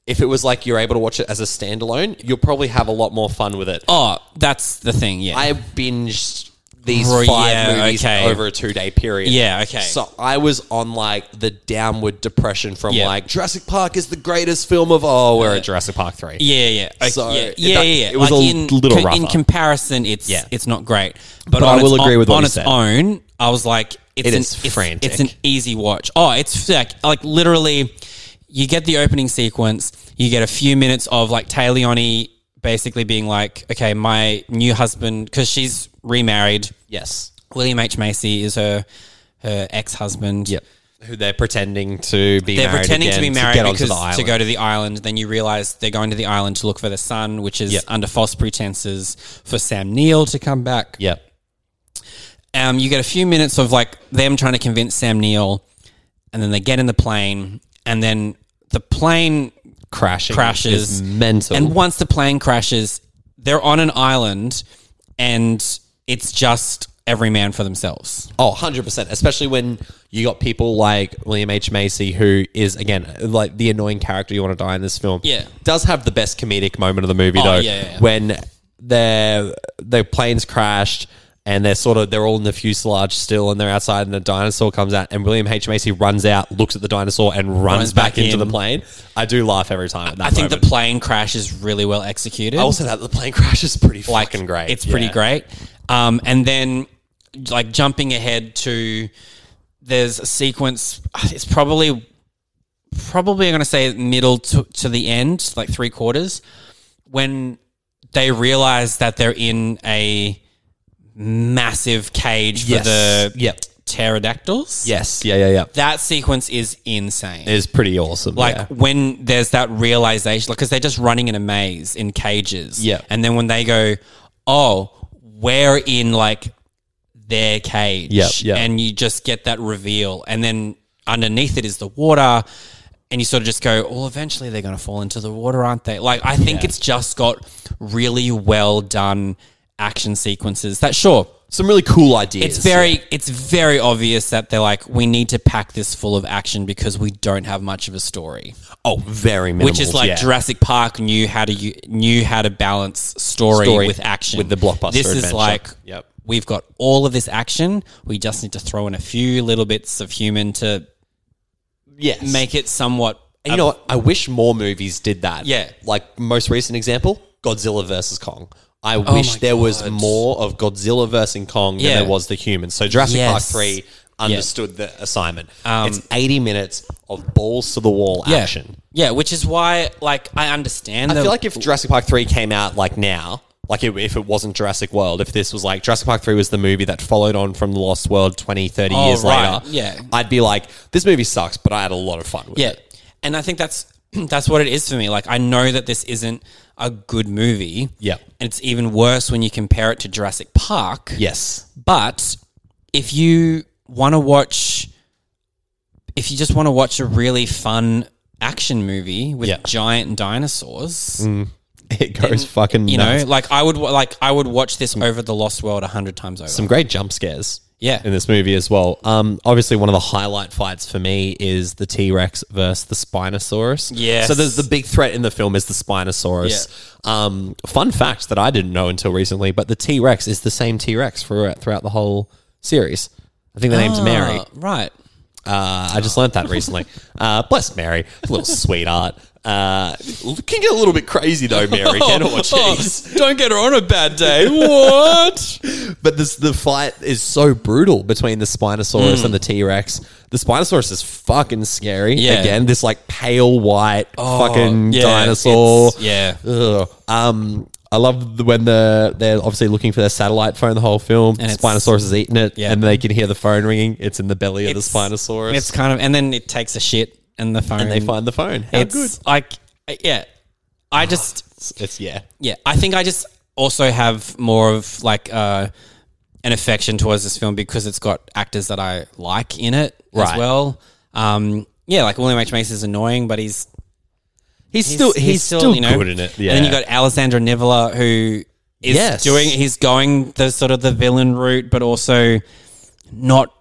S2: If it was like you're able to watch it as a standalone, you'll probably have a lot more fun with it.
S1: Oh, that's the thing. Yeah,
S2: I binged these
S1: Right,
S2: five
S1: yeah,
S2: movies
S1: okay.
S2: over a two day period.
S1: Yeah, okay.
S2: So I was on like the downward depression from
S1: Yeah.
S2: like Jurassic Park is the greatest film of all. We're at Jurassic Park three.
S1: Yeah, yeah, yeah.
S2: So,
S1: yeah,
S2: it-
S1: yeah,
S2: that-
S1: yeah, yeah.
S2: it was a little
S1: In
S2: rougher.
S1: comparison, it's
S2: Yeah.
S1: it's not great. But,
S2: I
S1: on
S2: will
S1: its
S2: agree
S1: own,
S2: with what
S1: on
S2: you
S1: its
S2: said.
S1: own. I was like, it's
S2: It
S1: an,
S2: is
S1: it's-
S2: frantic.
S1: It's an easy watch. Oh, it's like like literally, you get the opening sequence. You get a few minutes of like Tay Leone basically being like, okay, my new husband because she's remarried.
S2: Yes.
S1: William H Macy is her her ex husband.
S2: Yep. Who they're pretending to be
S1: They're
S2: married
S1: pretending to
S2: again
S1: be married
S2: get onto
S1: because
S2: the island.
S1: to go to the island. Then you realize they're going to the island to look for the son, which is
S2: Yep.
S1: under false pretenses for Sam Neill to come back.
S2: Yep.
S1: Um, you get a few minutes of like them trying to convince Sam Neill, and then they get in the plane, and then the plane
S2: Crashing
S1: crashes
S2: is mental.
S1: and once the plane crashes, they're on an island, and it's just every man for themselves.
S2: Oh, 100%. Especially when you got people like William H. Macy, who is, again, like the annoying character you want to die in this film.
S1: Yeah.
S2: Does have the best comedic moment of the movie, though.
S1: yeah, yeah, yeah.
S2: When their, their plane's crashed and they're sort of, they're all in the fuselage still and they're outside and the dinosaur comes out and William H. Macy runs out, looks at the dinosaur and runs, back,
S1: back
S2: into
S1: in.
S2: the plane. I do laugh every time at that
S1: I think
S2: moment.
S1: the plane crash is really well executed.
S2: also, that the plane crash is pretty
S1: like
S2: fucking great.
S1: It's pretty
S2: Yeah.
S1: great. Um, and then like jumping ahead to there's a sequence. It's probably probably I'm going to say middle to, to the end, like three quarters, when they realize that they're in a massive cage for
S2: Yes.
S1: the
S2: Yep.
S1: pterodactyls.
S2: Yes. Yeah, yeah, yeah.
S1: that sequence is insane.
S2: It is pretty awesome.
S1: Like
S2: yeah.
S1: when there's that realization, because they're just running in a maze in cages.
S2: Yeah.
S1: And then when they go, oh, we're in like their cage.
S2: Yep, yep.
S1: And you just get that reveal. And then underneath it is the water. And you sort of just go, well, eventually they're going to fall into the water, aren't they? Like, I think it's just got really well done action sequences that, sure,
S2: some really cool ideas.
S1: It's very it's very obvious that they're like we need to pack this full of action because we don't have much of a story,
S2: oh, very minimal.
S1: which is like Jurassic Park knew how to u- knew how to balance story,
S2: Story
S1: with action
S2: with the blockbuster
S1: This is
S2: adventure.
S1: like
S2: Yep.
S1: we've got all of this action. We just need to throw in a few little bits of human to
S2: yes.
S1: make it somewhat.
S2: And you know what? I wish more movies did that.
S1: Yeah.
S2: Like most recent example, Godzilla versus Kong. I wish
S1: Oh my
S2: there was
S1: God.
S2: more of Godzilla versus Kong
S1: Yeah.
S2: than there was the humans. So Jurassic Park
S1: Yes. Um,
S2: Three understood the assignment. it's eighty minutes of balls to the wall
S1: yeah,
S2: action.
S1: yeah, which is why like I understand.
S2: I feel like if Jurassic Park Three came out like now, like it, if it wasn't Jurassic World, if this was like Jurassic Park Three was the movie that followed on from The Lost World 20, 30
S1: Oh,
S2: years
S1: right.
S2: later,
S1: Yeah.
S2: I'd be like, this movie sucks, but I had a lot of fun with
S1: Yeah,
S2: it.
S1: and I think that's that's what it is for me. Like I know that this isn't a good movie.
S2: Yeah.
S1: and it's even worse when you compare it to Jurassic Park.
S2: Yes.
S1: but if you want to watch, if you just want to watch a really fun action movie with
S2: Yeah.
S1: giant dinosaurs,
S2: It goes fucking
S1: you
S2: nuts.
S1: know, like I would wa- like I would watch this over The Lost World a hundred times over.
S2: some great jump scares.
S1: Yeah.
S2: In this movie as well. Um, obviously one of the highlight fights for me is the T Rex versus the Spinosaurus.
S1: Yes.
S2: So there's the big threat in the film is the Spinosaurus. Um, fun fact that I didn't know until recently, but the T Rex is the same T Rex throughout throughout the whole series. I think the name's Mary.
S1: Ah, right?
S2: Uh, I just learnt that recently. Uh, bless Mary, little sweetheart. Uh, can get a little bit crazy though, Mary. Can or jeez.
S1: Oh, don't get her on a bad day. What?
S2: But this the fight is so brutal between the Spinosaurus and the T Rex. The Spinosaurus is fucking scary.
S1: Hmm. Yeah. Oh,
S2: Again, this like pale white fucking
S1: yeah,
S2: dinosaur.
S1: it's- yeah.
S2: Ugh. Um, I love the, when the they're obviously looking for their satellite phone the whole film.
S1: And it's-
S2: Spinosaurus is eating it,
S1: Yeah.
S2: and they can hear the phone ringing. It's in the belly of the
S1: It's-
S2: Spinosaurus.
S1: It's kind of, and then it takes a shit, and the phone.
S2: and they find the phone. How
S1: it's
S2: good!
S1: like, yeah. I just,
S2: It's yeah.
S1: yeah. I think I just also have more of like uh, an affection towards this film because it's got actors that I like in it
S2: Right.
S1: as well. Um, yeah, like William H Macy is annoying, but he's
S2: He's,
S1: he's,
S2: still he's, still,
S1: you know,
S2: good in it. Yeah.
S1: And then you got Alessandra Nivola who is
S2: Yes.
S1: doing he's going the sort of the villain route, but also not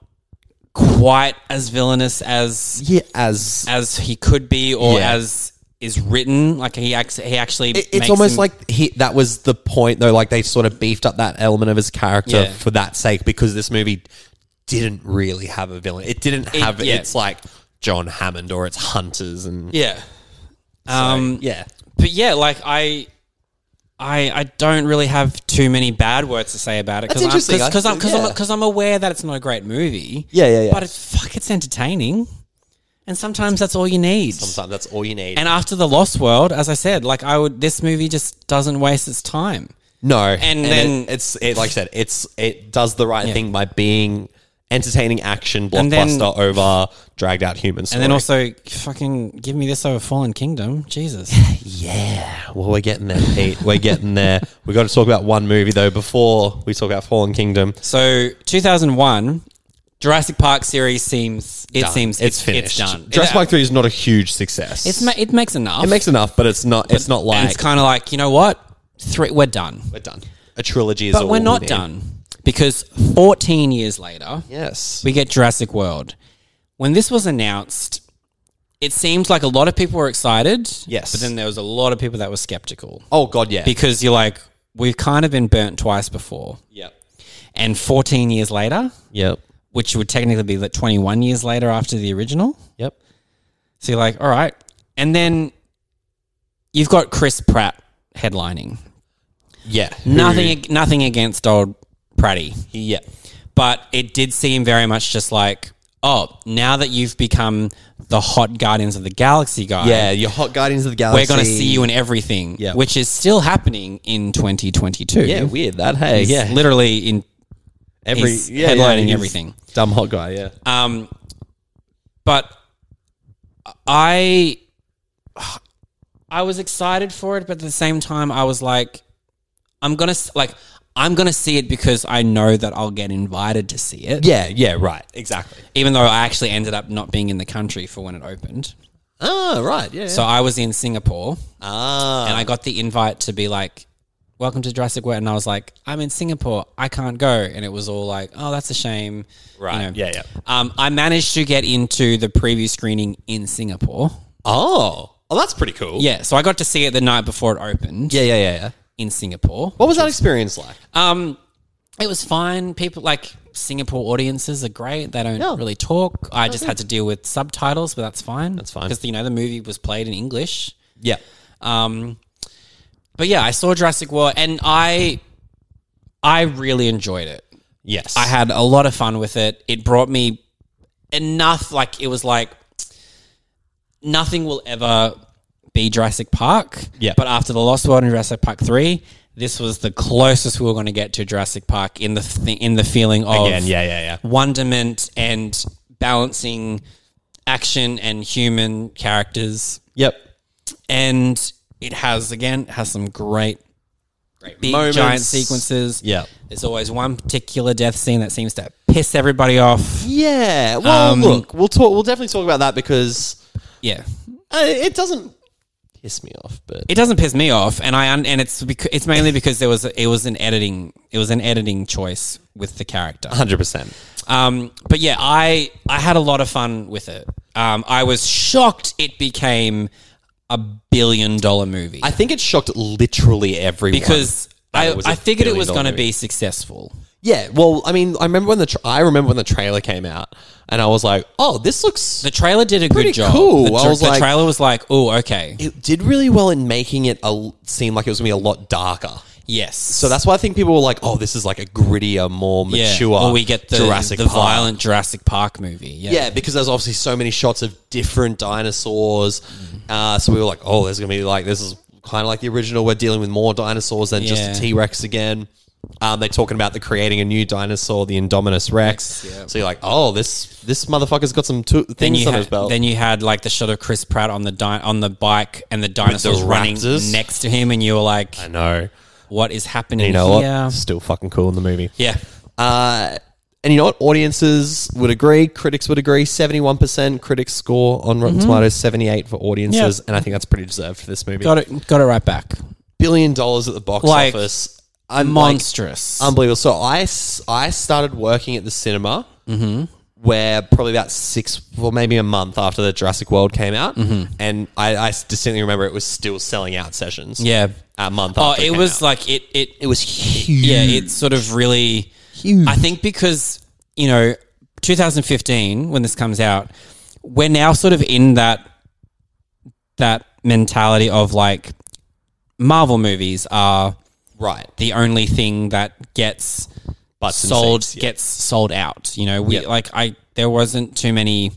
S1: quite as villainous as
S2: yeah as
S1: as he could be or
S2: Yeah.
S1: as is written. Like he ac- he actually
S2: It-
S1: makes
S2: it's almost
S1: him-
S2: like he, that was the point though like they sort of beefed up that element of his character
S1: Yeah.
S2: for that sake because this movie didn't really have a villain it didn't have
S1: yeah.
S2: it's like john hammond or it's hunters and
S1: yeah. Um,
S2: yeah
S1: but yeah, like I, I, I don't really have too many bad words to say about it
S2: That's
S1: because
S2: interesting. I-
S1: because I'm because
S2: yeah.
S1: I'm, 'cause I'm aware that it's not a great movie.
S2: Yeah, yeah, yeah.
S1: But it's fuck, it's entertaining, and sometimes that's all you need.
S2: sometimes that's all you need
S1: And after the Lost World, as I said, like I would, this movie just doesn't waste its time.
S2: no
S1: then-
S2: it- it's it like i said it's it does the right thing by being entertaining action blockbuster
S1: And then-
S2: over dragged out human story.
S1: And then also, fucking give me this over Fallen Kingdom, Jesus.
S2: Yeah, well, we're getting there, Pete. We're getting there. We got to talk about one movie though before we talk about Fallen Kingdom.
S1: So 2001, Jurassic Park series seems it
S2: Done.
S1: seems
S2: it's,
S1: it's,
S2: finished.
S1: It's done.
S2: Jurassic
S1: It-
S2: Park Three is not a huge success.
S1: It's ma- it makes enough.
S2: it makes enough, but it's not. it's not
S1: And
S2: like
S1: it's kind of like you know what, three we're done,
S2: we're done. A trilogy is,
S1: but
S2: all
S1: we're
S2: we
S1: not
S2: need.
S1: done because 14 years later
S2: Yes,
S1: we get Jurassic World. When this was announced, it seems like a lot of people were excited.
S2: Yes.
S1: but then there was a lot of people that were skeptical
S2: oh god, yeah,
S1: because you're like we've kind of been burnt twice before,
S2: yep,
S1: and 14 years later.
S2: yep,
S1: which would technically be like 21 years later after the original.
S2: yep.
S1: So you're like, all right. And then you've got Chris Pratt headlining.
S2: Yeah,
S1: Nothing, nothing against old Pratty,
S2: Yeah,
S1: but it did seem very much just like, oh, now that you've become the hot Guardians of the Galaxy guy,
S2: yeah. Your hot Guardians of the Galaxy.
S1: we're going to see you in everything,
S2: Yeah.
S1: which is still happening in 2022.
S2: Yeah, weird that. Hey,
S1: He's
S2: yeah,
S1: literally in
S2: every
S1: he's headlining
S2: he's
S1: everything.
S2: Dumb hot guy. Yeah,
S1: Um, but I, I was excited for it, but at the same time, I was like, I'm gonna s- like, I'm gonna see it because I know that I'll get invited to see it.
S2: yeah, yeah. Right, exactly.
S1: Even though I actually ended up not being in the country for when it opened,
S2: Ah, right. Yeah.
S1: so I was in Singapore
S2: ah,
S1: and I got the invite to be like welcome to Jurassic World, and I was like, I'm in Singapore, I can't go, and it was all like, oh, that's a shame, you
S2: Right.
S1: know.
S2: Yeah, yeah.
S1: Um, I managed to get into the preview screening in Singapore.
S2: Oh, oh, that's pretty cool.
S1: Yeah, so I got to see it the night before it opened.
S2: yeah, yeah, yeah. yeah.
S1: in Singapore.
S2: What was that experience like?
S1: Um, it was fine. People like Singapore audiences are great. They don't really talk. I just had to deal with subtitles, but that's fine. That's
S2: fine.
S1: because you know the movie was played in English.
S2: Yeah,
S1: Um, but yeah, I saw Jurassic World, and I, I really enjoyed it.
S2: yes.
S1: I had a lot of fun with it. It brought me enough. Like it was like nothing will ever be Jurassic Park.
S2: Yeah.
S1: But after the Lost World and Jurassic Park three, this was the closest we were going to get to Jurassic Park in the th- in the feeling of
S2: again. Yeah, yeah, yeah.
S1: wonderment and balancing action and human characters.
S2: Yep.
S1: And it has again has some great, great big
S2: moments.
S1: giant sequences.
S2: Yeah.
S1: There's always one particular death scene that seems to piss everybody off.
S2: Yeah. Well,
S1: Um,
S2: look, we'll talk. We'll definitely talk about that because
S1: Yeah.
S2: uh, it doesn't piss me off, but
S1: It doesn't piss me off, and I un- and it's bec- it's mainly because there was a, it was an editing it was an editing choice with the character.
S2: hundred percent.
S1: Um, but yeah, I I had a lot of fun with it. Um, I was shocked it became a billion dollar movie
S2: I think it shocked literally everyone
S1: because
S2: that
S1: I,
S2: it was a
S1: I figured it was
S2: billion-dollar
S1: going to
S2: movie.
S1: be successful.
S2: Yeah. Well, I mean, I remember when the tra- I remember when the trailer came out, and I was like, oh, this looks.
S1: The trailer did a
S2: Pretty
S1: good job.
S2: cool.
S1: The,
S2: I was
S1: the
S2: like-
S1: trailer was like, oh, okay,
S2: it did really well in making it a l- seem like it was going to be a lot darker.
S1: yes.
S2: So that's why I think people were like, "Oh, this is like a grittier, more mature."
S1: Or we get the
S2: Jurassic
S1: the
S2: Park.
S1: violent Jurassic Park movie. Yeah.
S2: Yeah, because there's obviously so many shots of different dinosaurs.
S1: Mm-hmm.
S2: Uh, so we were like, "Oh, there's going to be like this is kind of like the original. We're dealing with more dinosaurs than
S1: Yeah.
S2: just a T Rex again." Um, they're talking about the creating a new dinosaur, the Indominus Rex. So you're like, "Oh, this this motherfucker's got some to-
S1: Then
S2: things
S1: you,
S2: on
S1: had,
S2: his belt."
S1: then you had like the shot of Chris Pratt on the di- on the bike and the dinosaurs running
S2: raptors.
S1: next to him, and you were like,
S2: I know.
S1: "What is happening
S2: You know
S1: here?"
S2: what? Still fucking cool in the movie.
S1: Yeah,
S2: Uh, and you know what? Audiences would agree. Critics would agree. Seventy-one percent critics score on Rotten Tomatoes. Seventy-eight for audiences,
S1: Mm-hmm. Yeah.
S2: and I think that's pretty deserved for this movie.
S1: got it, got it right back.
S2: Billion dollars at the box
S1: Like,
S2: office. I'm
S1: Monstrous.
S2: unbelievable. So I, s- I started working at the cinema.
S1: Mm-hmm.
S2: Where probably about six, well, maybe a month after the Jurassic World came out,
S1: Mm-hmm.
S2: and I, I distinctly remember it was still selling out sessions.
S1: yeah.
S2: a month.
S1: Oh,
S2: after
S1: it
S2: came
S1: was
S2: out.
S1: like it. It
S2: it was huge.
S1: yeah. It sort of really.
S2: Huge.
S1: I think because you know, 2015 when this comes out, we're now sort of in that that mentality of like Marvel movies are
S2: right.
S1: the only thing that gets
S2: Butts and
S1: sold
S2: seats, yeah.
S1: gets sold out. You know, we
S2: Yeah.
S1: like I there wasn't too many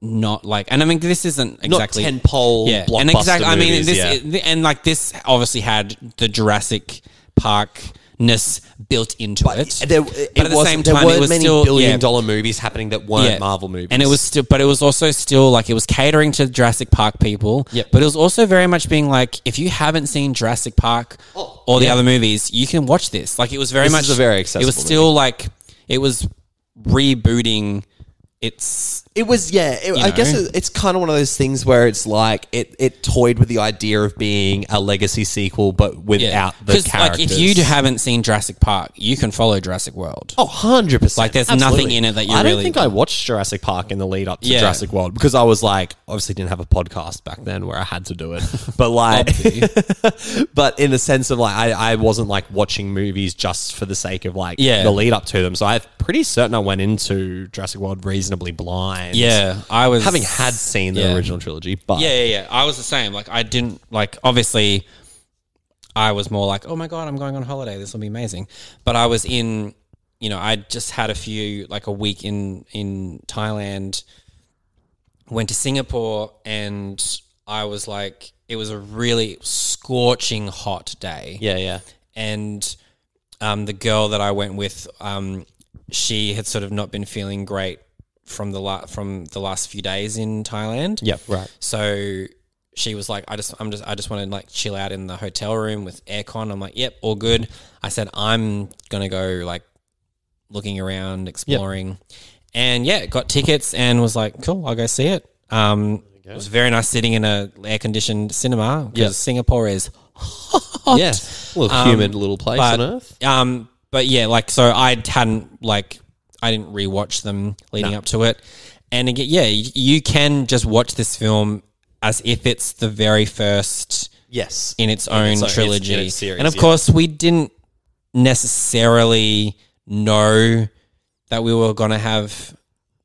S1: not like and I mean this isn't exactly
S2: not ten pole
S1: yeah
S2: blockbuster
S1: and exactly I mean
S2: movies,
S1: this
S2: yeah.
S1: it- and like this obviously had the Jurassic Park ness built into it.
S2: there,
S1: at the
S2: was,
S1: same
S2: there
S1: time, it
S2: weren't
S1: was
S2: many
S1: still- yeah.
S2: billion dollar movies happening that weren't
S1: Yeah.
S2: Marvel movies,
S1: And it was still, but it was also still like it was catering to Jurassic Park people.
S2: Yep.
S1: But it was also very much being like, if you haven't seen Jurassic Park
S2: Oh,
S1: or the
S2: yeah.
S1: other movies, you can watch this. Like it was very
S2: This
S1: much
S2: is a very
S1: It was
S2: accessible
S1: still like it was rebooting. It's
S2: it was yeah. It, I
S1: know.
S2: guess it, it's kind of one of those things where it's like it it toyed with the idea of being a legacy sequel, but without the
S1: because like
S2: characters.
S1: if you haven't seen Jurassic Park, you can follow Jurassic World.
S2: Oh, 100%.
S1: Like, there's nothing in it that you
S2: I don't
S1: really-
S2: think I watched Jurassic Park in the lead up to
S1: Yeah.
S2: Jurassic World because I was like, obviously didn't have a podcast back then where I had to do it. But like, but in the sense of like, I, I wasn't like watching movies just for the sake of like
S1: Yeah.
S2: the lead up to them. So I'm pretty certain I went into Jurassic World reasonably blind.
S1: Yeah, I was
S2: Having had seen the
S1: Yeah.
S2: original trilogy, but
S1: Yeah, yeah, yeah. I was the same. Like I didn't like obviously I was more like, "Oh my god, I'm going on holiday. This will be amazing." But I was in, you know, I just had a few like a week in in Thailand, went to Singapore and I was like it was a really scorching hot day
S2: yeah, yeah.
S1: and um, the girl that I went with, um, she had sort of not been feeling great from the la- from the last few days in Thailand.
S2: Yeah, right.
S1: So she was like, "I just, I'm just, I just want to like chill out in the hotel room with aircon." I'm like, "Yep, all good." I said, "I'm gonna go like looking around, exploring, and yeah, got tickets and was like, "Cool, I'll go see it." Um, it was very nice sitting in a air conditioned cinema because
S2: Yep.
S1: Singapore is
S2: Yeah. Um, little human little place on earth.
S1: Um, but yeah, like so, I hadn't like I didn't rewatch them leading up to it, and again, yeah, you, you can just watch this film as if it's the very first
S2: Yes.
S1: in its own
S2: its own
S1: trilogy,
S2: series,
S1: and of
S2: yeah.
S1: course, we didn't necessarily know that we were going to have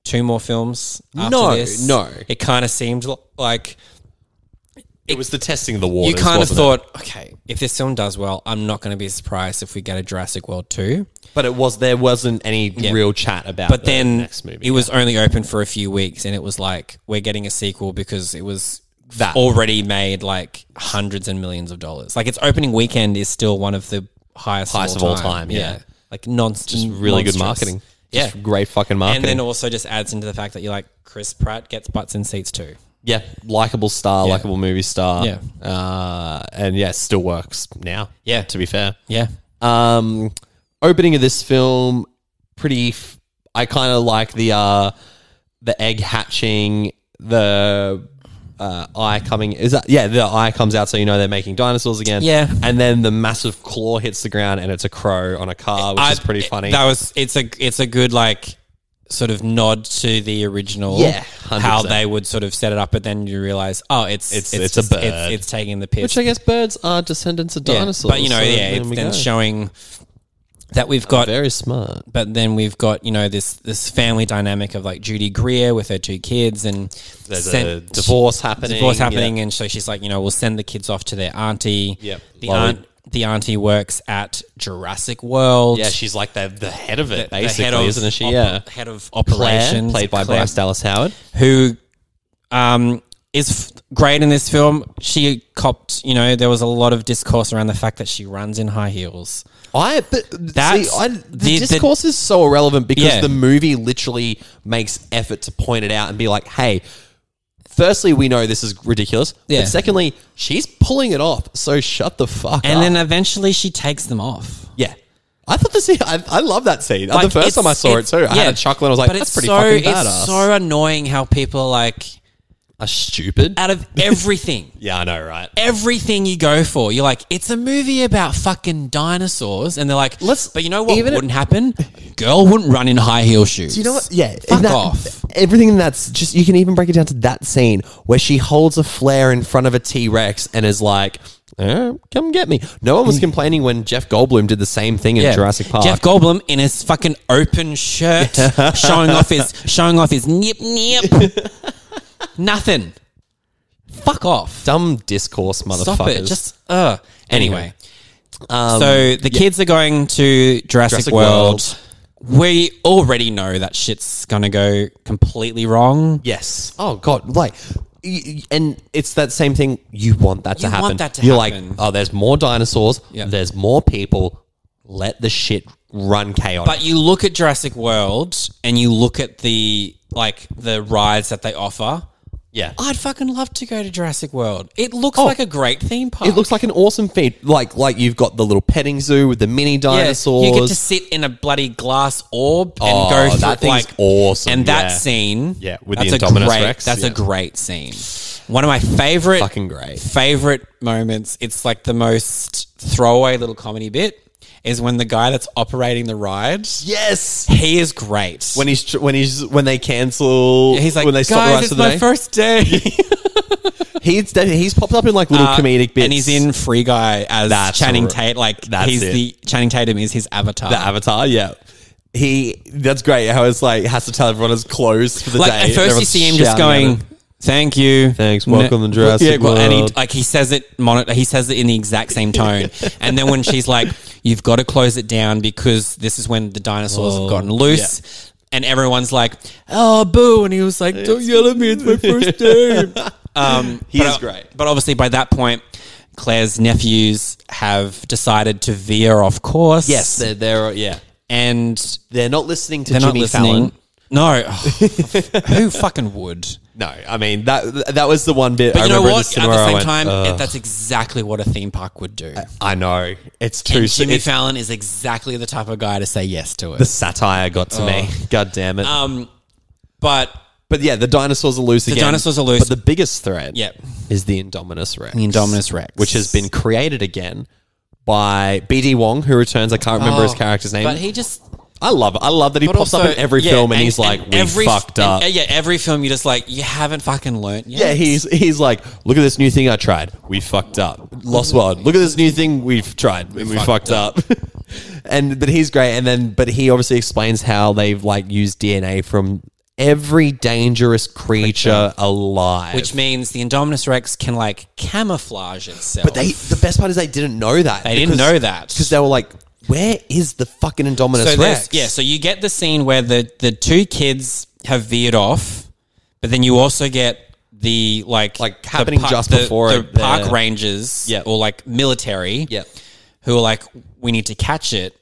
S1: two more films. After
S2: No,
S1: this.
S2: no.
S1: it kind of seemed l- like
S2: it was the testing of the waters.
S1: you kind of
S2: wasn't it?
S1: thought, okay, if this film does well, I'm not going to be surprised if we get a Jurassic World 2.
S2: but it was there wasn't any real chat about.
S1: But
S2: the
S1: then
S2: next movie,
S1: it was only open for a few weeks and it was like, we're getting a sequel because it was
S2: That.
S1: already made like hundreds and millions of dollars. Like its opening weekend is still one of the highest,
S2: Highest
S1: of all time.
S2: yeah.
S1: Like non- Just
S2: really good marketing.
S1: Yeah.
S2: Just great fucking marketing.
S1: and then also just adds into the fact that you're like, Chris Pratt gets butts in seats too.
S2: yeah, likable star, likable movie star.
S1: Yeah.
S2: uh, and yeah, still works now.
S1: Yeah.
S2: to be fair.
S1: Yeah.
S2: Um, opening of this film, pretty. F- I kind of like the uh, the egg hatching, the uh, eye coming. Is that yeah? The eye comes out, so you know they're making dinosaurs again.
S1: Yeah.
S2: and then the massive claw hits the ground, and it's a crow on a car, which is
S1: I-
S2: pretty funny.
S1: That was it's a it's a good like sort of nod to the original.
S2: Yeah, 100%.
S1: how they would sort of set it up, but then you realize, oh, it's
S2: It's-
S1: it's
S2: it's a
S1: just-
S2: bird.
S1: It's, it's taking the piss.
S2: which I guess birds are descendants of
S1: Yeah.
S2: dinosaurs.
S1: but you know,
S2: so
S1: yeah,
S2: there
S1: it's
S2: we
S1: then
S2: go.
S1: showing that we've got.
S2: very smart.
S1: But then we've got you know this this family dynamic of like Judy Greer with her two kids and
S2: There's a
S1: sent-
S2: divorce happening.
S1: divorce
S2: yeah.
S1: happening, and so she's like, you know, we'll send the kids off to their auntie.
S2: Yep.
S1: The
S2: While we-
S1: aunt, the auntie works at Jurassic World.
S2: Yeah, she's like the, the head of it,
S1: the
S2: basically,
S1: head of
S2: isn't she?
S1: op-
S2: yeah.
S1: head of
S2: Claire,
S1: operations,
S2: played by
S1: Claire,
S2: Bryce Dallas Howard.
S1: who um, is f- great in this film. She copped, you know, there was a lot of discourse around the fact that she runs in high heels.
S2: I but
S1: That's-
S2: see, I, the,
S1: the- the-
S2: discourse is so irrelevant because
S1: Yeah.
S2: the movie literally makes effort to point it out and be like, "Hey, firstly, we know this is ridiculous,
S1: Yeah.
S2: but secondly, she's pulling it off, so shut the fuck
S1: And
S2: up."
S1: then eventually she takes them off.
S2: yeah, I thought the scene. I, I love that scene. the
S1: Like,
S2: first
S1: it's-
S2: time I saw it
S1: it's-
S2: too, I
S1: yeah.
S2: had a chuckle and I was like,
S1: But
S2: "That's
S1: it's
S2: pretty
S1: so,
S2: fucking badass."
S1: It's so annoying how people are like,
S2: a stupid.
S1: out of everything,
S2: yeah, I know, right?
S1: everything you go for, you're like, it's a movie about fucking dinosaurs. And they're like,
S2: Let's-
S1: but you know what
S2: even if-
S1: wouldn't happen? Girl wouldn't run in high heel shoes.
S2: Do you know what? Yeah,
S1: Fuck
S2: in that-
S1: off.
S2: Everything in that's just you can even break it down to that scene where she holds a flare in front of a T Rex and is like, eh, "Come get me." No one was complaining when Jeff Goldblum did the same thing in Jurassic Park.
S1: Mm. Jeff Goldblum in his fucking open shirt, showing off his showing off his nip nip. Nothing. Fuck off.
S2: Dumb discourse, motherfuckers.
S1: Stop it. Just uh. Anyway,
S2: Anyway. Um,
S1: so the kids are going to Jurassic,
S2: Jurassic
S1: World. We already know that shit's gonna go completely wrong.
S2: yes. Oh God, like. y- y- And it's that same thing. You want that to
S1: You want
S2: happen.
S1: that to
S2: You're
S1: happen.
S2: like, oh, there's more dinosaurs.
S1: Yeah.
S2: There's more people. Let the shit run chaotic.
S1: But you look at Jurassic World and you look at the like the rides that they offer.
S2: yeah.
S1: I'd fucking love to go to Jurassic World. It looks like a great theme park.
S2: It looks like an awesome feed. Like like you've got the little petting zoo with the mini dinosaurs.
S1: You get to sit in a bloody glass orb and
S2: Oh,
S1: go through
S2: that thing's
S1: like
S2: awesome,
S1: And that
S2: yeah.
S1: scene,
S2: Yeah, with
S1: that's
S2: the
S1: a
S2: Indominus
S1: great,
S2: Rex,
S1: That's
S2: yeah.
S1: a great scene. One of my favorite,
S2: Fucking great.
S1: favorite moments. It's like the most throwaway little comedy bit is when the guy that's operating the ride,
S2: yes.
S1: he is great.
S2: When he's tr- when he's when they cancel,
S1: he's like,
S2: when they
S1: guys,
S2: stop the rest
S1: it's
S2: of the
S1: my
S2: day,
S1: first day.
S2: he's de- he's popped up in like little comedic bits,
S1: Uh, and he's in Free Guy as
S2: That's
S1: Channing
S2: r-
S1: Tatum. Like
S2: that's
S1: he's
S2: it.
S1: the Channing Tatum is his avatar.
S2: the Avatar. Yeah, he that's great. How it's like has to tell everyone it's closed for the
S1: like
S2: day.
S1: at first you
S2: Everyone's
S1: see him just
S2: shouting at
S1: going,
S2: it.
S1: "Thank you,
S2: Thanks, welcome to Jurassic
S1: well, And he,
S2: World.
S1: like he says it, monitor. He says it in the exact same tone. and then when she's like, "You've got to close it down because this is when the dinosaurs have gotten loose." And everyone's like, "Oh, boo!" And he was like, "Don't yell at me! It's my first day." um,
S2: He
S1: but,
S2: is
S1: uh,
S2: great.
S1: but obviously by that point, Claire's nephews have decided to veer off course.
S2: Yes, they're, they're yeah,
S1: and
S2: they're not listening to
S1: they're
S2: Jimmy
S1: not listening.
S2: Fallon.
S1: No, Oh, who fucking would?
S2: No, I mean that that was the one bit. I
S1: But you know
S2: remember in
S1: what?
S2: The
S1: At
S2: cinema, I
S1: the same
S2: went, uh,
S1: time,
S2: "Ugh."
S1: it- that's exactly what a theme park would do.
S2: I know it's too
S1: and Jimmy
S2: it's-
S1: Fallon is exactly the type of guy to say yes to
S2: The
S1: it.
S2: satire got to me.
S1: Oh.
S2: God damn it.
S1: Um, but
S2: But yeah, the dinosaurs are loose again.
S1: dinosaurs are loose.
S2: But the biggest threat
S1: Yep.
S2: is the Indominus Rex.
S1: the Indominus Rex,
S2: Which has been created again by BD Wong, who returns. I can't remember his
S1: Oh,
S2: character's name.
S1: But he just
S2: I love it. I love that he
S1: but
S2: pops
S1: also-
S2: up in every
S1: yeah,
S2: film and,
S1: and-
S2: he's like,
S1: and
S2: we
S1: every-
S2: fucked
S1: and-
S2: up.
S1: yeah, every film you just like you haven't fucking learnt yet.
S2: yeah, he's he's like, look at this new thing I tried. We fucked up. Lost World. Look at this new thing we've tried and we fucked,
S1: Mm-hmm. fucked
S2: up. and but he's great. And then but he obviously explains how they've like used DNA from every dangerous creature alive.
S1: which means the Indominus Rex can like camouflage itself.
S2: but they the best part is they didn't know that.
S1: They didn't know that.
S2: because they were like, where is the fucking Indominus
S1: so there's-
S2: Rex?
S1: yeah, so you get the scene where the the two kids have veered off, but then you also get the like
S2: Like,
S1: the
S2: happening
S1: par-
S2: just
S1: the-
S2: before
S1: the
S2: it, the-
S1: park rangers
S2: Yeah.
S1: or like military
S2: Yeah.
S1: who are like we need to catch it.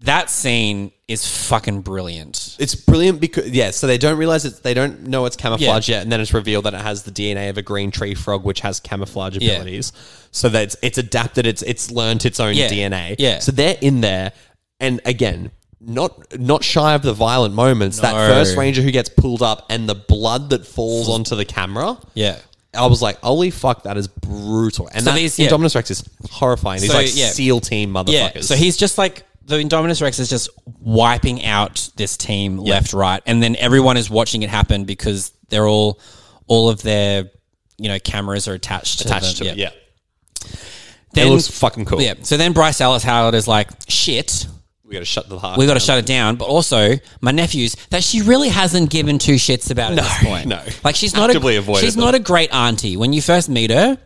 S1: That scene is fucking brilliant.
S2: It's brilliant because yeah, so they don't realize it's they don't know it's camouflage yet, and then it's revealed that it has the DNA of a green tree frog, which has camouflage
S1: Yeah.
S2: abilities. So that it's, it's adapted, it's it's learnt its own
S1: Yeah.
S2: DNA.
S1: Yeah.
S2: So they're in there, and again, not not shy of the violent moments. That
S1: No.
S2: first ranger who gets pulled up and the blood that falls onto the camera.
S1: Yeah.
S2: I was like, holy fuck, that is brutal. And
S1: So
S2: that
S1: these- yeah.
S2: Indominus Rex is horrifying. He's
S1: So,
S2: like
S1: yeah.
S2: SEAL team motherfuckers.
S1: Yeah. So he's just like the Indominus Rex is just wiping out this team left, right, and then everyone is watching it happen because they're all all of their you know cameras are attached
S2: attached
S1: to
S2: to
S1: them.
S2: it. Yeah.
S1: Then,
S2: It looks fucking cool.
S1: yeah. So then Bryce Dallas Howard is like, shit.
S2: We gotta shut the heart.
S1: We got to shut it down, but also my nephews that she really hasn't given two shits about at this point.
S2: no.
S1: like she's not
S2: Actively
S1: a,
S2: avoided
S1: she's
S2: them.
S1: not a great auntie. When you first meet her,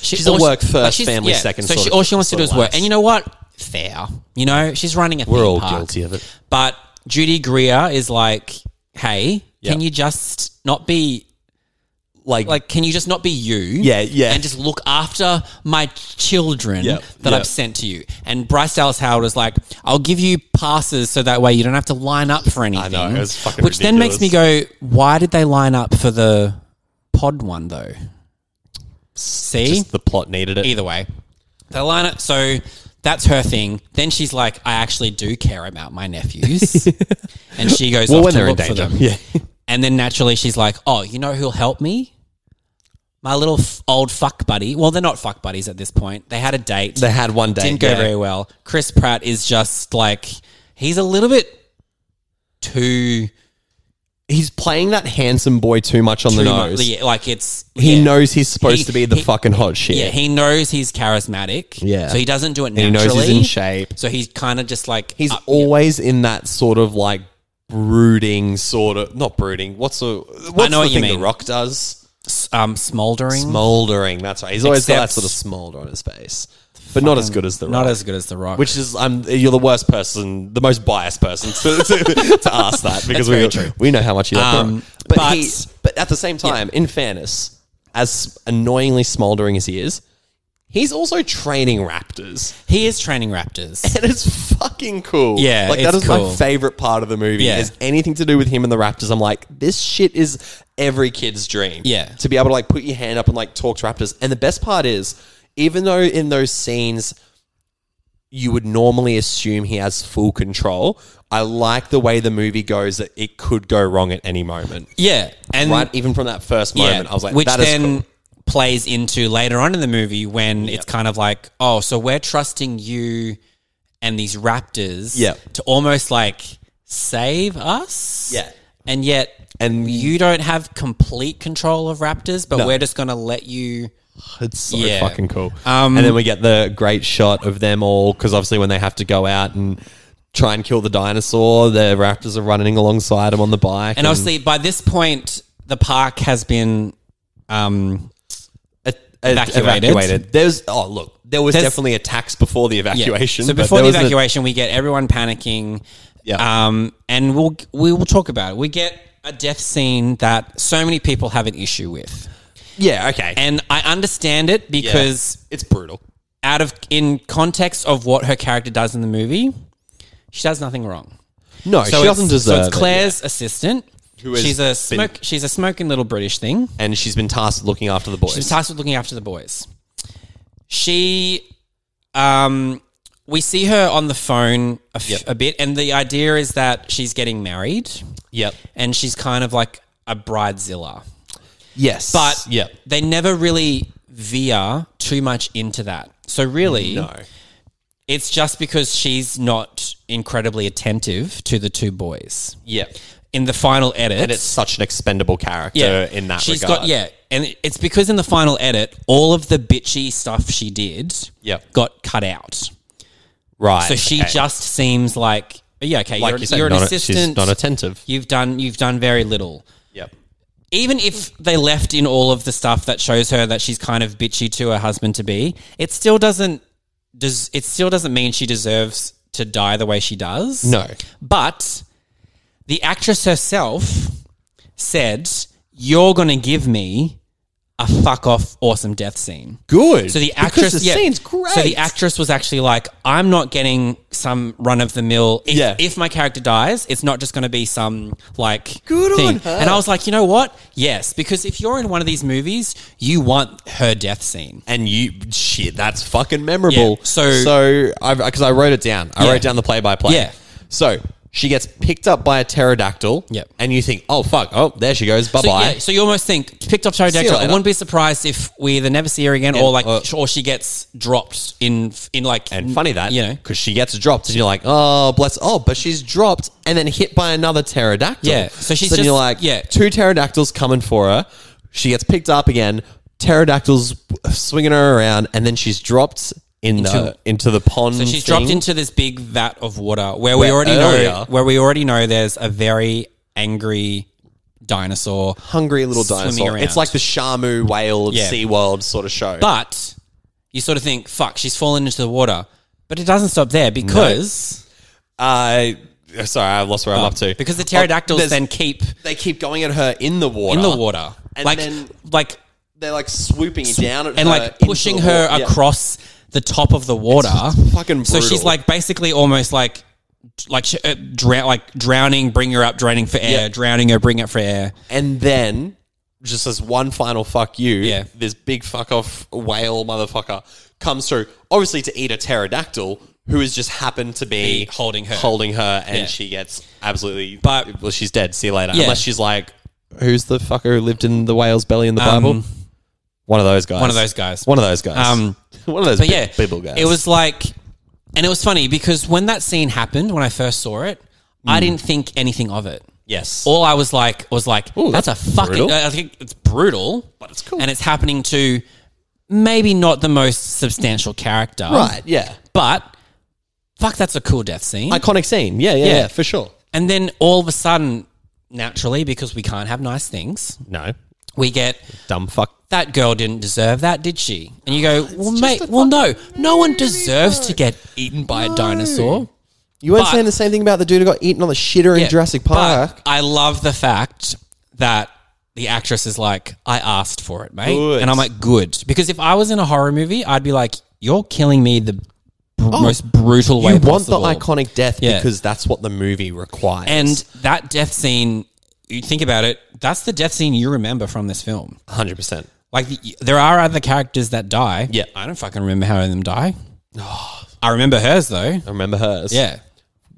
S1: she-
S2: She's a
S1: all
S2: work first,
S1: she's-
S2: family second
S1: So
S2: sort
S1: she,
S2: of-
S1: all she wants to
S2: sort
S1: do
S2: of
S1: is work,
S2: life.
S1: and you know what? Fair, you know she's running a.
S2: We're
S1: theme
S2: all
S1: park.
S2: guilty of it.
S1: But Judy Greer is like, hey,
S2: Yep.
S1: can you just not be
S2: like
S1: like? Can you just not be you?
S2: Yeah, yeah.
S1: And just look after my children
S2: Yep,
S1: that
S2: yep.
S1: I've sent to you. And Bryce Dallas Howard is like, I'll give you passes so that way you don't have to line up for anything.
S2: know, it was fucking
S1: which then makes me go, why did they line up for the pod one though? See,
S2: just the plot needed it.
S1: either way, they line up. So that's her thing. Then she's like, I actually do care about my nephews, and she goes off to look for them.
S2: Yeah.
S1: And then naturally, she's like, "Oh, you know who'll help me? My little f- old fuck buddy. Well, they're not fuck buddies at this point. They had a date.
S2: They had one day.
S1: didn't go
S2: yeah.
S1: very well. Chris Pratt is just like he's a little bit too
S2: He's playing that handsome boy too much on the
S1: too
S2: nose.
S1: much- yeah, like it's
S2: He
S1: yeah.
S2: knows he's supposed
S1: He-
S2: to be the
S1: he-
S2: fucking hot shit.
S1: Yeah, he knows he's charismatic.
S2: Yeah.
S1: so he doesn't do it
S2: he
S1: naturally.
S2: knows he's in shape.
S1: So he's kind of just like
S2: He's
S1: up-
S2: always in that sort of like brooding sort of not brooding. What's the what's
S1: know
S2: the
S1: what you
S2: thing
S1: mean.
S2: the Rock does?
S1: um smoldering,
S2: Smoldering. That's right. He's always got that
S1: Except-
S2: sort of smolder on his face, but not as good as the Rock.
S1: not as good as the Rock.
S2: Which is, I'm you're the worst person, the most biased person to, to, to ask that because we
S1: very true.
S2: we know how much you like
S1: Um,
S2: Rock. but
S1: but-
S2: he, but at the same time, in fairness, as annoyingly smouldering as he is, he's also training raptors,
S1: he is training raptors.
S2: and it's fucking cool.
S1: Yeah,
S2: like that
S1: it's
S2: is
S1: cool.
S2: my favorite part of the movie.
S1: Yeah.
S2: Is anything to do with him and the raptors? I'm like, this shit is every kid's dream.
S1: Yeah.
S2: to be able to like put your hand up and like talk to raptors. And the best part is, even though in those scenes you would normally assume he has full control. I like the way the movie goes that it could go wrong at any moment.
S1: yeah, and
S2: Right, even from that first moment, I was like,
S1: Mm. which
S2: that is
S1: then
S2: cool.
S1: plays into later on in the movie when it's kind of like, oh, so we're trusting you and these raptors
S2: Yep.
S1: to almost like save us.
S2: Yeah.
S1: And yet
S2: And-
S1: you don't have complete control of raptors, but
S2: No. Hmm.
S1: we're just gonna let you
S2: It's so
S1: Yeah.
S2: fucking cool.
S1: Um,
S2: and then we get the great shot of them all because obviously when they have to go out and try and kill the dinosaur, the raptors are running alongside them on the bike.
S1: and obviously by this point the park has been um
S2: e- e-
S1: Evacuated.
S2: There's oh look, there was
S1: There's-
S2: definitely attacks before the
S1: Yeah.
S2: evacuation.
S1: So
S2: but
S1: before the
S2: there wasn't a-
S1: evacuation, we get everyone panicking.
S2: Yeah.
S1: Um, and we'll we will talk about it. We get a death scene that so many people have an issue with,
S2: yeah, okay,
S1: and I understand it
S2: Yeah.
S1: because
S2: it's brutal.
S1: out of in context of what her character does in the movie, she does nothing wrong.
S2: No,
S1: So
S2: she doesn't
S1: it's-
S2: deserve
S1: So it's
S2: it.
S1: Claire's assistant.
S2: Who has
S1: she's
S2: been-
S1: a smoke. she's a smoking little British thing.
S2: and she's been tasked with looking after the boys.
S1: She's tasked with looking after the boys. She, um, we see her on the phone a, f-
S2: Yep.
S1: a bit, and the idea is that she's getting married,
S2: yep.
S1: and she's kind of like a bridezilla.
S2: Yes.
S1: But
S2: yep.
S1: they never really veer too much into that. So really,
S2: No.
S1: It's just because she's not incredibly attentive to the two boys.
S2: Yeah.
S1: In the final edit,
S2: And it's such an expendable character in that
S1: She's
S2: regard.
S1: got yeah, and it- it's because in the final edit, all of the bitchy stuff she did,
S2: Yep.
S1: got cut out.
S2: Right.
S1: So she
S2: okay.
S1: just seems like yeah, okay,
S2: like
S1: you're,
S2: you said,
S1: you're an
S2: not a-
S1: assistant.
S2: she's not attentive.
S1: you've done you've done very little.
S2: Yep.
S1: Even if they left in all of the stuff that shows her that she's kind of bitchy to her husband to be, it still doesn't does it still doesn't mean she deserves to die the way she does.
S2: No.
S1: But the actress herself said, "You're going to give me a fuck off awesome death scene."
S2: Good.
S1: So the
S2: Because
S1: actress,
S2: the
S1: yeah,
S2: scene's great.
S1: So the actress was actually like, "I'm not getting some run of the mill. If,
S2: Yeah.
S1: if my character dies, it's not just going to be some like
S2: Good on
S1: thing."
S2: her.
S1: And I was like, "You know what? Yes, because if you're in one of these movies, you want her death scene."
S2: and you shit that's fucking memorable
S1: Yeah, so-
S2: so i because i wrote it down i
S1: Yeah.
S2: wrote down the play-by-play
S1: Yeah.
S2: so she gets picked up by a pterodactyl
S1: Yep.
S2: and you think oh fuck oh there she goes
S1: So,
S2: bye-bye
S1: yeah, so you almost think picked up
S2: See you
S1: Pterodactyl. I
S2: later.
S1: wouldn't be surprised if we either never see her again, or like,
S2: or-
S1: or she gets dropped in in like.
S2: and funny that
S1: you know,
S2: because she gets dropped and you're like oh bless oh but she's dropped and then hit by another pterodactyl
S1: Yeah, so she's
S2: then
S1: just-
S2: you're like
S1: yeah.
S2: two pterodactyls coming for her she gets picked up again pterodactyls swinging her around and then she's dropped in into, the,
S1: Into-
S2: into the pond
S1: So she's
S2: thing.
S1: dropped into this big vat of water where, we
S2: Where
S1: already
S2: earlier-
S1: know where we already know there's a very angry dinosaur,
S2: hungry little
S1: Swimming
S2: dinosaur.
S1: around.
S2: It's like the Shamu whale of
S1: Yeah.
S2: SeaWorld sort of show.
S1: but you sort of think, "Fuck, she's fallen into the water," but it doesn't stop there because
S2: uh, sorry, I lost where I'm up to.
S1: because the pterodactyls
S2: Oh, there's-
S1: then keep
S2: they keep going at her in the water.
S1: in the water,
S2: And
S1: like
S2: then-
S1: like
S2: They're like swooping down at
S1: and
S2: her
S1: like
S2: into
S1: pushing
S2: the
S1: her
S2: water. Yeah.
S1: across the top of the water.
S2: fucking
S1: So she's
S2: brutal.
S1: like basically almost like like sh- uh, drown, like drowning, bring her up, drowning for air,
S2: Yeah.
S1: drowning her, bring up for air.
S2: And then, just as one final fuck you,
S1: Yeah.
S2: this big fuck off whale motherfucker comes through, obviously to eat a pterodactyl who has just happened to be
S1: Be holding her.
S2: holding her, and
S1: Yeah.
S2: she gets absolutely.
S1: But-
S2: well, she's dead. See you later.
S1: Yeah.
S2: Unless she's like, who's the fucker who lived in the whale's belly in the Bible? One of those guys.
S1: Um, One of those guys.
S2: One of those guys.
S1: Um,
S2: one of those
S1: But
S2: bi-
S1: yeah,
S2: Bible guys.
S1: It was like, and it was funny because when that scene happened, when I first saw it,
S2: Hmm.
S1: I didn't think anything of it.
S2: yes.
S1: All I was like, was like,
S2: Ooh,
S1: that's,
S2: that's
S1: a fucking.
S2: brutal.
S1: I think it's brutal,
S2: But it's cool.
S1: and it's happening to maybe not the most substantial character,
S2: right. Yeah.
S1: But fuck, that's a cool death scene.
S2: Iconic scene. Yeah. Yeah.
S1: Yeah.
S2: Yeah. for sure.
S1: and then all of a sudden, naturally, because we can't have nice things,
S2: No.
S1: we get
S2: Dumb fuck.
S1: that girl didn't deserve that, did she? And you go, well,
S2: just
S1: mate,
S2: a
S1: well, no, no one
S2: movie,
S1: deserves
S2: though.
S1: to get eaten by a dinosaur.
S2: You weren't
S1: But-
S2: saying the same thing about the dude who got eaten on the shitter
S1: Yeah,
S2: in Jurassic
S1: but
S2: Park.
S1: I love the fact that the actress is like, I asked for it, mate.
S2: Good.
S1: And I'm like, good. Because if I was in a horror movie, I'd be like, you're killing me the br- most brutal way
S2: Oh, you want the
S1: possible.
S2: iconic death
S1: Yeah.
S2: because that's what the movie requires.
S1: And that death scene, you think about it, that's the death scene you remember from this film.
S2: 100%.
S1: Like, the, there are other characters that die.
S2: Yeah.
S1: I don't fucking remember how them die. I remember hers, though.
S2: I remember hers.
S1: Yeah.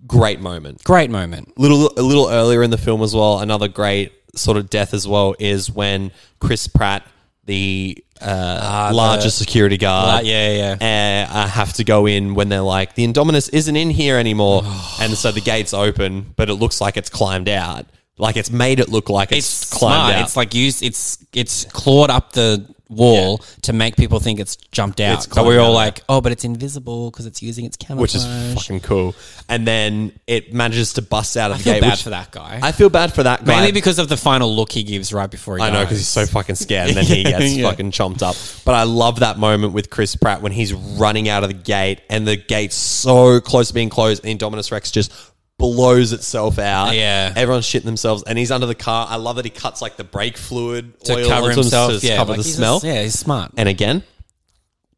S2: Great moment.
S1: Great moment.
S2: little a little earlier in the film as well. Another great sort of death as well is when Chris Pratt, the uh, larger security guard,
S1: Uh, yeah, yeah, Ah, yeah.
S2: uh, uh, have to go in when they're like the Indominus isn't in here anymore, and so the gates open, but it looks like it's climbed out. Like it's made it look like it's,
S1: It's
S2: climbed
S1: smart.
S2: out.
S1: It's like used. It's it's clawed up the wall to make people think it's jumped out.
S2: It's
S1: but we're
S2: climbed
S1: all
S2: out.
S1: like, oh, but it's invisible because it's using its camouflage.
S2: which is fucking cool. And then it manages to bust out of
S1: I
S2: the
S1: feel
S2: gate.
S1: bad
S2: which-
S1: for that guy.
S2: I feel bad for that guy.
S1: Mainly because of the final look he gives right before he
S2: I know because he's so fucking scared, and then he gets
S1: Yeah.
S2: fucking chomped up. But I love that moment with Chris Pratt when he's running out of the gate, and the gate's so close to being closed, and Indominus Rex just blows itself out.
S1: Yeah.
S2: everyone's shitting themselves, and he's under the car. I love that he cuts like the brake fluid
S1: to
S2: oil
S1: cover
S2: onto
S1: himself.
S2: to
S1: yeah,
S2: cover
S1: like,
S2: the
S1: he's a-
S2: smell.
S1: yeah, he's smart.
S2: And again,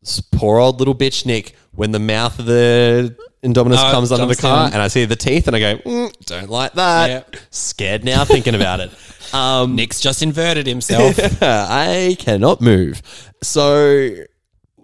S2: this poor old little bitch Nick, when the mouth of the Uh, Indominus
S1: Oh,
S2: comes under the
S1: jumps
S2: car,
S1: in.
S2: and I see the teeth, and I go, mm, "Don't like that."
S1: Yep.
S2: Scared now thinking about it. Um,
S1: Nick's just inverted himself.
S2: I cannot move. So,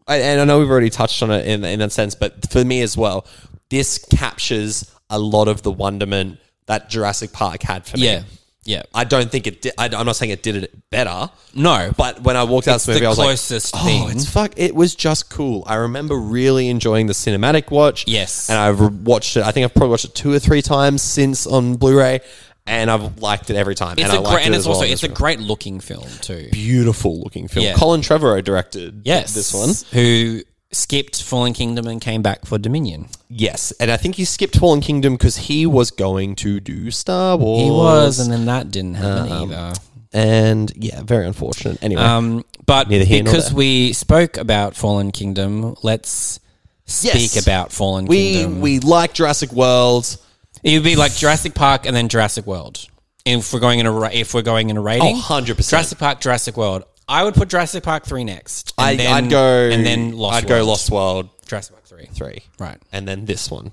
S2: I- and I know we've already touched on it in, in that sense, but for me as well, this captures a lot of the wonderment that Jurassic Park had for me.
S1: Yeah. Yeah.
S2: I don't think it. Did, I, am not saying it did it better.
S1: No,
S2: but when I walked out of
S1: It's
S2: this movie,
S1: the
S2: I was
S1: closest
S2: like,
S1: thing."
S2: "Oh, it's fuck!" It was just cool. I remember really enjoying the cinematic watch.
S1: Yes.
S2: and I've re- watched it. I think I've probably watched it two or three times since on Blu-ray, and I've liked it every time.
S1: It's
S2: and I
S1: a
S2: liked
S1: great, and
S2: it
S1: it's
S2: as well
S1: also
S2: in
S1: it's
S2: this
S1: a great looking film too.
S2: beautiful looking film.
S1: Yeah.
S2: Colin Trevorrow directed.
S1: Yes,
S2: this one.
S1: who skipped Fallen Kingdom and came back for Dominion.
S2: Yes, and I think he skipped Fallen Kingdom because he was going to do Star Wars.
S1: He was, and then that didn't happen
S2: Uh-huh.
S1: either.
S2: and yeah, very unfortunate. Anyway,
S1: Um, but
S2: Neither here nor
S1: because
S2: there.
S1: we spoke about Fallen Kingdom, let's speak
S2: Yes.
S1: about Fallen
S2: we
S1: Kingdom.
S2: we like Jurassic World.
S1: It would be like Jurassic Park and then Jurassic World. If we're going in a ra- if we're going in a rating,
S2: Oh, 100%.
S1: Jurassic Park, Jurassic World. I would put Jurassic Park three next. and
S2: I,
S1: then-
S2: I'd go
S1: and then Lost.
S2: I'd
S1: World.
S2: go Lost World
S1: Jurassic Park three.
S2: three,
S1: Right.
S2: and then this one,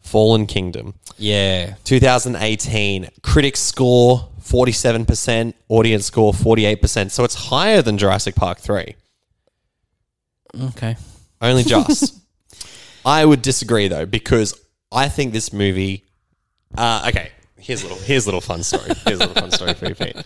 S2: Fallen Kingdom,
S1: Yeah.
S2: 2018. Critic score 47 percent, audience score 48 percent. So it's higher than Jurassic Park three,
S1: Okay.
S2: only just. I would disagree though because I think this movie. Uh, okay, here's a little here's a little fun story. Here's a little fun story for you, Pete.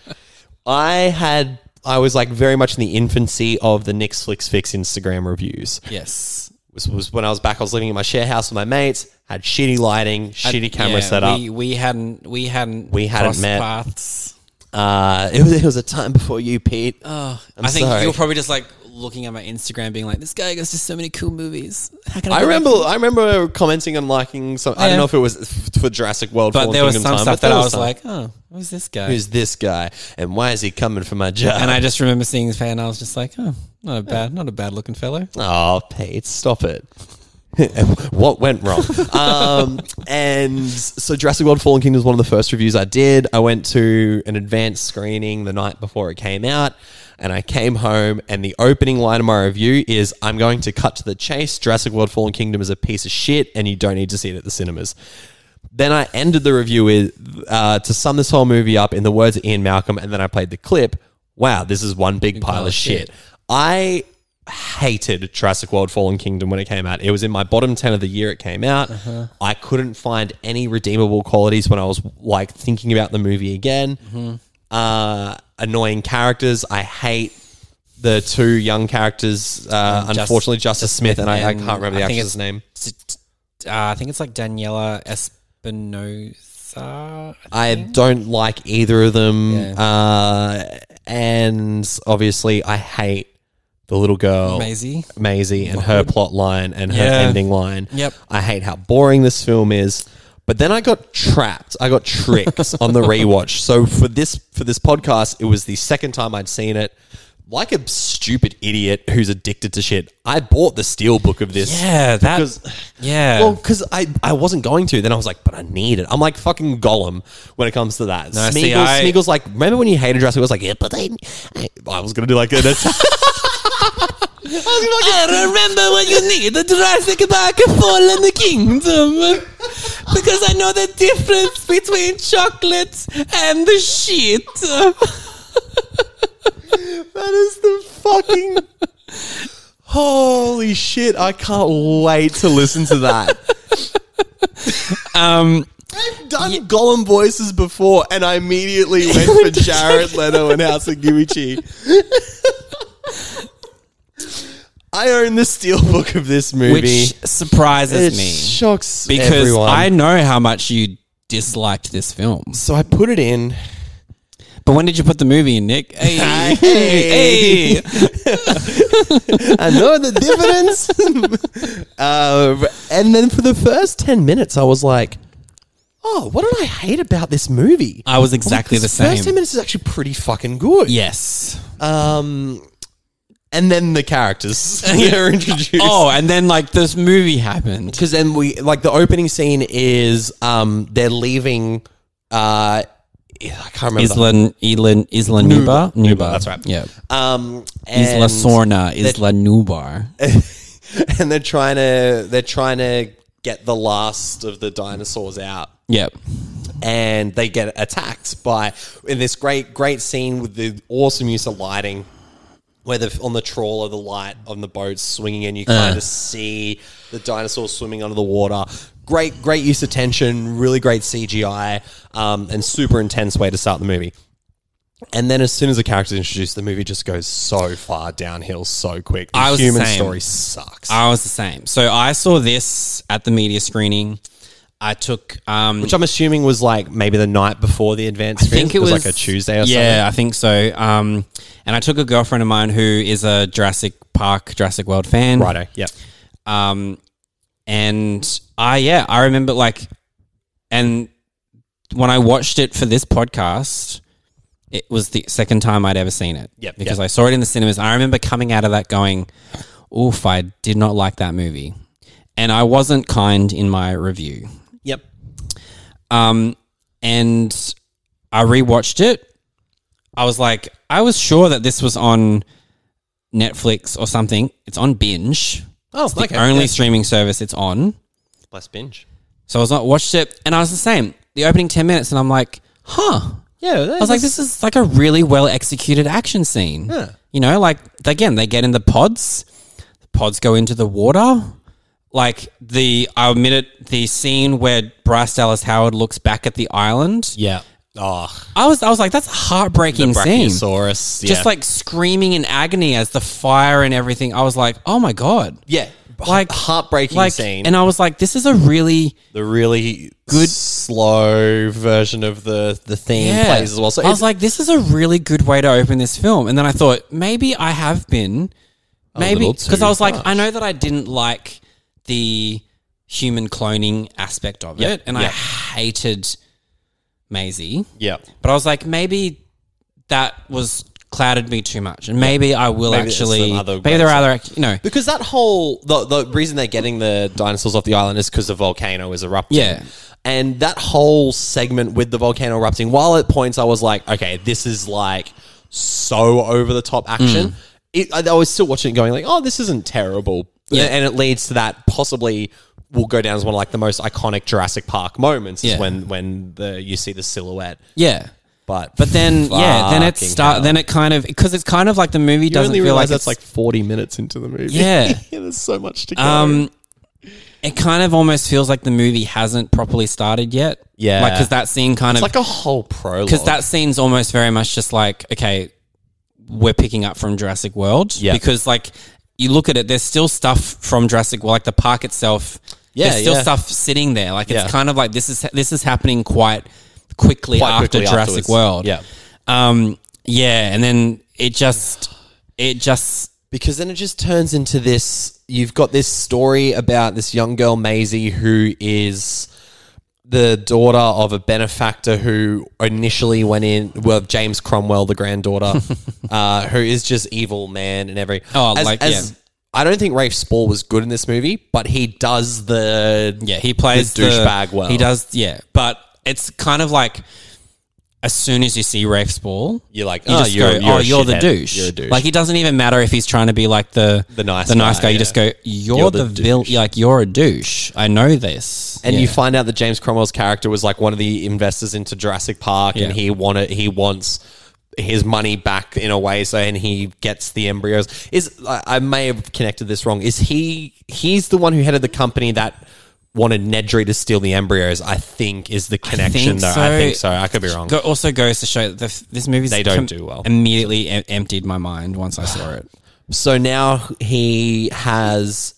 S2: I had. I was like very much in the infancy of the Netflix Fix Instagram reviews.
S1: Yes.
S2: was, was when I was back. I was living in my share house with my mates. Had shitty lighting, shitty camera
S1: Yeah,
S2: setup.
S1: We, we hadn't. We hadn't.
S2: We hadn't
S1: crossed
S2: met.
S1: paths.
S2: uh, it was it was a time before you, Pete. Oh, I'm
S1: i think
S2: sorry.
S1: you were probably just like looking at my Instagram, being like, "This guy goes to so many cool movies. How can I?"
S2: I
S1: go back
S2: remember I remember commenting and liking some. I
S1: Yeah.
S2: don't know if it was f- for Jurassic World,
S1: But
S2: Fallen
S1: there was some
S2: Kingdom time,
S1: stuff
S2: but
S1: that
S2: there
S1: I was
S2: some-
S1: like, oh, who's this guy?
S2: "Who's this guy? And why is he coming for my job?"
S1: and I just remember seeing this fan, and I was just like, oh, not a bad, not a bad looking fellow. Uh,
S2: Oh, Pete, stop it. what went wrong? um, and so Jurassic World Fallen Kingdom was one of the first reviews I did. I went to an advanced screening the night before it came out, and I came home, and the opening line of my review is I'm going to cut to the chase. Jurassic World Fallen Kingdom is a piece of shit, and you don't need to see it at the cinemas. Then I ended the review with uh, to sum this whole movie up in the words of Ian Malcolm, and then I played the clip. Wow, this is one big, pile, of shit. I hated Jurassic World Fallen Kingdom when it came out. It was in my bottom 10 of the year it came out.
S1: Uh-huh.
S2: I couldn't find any redeemable qualities when I was like thinking about the movie again.
S1: Mm-hmm.
S2: Uh, annoying characters. I hate the two young characters. Uh,
S1: Um, Jus-
S2: unfortunately, Justice Smith, and I, I can't remember the
S1: I think
S2: actress's name.
S1: It's- Uh, I think it's like Daniela Espinosa.
S2: I don't like either of them. Uh, and obviously, I hate the little girl,
S1: Maisie.
S2: Maisie, and her plot line and her
S1: Yeah.
S2: ending line.
S1: Yep.
S2: I hate how boring this film is. But then I got trapped. I got tricked on the rewatch. So for this for this podcast, it was the second time I'd seen it. Like a stupid idiot who's addicted to shit, I bought the steel book of this.
S1: Yeah, that.
S2: Because-
S1: yeah.
S2: Well, because I, I wasn't going to. Then I was like, but I need it. I'm like fucking Gollum when it comes to that. Smeagol,
S1: see, I-
S2: Smeagol's like, remember when you hated Jurassic? It was like, yeah, but I, I was going to do like an attack.
S1: I remember when you need the Jurassic Park Fallen Kingdom because I know the difference between chocolate and the shit.
S2: that is the fucking. Holy shit. I can't wait to listen to that.
S1: Um,
S2: I've done Gollum voices before, and I immediately went for Jared Leto and House of Gucci. I own the steelbook of this movie.
S1: which surprises
S2: It
S1: me
S2: shocks
S1: because
S2: everyone.
S1: I know how much you disliked this film.
S2: so I put it in.
S1: But when did you put the movie in, Nick? Hey,
S2: Hey.
S1: hey, hey.
S2: I know the dividends. uh, and then for the first ten minutes, I was like, "Oh, what did I hate about this movie?"
S1: I was exactly the
S2: This First ten
S1: same.
S2: minutes is actually pretty fucking good.
S1: Yes.
S2: Um, and then the characters they're introduced.
S1: Oh, and then like this movie happened.
S2: because then we like the opening scene is um they're leaving. Uh, I can't remember.
S1: Isla, Isla, Isla Nuba? Nuba.
S2: that's right.
S1: Yeah.
S2: Um,
S1: Isla
S2: and-
S1: Sorna, Isla Nubar.
S2: and they're trying to they're trying to get the last of the dinosaurs out
S1: Yep.
S2: and they get attacked by in this great great scene with the awesome use of lighting where the, on the trawler
S1: Uh.
S2: the light on the boat swinging and you kind of see the dinosaurs swimming under the water great, great use of tension, really great CGI, um, and super intense way to start the movie. And then as soon as the character's introduced, the movie just goes so far downhill so quick. The
S1: I was the
S2: human
S1: same.
S2: story sucks.
S1: I was the same. So I saw this at the media screening. I took um,
S2: which I'm assuming was like maybe the night before the advanced
S1: I think it was
S2: like a Tuesday or
S1: yeah,
S2: something.
S1: I think so. Um, and I took a girlfriend of mine who is a Jurassic Park, Jurassic World fan.
S2: Righto. Yeah.
S1: Um, and I yeah, I remember like, and when I watched it for this podcast, it was the second time I'd ever seen it.
S2: Yep,
S1: because
S2: yep.
S1: I saw it in the cinemas. I remember coming out of that going, "Oof, I did not like that movie," and I wasn't kind in my review.
S2: Yep.
S1: Um, and I rewatched it. I was like, I was sure that this was on Netflix or something. It's on Binge,
S2: Oh,
S1: the only streaming service it's on.
S2: less binge.
S1: So I was like, watched it, and I was the same. The opening ten minutes, and I'm like, huh.
S2: Yeah.
S1: I was like, this is like a really well executed action scene.
S2: Yeah.
S1: You know, like again, they get in the pods. The pods go into the water. Like the, I admit it, the scene where Bryce Dallas Howard looks back at the island.
S2: yeah. Oh,
S1: I was I was like, that's a heartbreaking scene.
S2: Brachiosaurus.
S1: Just like screaming in agony as the fire and everything. I was like, oh my god.
S2: yeah,
S1: Like-
S2: like heartbreaking
S1: Like
S2: scene.
S1: and I was like, this is a really
S2: the really good slow version of the the theme
S1: yeah.
S2: plays as well. So
S1: I was
S2: it's,
S1: like, this is a really good way to open this film. And then I thought, maybe I have been maybe
S2: little
S1: because
S2: too
S1: I was like,
S2: harsh.
S1: I know that I didn't like the human cloning aspect of
S2: Yeah,
S1: it. And I
S2: yeah.
S1: hated Maisie.
S2: yeah,
S1: But I was like, maybe that was clouded me too much, and maybe I will
S2: Maybe there's
S1: actually.
S2: some other
S1: Maybe there are other, act- you know,
S2: because that whole the the reason they're getting the dinosaurs off the island is because the volcano is erupting.
S1: Yeah.
S2: and that whole segment with the volcano erupting, while at points I was like, okay, this is like so over the top
S1: Mm.
S2: action. It, I, I was still watching it, going like, oh, this isn't terrible.
S1: Yeah.
S2: and it leads to that possibly will go down as one of like the most iconic Jurassic Park moments
S1: Yeah.
S2: is when when the you see the silhouette.
S1: yeah.
S2: But
S1: But then, yeah, then it
S2: fucking
S1: start.
S2: hell.
S1: Then it kind of because it's kind of like the movie
S2: You
S1: doesn't
S2: only
S1: feel like
S2: realize
S1: it's
S2: that's like forty minutes into the movie.
S1: Yeah.
S2: there's so much to go.
S1: um, it kind of almost feels like the movie hasn't properly started yet.
S2: Yeah.
S1: like because that scene kind
S2: it's
S1: of
S2: like a whole prologue.
S1: because that scene's almost very much just like okay we're picking up from jurassic world
S2: Yeah.
S1: because like you look at it there's still stuff from jurassic world like the park itself
S2: Yeah,
S1: there's still
S2: yeah.
S1: stuff sitting there like it's
S2: Yeah.
S1: kind of like this is this is happening quite quickly
S2: Quite
S1: after
S2: quickly
S1: jurassic
S2: afterwards.
S1: world
S2: Yeah.
S1: um yeah and then it just it just
S2: because then it just turns into this you've got this story about this young girl Maisie who is the daughter of a benefactor who initially went in well James Cromwell the granddaughter uh, who is just evil man and every
S1: Oh, like, yeah.
S2: I don't think Rafe Spall was good in this movie but he does the
S1: Yeah, he plays
S2: The
S1: the-
S2: douchebag well.
S1: He does, yeah. But it's kind of like as soon as you see Rafe's ball,
S2: You're like,
S1: you
S2: "Oh,
S1: just go,
S2: you're- you're a
S1: oh, you're the
S2: shithead.
S1: douche.
S2: You're a douche.
S1: Like it doesn't even matter if he's trying to be like the
S2: The nice
S1: the nice guy.
S2: guy,
S1: You
S2: yeah.
S1: just go, you're,
S2: You're
S1: the,
S2: the
S1: villain. Like you're a douche. I know this.
S2: And
S1: Yeah.
S2: you find out that James Cromwell's character was like one of the investors into Jurassic Park,
S1: Yeah.
S2: and he wanted he wants his money back in a way. So and he gets the embryos. Is I, I may have connected this wrong. Is he he's the one who headed the company that wanted Nedry to steal the embryos? I think is the connection
S1: think
S2: though.
S1: so.
S2: I think so. I could be wrong.
S1: Go, also goes to show that the, f- this movie's
S2: They don't do well.
S1: Immediately em- emptied my mind once I saw it.
S2: So now he has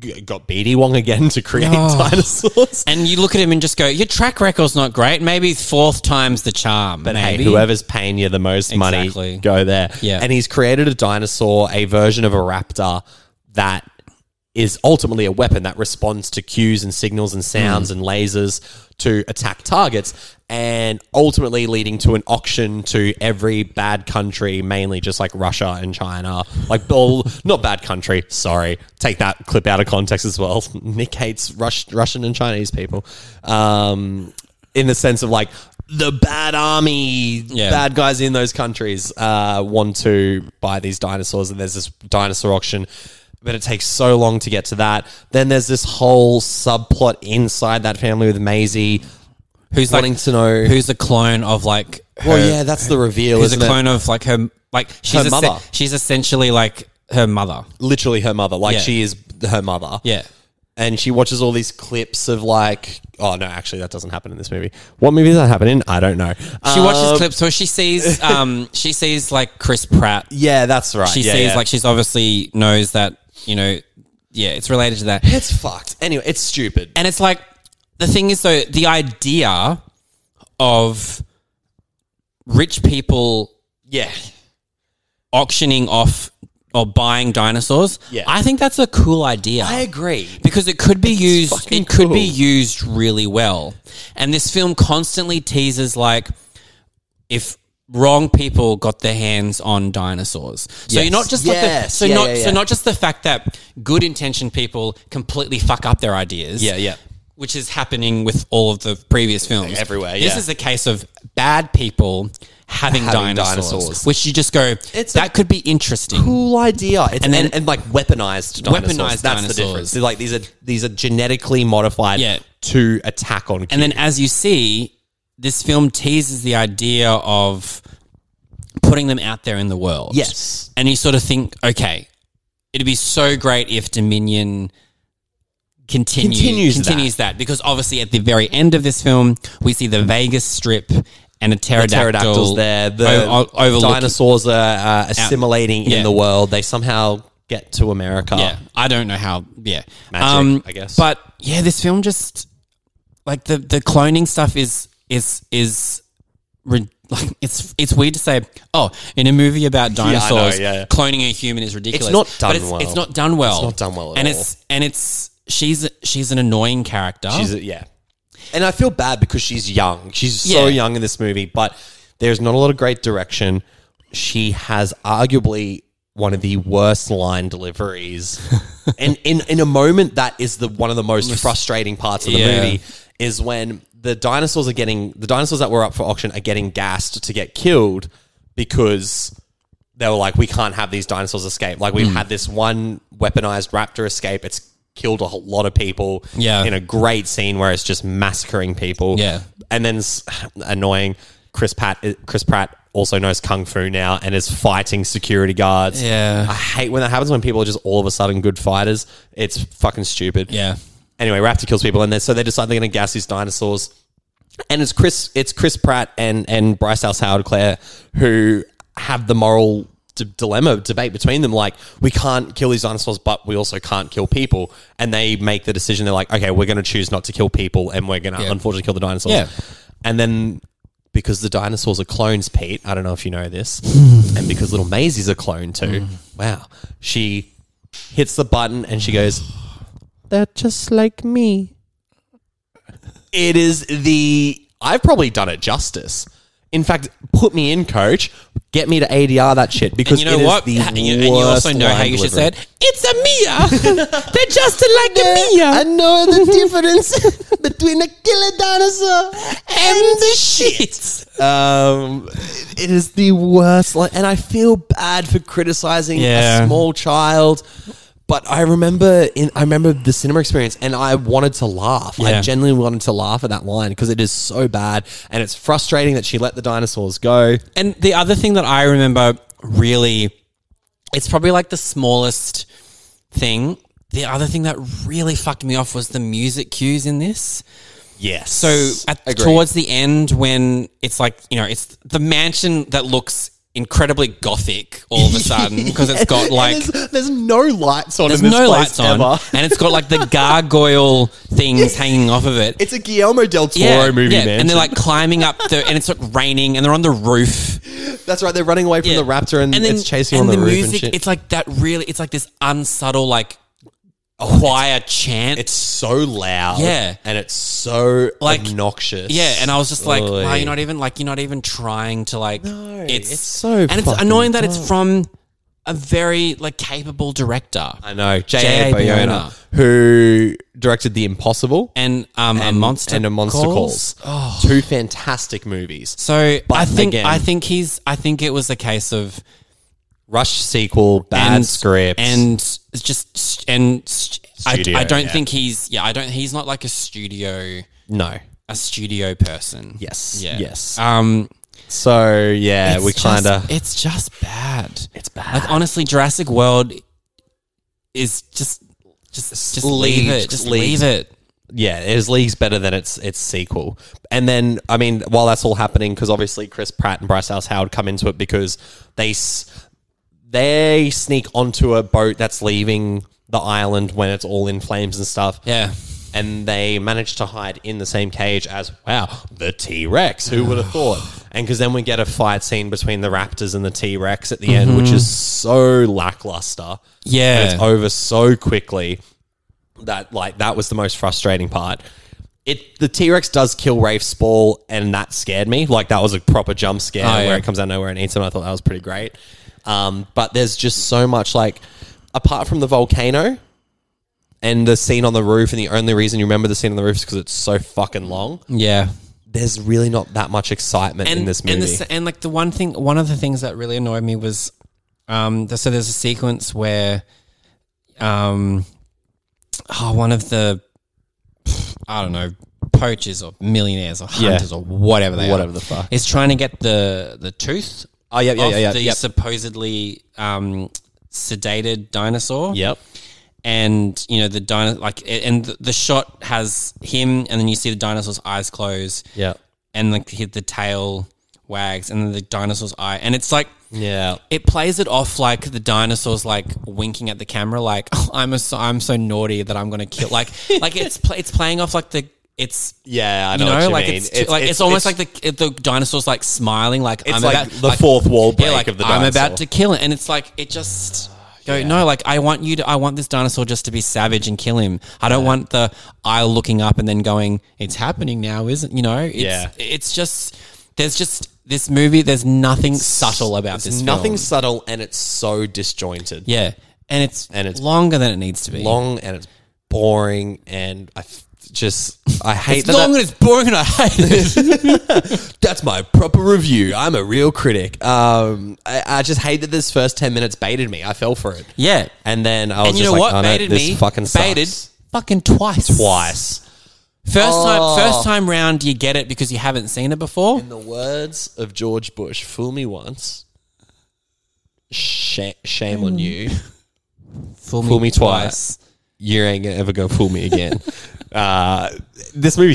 S2: g- got BD Wong again to create
S1: Oh.
S2: dinosaurs.
S1: And you look at him and just go, your track record's not great. Maybe fourth time's the charm. But
S2: Hey,
S1: maybe.
S2: whoever's paying you the most
S1: Exactly.
S2: money, go there.
S1: Yeah.
S2: And he's created a dinosaur, a version of a raptor that is ultimately a weapon that responds to cues and signals and sounds and lasers to attack targets and ultimately leading to an auction to every bad country mainly just like Russia and China like all not bad country sorry take that clip out of context as well Nick hates Rush, Russian and Chinese people um in the sense of like the bad army,
S1: Yeah.
S2: bad guys in those countries uh, want to buy these dinosaurs, and there's this dinosaur auction. But it takes so long to get to that. Then there's this whole subplot inside that family with Maisie
S1: who's like,
S2: wanting to know.
S1: who's a clone of like
S2: well,
S1: her-
S2: yeah, that's the reveal.
S1: who's a
S2: isn't it?
S1: clone of like her like she's
S2: Her
S1: essen-
S2: mother.
S1: she's essentially like her mother
S2: Literally her mother. Like
S1: Yeah.
S2: she is her mother.
S1: yeah
S2: and she watches all these clips of like, oh no, actually that doesn't happen in this movie. What movie does that happen in? I don't know. Uh,
S1: She
S2: Um,
S1: watches clips where she sees um she sees like Chris Pratt.
S2: Yeah, that's right.
S1: She
S2: Yeah,
S1: sees
S2: yeah.
S1: like she's obviously knows that, you know, yeah, it's related to that.
S2: it's fucked. Anyway, it's stupid.
S1: And it's like the thing is though, the idea of rich people
S2: Yeah,
S1: auctioning off or buying dinosaurs,
S2: Yeah.
S1: I think that's a cool idea.
S2: I agree.
S1: because it could be used
S2: fucking
S1: it could be
S2: cool.
S1: used really well and this film constantly teases like if wrong people got their hands on dinosaurs so
S2: Yes.
S1: you're not just like the,
S2: Yes.
S1: so
S2: Yeah,
S1: not
S2: yeah, yeah.
S1: so not just the fact that good intentioned people completely fuck up their ideas
S2: Yeah, yeah.
S1: which is happening with all of the previous films
S2: Everywhere,
S1: this
S2: yeah.
S1: is a case of bad people having,
S2: Having
S1: dinosaurs,
S2: dinosaurs.
S1: which you just go
S2: It's
S1: that
S2: a-
S1: could be interesting
S2: Cool idea. It's, and,
S1: then-
S2: and like weaponized dinosaurs.
S1: Weaponized
S2: That's
S1: dinosaurs.
S2: the difference. They're like these are these are genetically modified
S1: Yeah.
S2: to attack on.
S1: And then, as you see, this film teases the idea of putting them out there in the world.
S2: Yes.
S1: And you sort of think, okay, it'd be so great if Dominion continue,
S2: Continues
S1: continues that. because obviously at the very end of this film, we see the Vegas Strip and a pterodactyl
S2: pterodactyls there. The
S1: o- o- overlooking-
S2: dinosaurs are uh, assimilating
S1: Yeah.
S2: in the world. They somehow get to America.
S1: Yeah, I don't know how. Yeah,
S2: Oh.
S1: Um,
S2: Magic, I guess.
S1: But yeah, this film just like the the cloning stuff is is is re- like it's it's weird to say. Oh, in a movie about
S2: I know,
S1: dinosaurs,
S2: yeah, yeah.
S1: cloning a human is ridiculous.
S2: not done
S1: but it's,
S2: well.
S1: It's not done well.
S2: not done well at
S1: and
S2: all.
S1: it's and it's she's she's an annoying character.
S2: She's a, yeah. And I feel bad because she's young. She's so
S1: Yeah.
S2: young in this movie, but there's not a lot of great direction. She has arguably one of the worst line deliveries. and in, in a moment that is the one of the most frustrating parts of the
S1: Yeah.
S2: movie is when the dinosaurs are getting the dinosaurs that were up for auction are getting gassed to get killed because they were like, we can't have these dinosaurs escape. Like
S1: Hmm.
S2: we've had this one weaponized raptor escape. It's killed a whole lot of people.
S1: Yeah.
S2: in a great scene where it's just massacring people.
S1: Yeah.
S2: and then s- annoying Chris Pat uh, Chris Pratt also knows kung fu now and is fighting security guards.
S1: Yeah.
S2: I hate when that happens when people are just all of a sudden good fighters. It's fucking stupid.
S1: yeah.
S2: Anyway, Raptor kills people, and then so they decide they're going to gas these dinosaurs. And it's Chris, it's Chris Pratt and and Bryce Dallas Howard Claire who have the moral d- dilemma debate between them. Like, we can't kill these dinosaurs, but we also can't kill people. And they make the decision. They're like, okay, we're going to choose not to kill people, and we're going to
S1: Yeah.
S2: unfortunately kill the dinosaurs.
S1: Yeah.
S2: And then because the dinosaurs are clones, Pete, I don't know if you know this, and because little Maisie's a clone too.
S1: Mm.
S2: Wow, she hits the button and she goes they're just like me. It is the. I've probably done it justice. In fact, put me in, coach. Get me to ADR that shit because
S1: You know
S2: it is
S1: what?
S2: the
S1: Ha- and, you, and you also
S2: worst
S1: know how
S2: line
S1: you should say
S2: delivery.
S1: it. It's a Mia. They're just like a Mia.
S2: I know the difference between a killer dinosaur and the
S1: shit.
S2: Um, it is the worst. Like, and I feel bad for criticizing
S1: Yeah.
S2: a small child. But I remember in I remember the cinema experience, and I wanted to laugh. I
S1: Yeah.
S2: genuinely wanted to laugh at that line because it is so bad, and it's frustrating that she let the dinosaurs go.
S1: And the other thing that I remember really, it's probably like the smallest thing. The other thing that really fucked me off was the music cues in this.
S2: Yes.
S1: So at, towards the end, when it's like you know, it's the mansion that looks incredibly gothic all of a sudden because mm, it's got like
S2: there's, there's no lights on.
S1: there's
S2: in this
S1: no
S2: place
S1: lights on,
S2: ever.
S1: and it's got like the gargoyle things hanging off of it.
S2: It's a Guillermo del Toro movie, man.
S1: and they're like climbing up the, and it's like raining, and they're on the roof.
S2: That's right. They're running away from
S1: Yeah.
S2: the raptor and, it's chasing
S1: and
S2: on the, roof
S1: music,
S2: and shit.
S1: It's like that really. It's like this unsubtle like choir chant.
S2: It's so loud.
S1: Yeah.
S2: And it's so
S1: Like-
S2: obnoxious.
S1: yeah, and I was just like,
S2: Oy.
S1: wow, you're not even like you're not even trying to like.
S2: No,
S1: it's,
S2: it's so
S1: and it's
S2: fucking
S1: annoying that
S2: dumb.
S1: it's from a very like capable director
S2: I know. J.A.
S1: J.A.
S2: Bayona,
S1: Bayona.
S2: who directed The Impossible
S1: and um a monster Oh.
S2: and A Monster Calls. Two fantastic movies.
S1: So I think
S2: again-
S1: I think he's I think it was a case of
S2: Rush sequel, bad
S1: and
S2: script.
S1: and it's just and I,
S2: Studio,
S1: I don't
S2: yeah.
S1: think he's yeah I don't he's not like a studio
S2: no.
S1: a studio person.
S2: Yes.
S1: Yeah.
S2: Yes.
S1: Um,
S2: So, yeah, we
S1: it's
S2: kind of.
S1: just- It's just bad.
S2: It's bad.
S1: Like honestly, Jurassic World is just Just, just leave
S2: leave-
S1: it. Just
S2: leave.
S1: leave it.
S2: yeah, his league's better than its its sequel. And then, I mean, while that's all happening, because obviously Chris Pratt and Bryce Dallas Howard come into it because they s- they sneak onto a boat that's leaving the island when it's all in flames and stuff.
S1: Yeah.
S2: And they manage to hide in the same cage as wow the T Rex. Who would have thought? And because then we get a fight scene between the Raptors and the T Rex at the end, which is so lackluster.
S1: Yeah.
S2: and it's over so quickly that like that was the most frustrating part. It the T Rex does kill Rafe Spall, and that scared me. Like that was a proper jump scare
S1: Oh, yeah.
S2: where it comes out of nowhere and eats him. I thought that was pretty great. Um, but there's just so much like apart from the volcano and the scene on the roof, and the only reason you remember the scene on the roof is because it's so fucking long.
S1: Yeah.
S2: There's really not that much excitement in this movie.
S1: And, the, s- and like the one thing, one of the things that really annoyed me was, um, the, so there's a sequence where, um, oh, one of the, I don't know, poachers or millionaires or
S2: Yeah.
S1: hunters or whatever they
S2: Whatever
S1: are,
S2: the fuck.
S1: is trying to get the the tooth.
S2: Oh, yeah, yeah,
S1: of
S2: yeah, yeah,
S1: The
S2: yep.
S1: supposedly um, sedated dinosaur
S2: yep.
S1: and you know the dino like a- and the, the shot has him and then you see the dinosaur's eyes close
S2: Yep.
S1: and like the, the tail wags and then the dinosaur's eye and it's like
S2: Yeah.
S1: it plays it off like the dinosaurs like winking at the camera like oh, I'm a so, I'm so naughty that I'm gonna kill like like it's pl- it's playing off like the it's
S2: Yeah, I
S1: you
S2: know,
S1: know,
S2: what you
S1: like
S2: mean.
S1: it's, too- like it's, almost like the the dinosaurs like smiling like I'm about
S2: the fourth wall break
S1: yeah, like
S2: of the
S1: I'm
S2: dinosaur.
S1: about to kill it, and it's like it just go no, like I want you to, I want this dinosaur just to be savage and kill him. I don't want the eye looking up and then going, it's happening now, isn't you know? It's,
S2: Yeah.
S1: it's just there's just this movie. There's nothing subtle about
S2: It's
S1: this.
S2: nothing
S1: film.
S2: subtle, and it's so disjointed,
S1: yeah, and it's
S2: And it's
S1: longer than it needs to be.
S2: long, and it's boring, and I f- just I hate
S1: it's
S2: that.
S1: long
S2: that-
S1: and it's boring, and I hate it.
S2: that's my proper review. I'm a real critic. Um, I, I just hate that this first ten minutes baited me. I fell for it.
S1: yeah,
S2: and then I was
S1: and you
S2: just
S1: know
S2: like,
S1: what?
S2: oh, no,
S1: Baited
S2: this
S1: me.
S2: fucking
S1: baited
S2: sucks.
S1: fucking twice.
S2: twice.
S1: First
S2: Oh.
S1: time, first time round, you get it because you haven't seen it before.
S2: In the words of George Bush, "Fool me once." Sh- shame on you. Fool me twice. You ain't gonna ever go fool me again. uh, this movie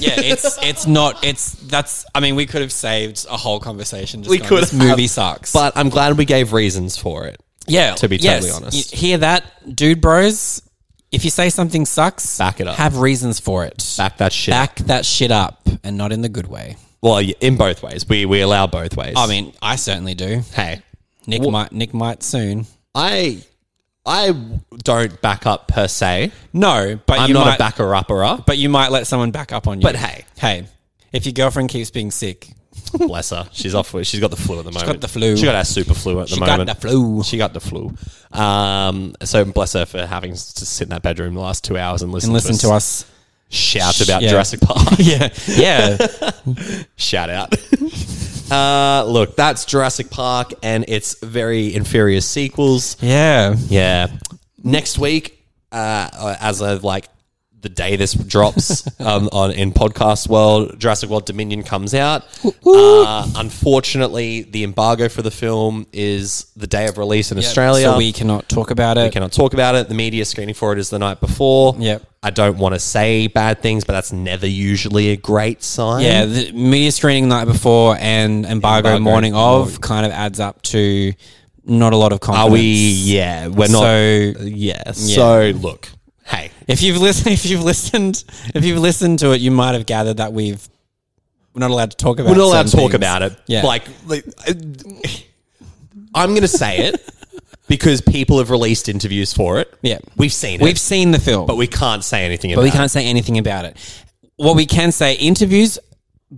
S1: Yeah, it's it's not it's that's I mean we could have saved a whole conversation. Just
S2: We
S1: we could.
S2: could
S1: This movie
S2: have,
S1: sucks.
S2: But I'm glad we gave reasons for it.
S1: yeah,
S2: to be totally honest.
S1: you hear that, dude, bros? If you say something sucks,
S2: Back it up.
S1: Have reasons for it.
S2: Back that shit.
S1: Back that shit up, and not in the good way.
S2: Well, yeah, in both ways. We we allow both ways.
S1: I mean, I certainly do.
S2: hey,
S1: Nick might Nick might soon.
S2: I I don't back up per se.
S1: No, but
S2: I'm
S1: you
S2: not
S1: might,
S2: a backer upper up.
S1: but you might let someone back up on you.
S2: But hey.
S1: hey, if your girlfriend keeps being sick,
S2: Bless her. She's off. with- She's got the flu at the moment.
S1: got the flu.
S2: She got our super flu at the
S1: She got
S2: moment.
S1: the flu.
S2: She got the flu. Um. So bless her for having s- to sit in that bedroom the last two hours and listen
S1: and listen to
S2: to,
S1: us.
S2: shout about
S1: Yeah.
S2: Jurassic Park.
S1: yeah, yeah.
S2: Shout out. uh, look, that's Jurassic Park and its very inferior sequels.
S1: Yeah.
S2: Yeah. Next week, uh, uh, as of like the day this drops um, on in podcast world, Jurassic World Dominion comes out. Uh, unfortunately, the embargo for the film is the day of release in Australia.
S1: So we cannot talk about it.
S2: We cannot talk about it. The media screening for it is the night before.
S1: Yep.
S2: I don't want to say bad things, but that's never usually a great sign.
S1: Yeah, the media screening night before and embargo,
S2: Embargo
S1: morning of kind of adds up to not a lot of confidence.
S2: Are we? Yeah, we're not. Uh,
S1: So
S2: yeah, So look, hey,
S1: if you've listened, if you've listened, if you've listened to it, you might have gathered that we've we're not allowed to talk about.
S2: we're not allowed to
S1: certain
S2: talk
S1: things.
S2: about it.
S1: Yeah.
S2: like, like uh, I'm going to say it because people have released interviews for it.
S1: Yeah.
S2: we've seen
S1: We've
S2: it,
S1: seen the film,
S2: but we can't say anything about
S1: but we
S2: it.
S1: can't say anything about it. What we can say, interviews,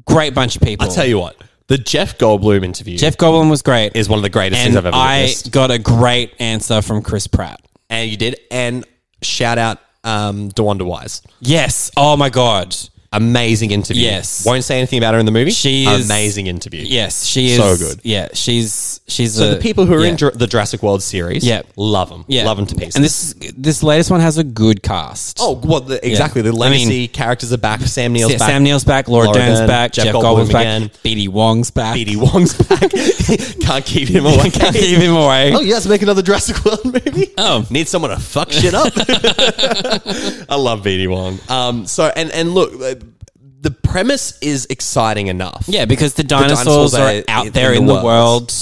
S1: great bunch of people.
S2: I'll tell you what, the Jeff Goldblum interview
S1: Jeff Goblin was great,
S2: is one of the greatest things
S1: and
S2: I've ever
S1: I
S2: witnessed.
S1: got a great answer from Chris Pratt.
S2: And you did, and shout out um, DeWanda Wise.
S1: Yes. Oh my god.
S2: Amazing interview.
S1: Yes.
S2: Won't say anything about her in the movie.
S1: She is-
S2: amazing interview.
S1: Yes, she is
S2: So good.
S1: Yeah, she's she's
S2: So the people who are in
S1: yeah.
S2: Jur- the Jurassic World series,
S1: Yeah.
S2: love them.
S1: Yeah.
S2: Love them to pieces.
S1: And this this latest one has a good cast.
S2: Oh, well, the, exactly. The
S1: I mean-
S2: legacy characters are back. Sam Neill's
S1: Yeah,
S2: back.
S1: Sam Neill's back, Laura,
S2: Laura
S1: Dern's
S2: Dern,
S1: back, Jeff,
S2: Jeff
S1: Goldblum's
S2: Goldblum
S1: back,
S2: again.
S1: BD Wong's back.
S2: BD Wong's back. Can't keep him away.
S1: Can't leave him away.
S2: Oh, yes, make another Jurassic World movie.
S1: Oh.
S2: need someone to fuck shit up. I love BD Wong. Um, so and and look, uh, the premise is exciting enough.
S1: Yeah, because the dinosaurs,
S2: dinosaurs
S1: are,
S2: are
S1: out
S2: in-
S1: there
S2: in
S1: in
S2: the
S1: the world.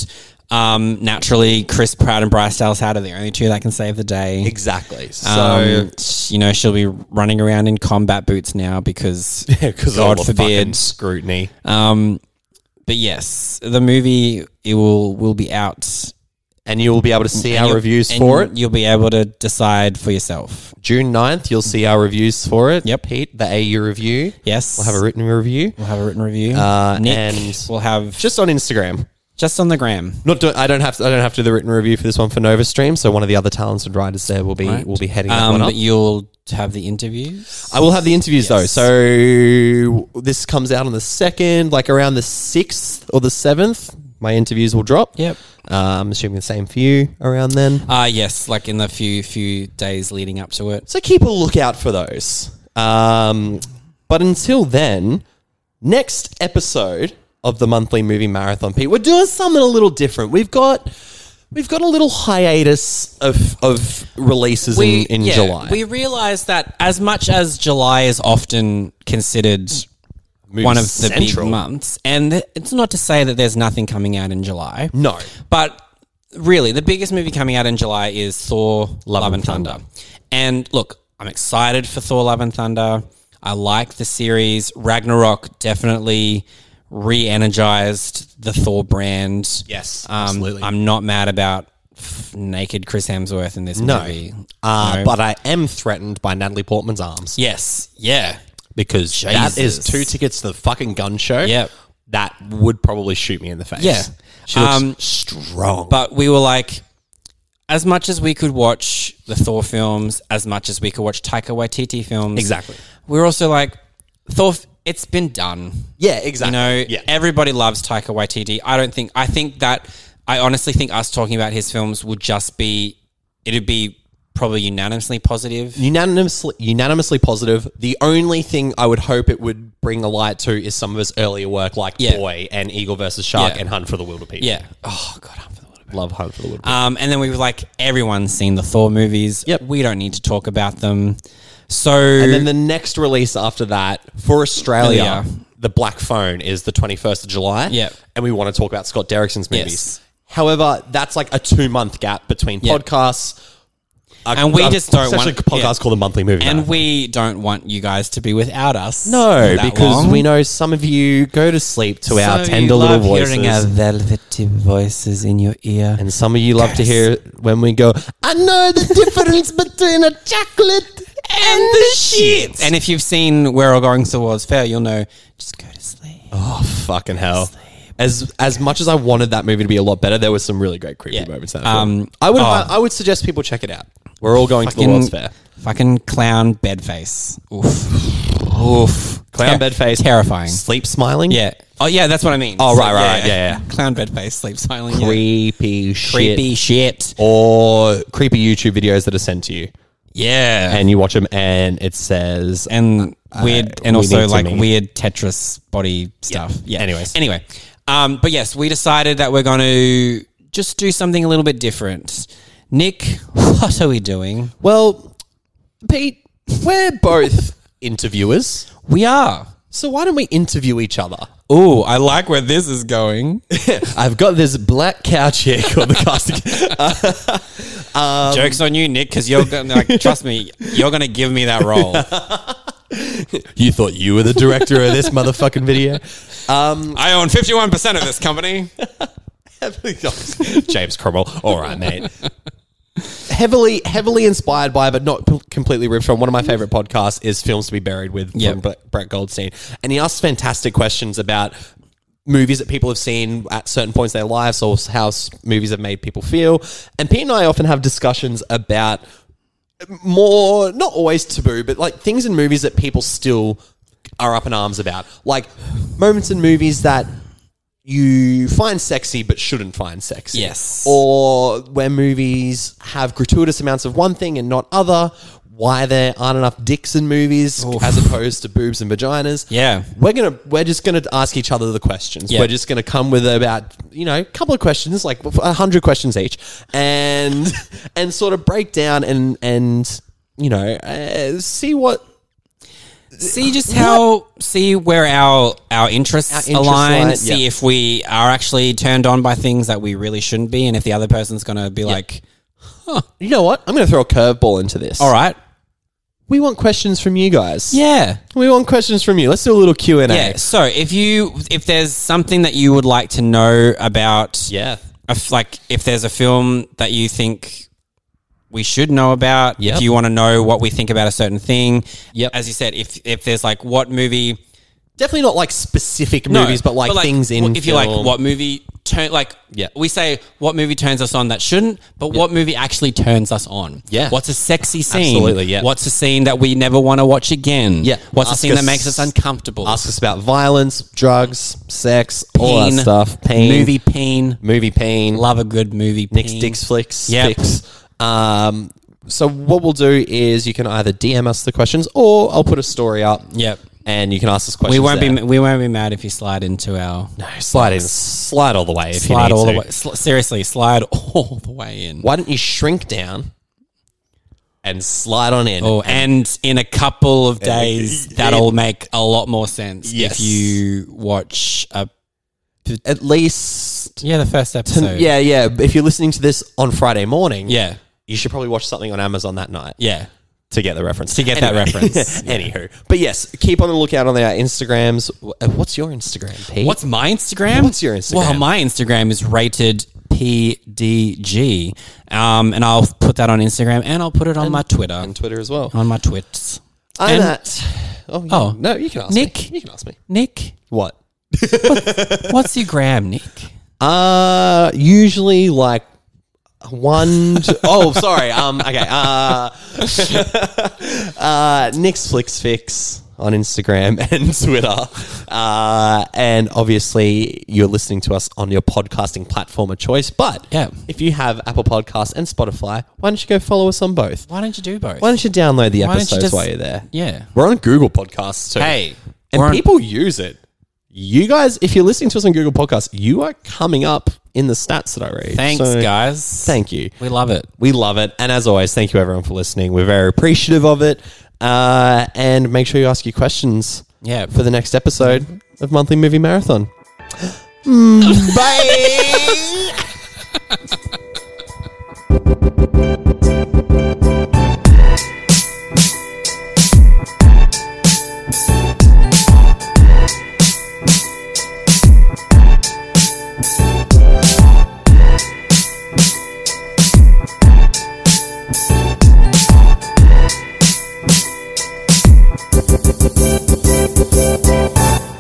S1: Um, naturally, Chris Pratt and Bryce Dallas Howard are the only two that can save the day.
S2: exactly. So
S1: Um, sh- you know, she'll be running around in combat boots now because,
S2: because
S1: God
S2: all the fucking
S1: forbid.
S2: scrutiny.
S1: Um, but yes, the movie it will will be out.
S2: and you'll be able to see
S1: And
S2: our
S1: you'll-
S2: reviews
S1: and
S2: for it.
S1: You'll be able to decide for yourself.
S2: June 9th, you'll see our reviews for it.
S1: Yep.
S2: Pete, the AU review.
S1: Yes,
S2: We'll have a written review.
S1: we'll have a written review.
S2: Uh,
S1: Nick,
S2: and-
S1: we'll have just,
S2: Just on Instagram.
S1: on the gram.
S2: Not do, I don't have to, I don't have to do the written review for this one for Nova Stream. So one of the other talented writers there will be will be heading that
S1: Um,
S2: one up.
S1: but you'll have the interviews.
S2: I will have the interviews though. So this comes out on the second, like around the sixth or the seventh. My interviews will drop.
S1: Yep.
S2: Uh, I'm assuming the same for you around then.
S1: Uh, yes, like in the few few days leading up to it.
S2: So keep a lookout for those. Um, but until then, next episode of the monthly movie marathon, Pete, we're doing something a little different. We've got we've got a little hiatus of of releases in, in
S1: yeah,
S2: July.
S1: We realised that as much as July is often considered
S2: Movie
S1: one of the
S2: central.
S1: big months, and th- it's not to say that there's nothing coming out in July.
S2: No,
S1: But really, the biggest movie coming out in July is Thor: Love, and,
S2: and
S1: Thunder. And look, I'm excited for Thor: Love and Thunder. I like the series. Ragnarok definitely re-energized the Thor brand.
S2: Yes,
S1: um,
S2: absolutely.
S1: I'm not mad about f- naked Chris Hemsworth in this
S2: no.
S1: movie.
S2: Uh,
S1: No.
S2: But I am threatened by Natalie Portman's arms
S1: yes, yeah,
S2: because that is
S1: Jesus.
S2: two tickets to the fucking gun show.
S1: Yep.
S2: That would probably shoot me in the face.
S1: Yeah.
S2: She looks
S1: Um,
S2: strong.
S1: but we were like. As much as we could watch the Thor films, as much as we could watch Taika Waititi films,
S2: Exactly.
S1: We're also like, Thor, it's been done.
S2: yeah,
S1: You
S2: exactly.
S1: know,
S2: yeah.
S1: everybody loves Taika Waititi. I don't think, I think that, I honestly think us talking about his films would just be, it'd be probably unanimously positive.
S2: unanimously unanimously positive. The only thing I would hope it would bring a light to is some of his earlier work, like
S1: Yeah.
S2: Boy and Eagle versus Shark
S1: Yeah.
S2: and Hunt for the Wilder People.
S1: Yeah. Oh, God, I'm for the little bit.
S2: love Hunt for the Wilder People.
S1: Um, and then we were like, everyone's seen the Thor movies.
S2: Yep.
S1: We don't need to talk about them. So,
S2: and then the next release after that for Australia,
S1: Yeah.
S2: the Black Phone is the twenty first of July.
S1: Yep.
S2: and we want to talk about Scott Derrickson's movies.
S1: Yes.
S2: However, that's like a two month gap between
S1: Yep.
S2: podcasts. A-
S1: And we
S2: a-
S1: just don't
S2: especially
S1: want-
S2: a podcast
S1: yeah.
S2: called the Monthly Movie. Marathon.
S1: and we don't want you guys to be without us.
S2: no,
S1: for that
S2: because
S1: long.
S2: we know some of you go to sleep to our
S1: So
S2: tender
S1: you
S2: little
S1: love
S2: voices.
S1: hearing our velvety voices in your ear.
S2: And some of you love to hear when we go, I know the difference between a chocolate and the shit.
S1: And if you've seen Where All Going Towards Fair, you'll know just go to sleep.
S2: oh, fucking hell. As as much as I wanted that movie to be a lot better, there was some really great creepy
S1: Yeah.
S2: moments in that
S1: Um,
S2: film. I would
S1: oh.
S2: I would suggest people check it out. We're all going to the World's Fair.
S1: Fucking clown bedface. Oof. Oof.
S2: Clown Bedface.
S1: Terrifying.
S2: Sleep smiling.
S1: Yeah. Oh, yeah, that's what I mean.
S2: Oh, right, right, right. Yeah,
S1: Clown bedface, sleep silent. yeah.
S2: Creepy shit.
S1: Creepy shit.
S2: Or creepy YouTube videos that are sent to you.
S1: Yeah. And,
S2: And you watch them and it says
S1: weird,
S2: we
S1: and also
S2: need to
S1: like
S2: meet.
S1: weird Tetris body stuff. Yeah.
S2: Anyways.
S1: Anyway. Um, but yes, we decided that we're going to just do something a little bit different. Nick, what are we doing?
S2: Well, Pete, we're both interviewers.
S1: We are.
S2: So why don't we interview each other?
S1: Ooh, I like where this is going.
S2: I've got this black couch here called the casting.
S1: Jokes on you, Nick, because you're gonna like, trust me, you're gonna give me that role.
S2: you thought you were the director of this motherfucking video,
S1: I own fifty one percent of this company.
S2: James Cromwell. All right, mate. Heavily, heavily inspired by, but not p- completely ripped from. One of my favorite podcasts is "Films to Be Buried With"
S1: Yep.
S2: from Bre- Brett Goldstein, and he asks fantastic questions about movies that people have seen at certain points in their lives, or how s- movies have made people feel. And Pete and I often have discussions about more not always taboo, but like things in movies that people still are up in arms about. Like moments in movies that you find sexy but shouldn't find sexy.
S1: Yes.
S2: Or where movies have gratuitous amounts of one thing and not other. Why there aren't enough dicks in movies as opposed to boobs and vaginas.
S1: Yeah.
S2: We're gonna we're just gonna ask each other the questions.
S1: Yeah.
S2: We're just gonna come with about, you know, a couple of questions, like a hundred questions each. And and sort of break down and and you know, uh, see what
S1: see just how see where our our interests,
S2: interests
S1: align,
S2: line,
S1: see
S2: yeah.
S1: if we are actually turned on by things that we really shouldn't be and if the other person's going to be like
S2: you know what? I'm going to throw a curveball into this.
S1: all right
S2: We want questions from you guys.
S1: yeah
S2: We want questions from you. Let's do a little Q&A.
S1: yeah so if you if there's something that you would like to know about
S2: Yeah.
S1: if, like if there's a film that you think we should know about
S2: Yep.
S1: if you want to know what we think about a certain thing
S2: Yep.
S1: as you said if if there's like what movie
S2: Definitely not like specific
S1: No,
S2: movies, but like, things in
S1: what- If you like,
S2: film.
S1: what movie turn like?
S2: Yeah.
S1: we say what movie turns us on that shouldn't, but what movie actually turns us on?
S2: Yeah.
S1: what's a sexy scene?
S2: Absolutely, yeah.
S1: what's a scene that we never want to watch again?
S2: Yeah.
S1: what's
S2: Ask
S1: a scene that
S2: us-
S1: makes us uncomfortable?
S2: Ask us about violence, drugs, sex, all that
S1: Pain.
S2: stuff. Pain.
S1: movie pain.
S2: Movie pain.
S1: Love a good movie.
S2: Nick's
S1: pain.
S2: Dicks Flicks.
S1: Yep.
S2: Flicks. Um, so what we'll do is you can either DM us the questions or I'll put a story up.
S1: Yep.
S2: And you can ask us questions.
S1: We won't
S2: there.
S1: be we won't be mad if you slide into our
S2: No, slide in. Slide all the way if
S1: slide
S2: you need
S1: all
S2: to.
S1: the way. Sl- seriously, slide all the way in.
S2: Why don't you shrink down and slide on in?
S1: Oh, and in a couple of days,
S2: it-
S1: that'll make a lot more sense
S2: Yes.
S1: if you watch a
S2: At least.
S1: yeah the first episode.
S2: Yeah, yeah. If you're listening to this on Friday morning,
S1: yeah,
S2: you should probably watch something on Amazon that night
S1: yeah.
S2: to get the reference.
S1: To get that reference.
S2: Anywho. But yes, keep on the lookout on our Instagrams. Uh, What's your Instagram, Pete?
S1: What's my Instagram?
S2: What's your Instagram?
S1: Well, my Instagram is rated PDG, um, and I'll put that on Instagram and I'll put it on my Twitter,
S2: on Twitter as well?
S1: on my twits.
S2: I'm
S1: and-
S2: at. Oh, you-
S1: Oh.
S2: no, you can ask
S1: Nick?
S2: Me. You can ask me.
S1: Nick,
S2: What?
S1: what's your gram, Nick?
S2: Uh, usually like one. to- oh, sorry. Um, okay. Uh, uh, Nick's Flix Fix on Instagram and Twitter. Uh, and obviously you're listening to us on your podcasting platform of choice. But
S1: Yeah.
S2: if you have Apple Podcasts and Spotify, why don't you go follow us on both?
S1: Why don't you do both?
S2: Why don't you download the
S1: Why don't you
S2: episodes
S1: just-
S2: while you're there?
S1: yeah.
S2: We're on Google Podcasts too.
S1: Hey,
S2: and
S1: we're on-
S2: people use it. You guys, if you're listening to us on Google Podcasts, you are coming up in the stats that I read.
S1: Thanks,
S2: So,
S1: guys.
S2: Thank you.
S1: We love it.
S2: We love it. And as always, thank you everyone for listening. We're very appreciative of it. Uh, and make sure you ask your questions
S1: Yeah.
S2: for the next episode of Monthly Movie Marathon. Mm,
S1: Bye.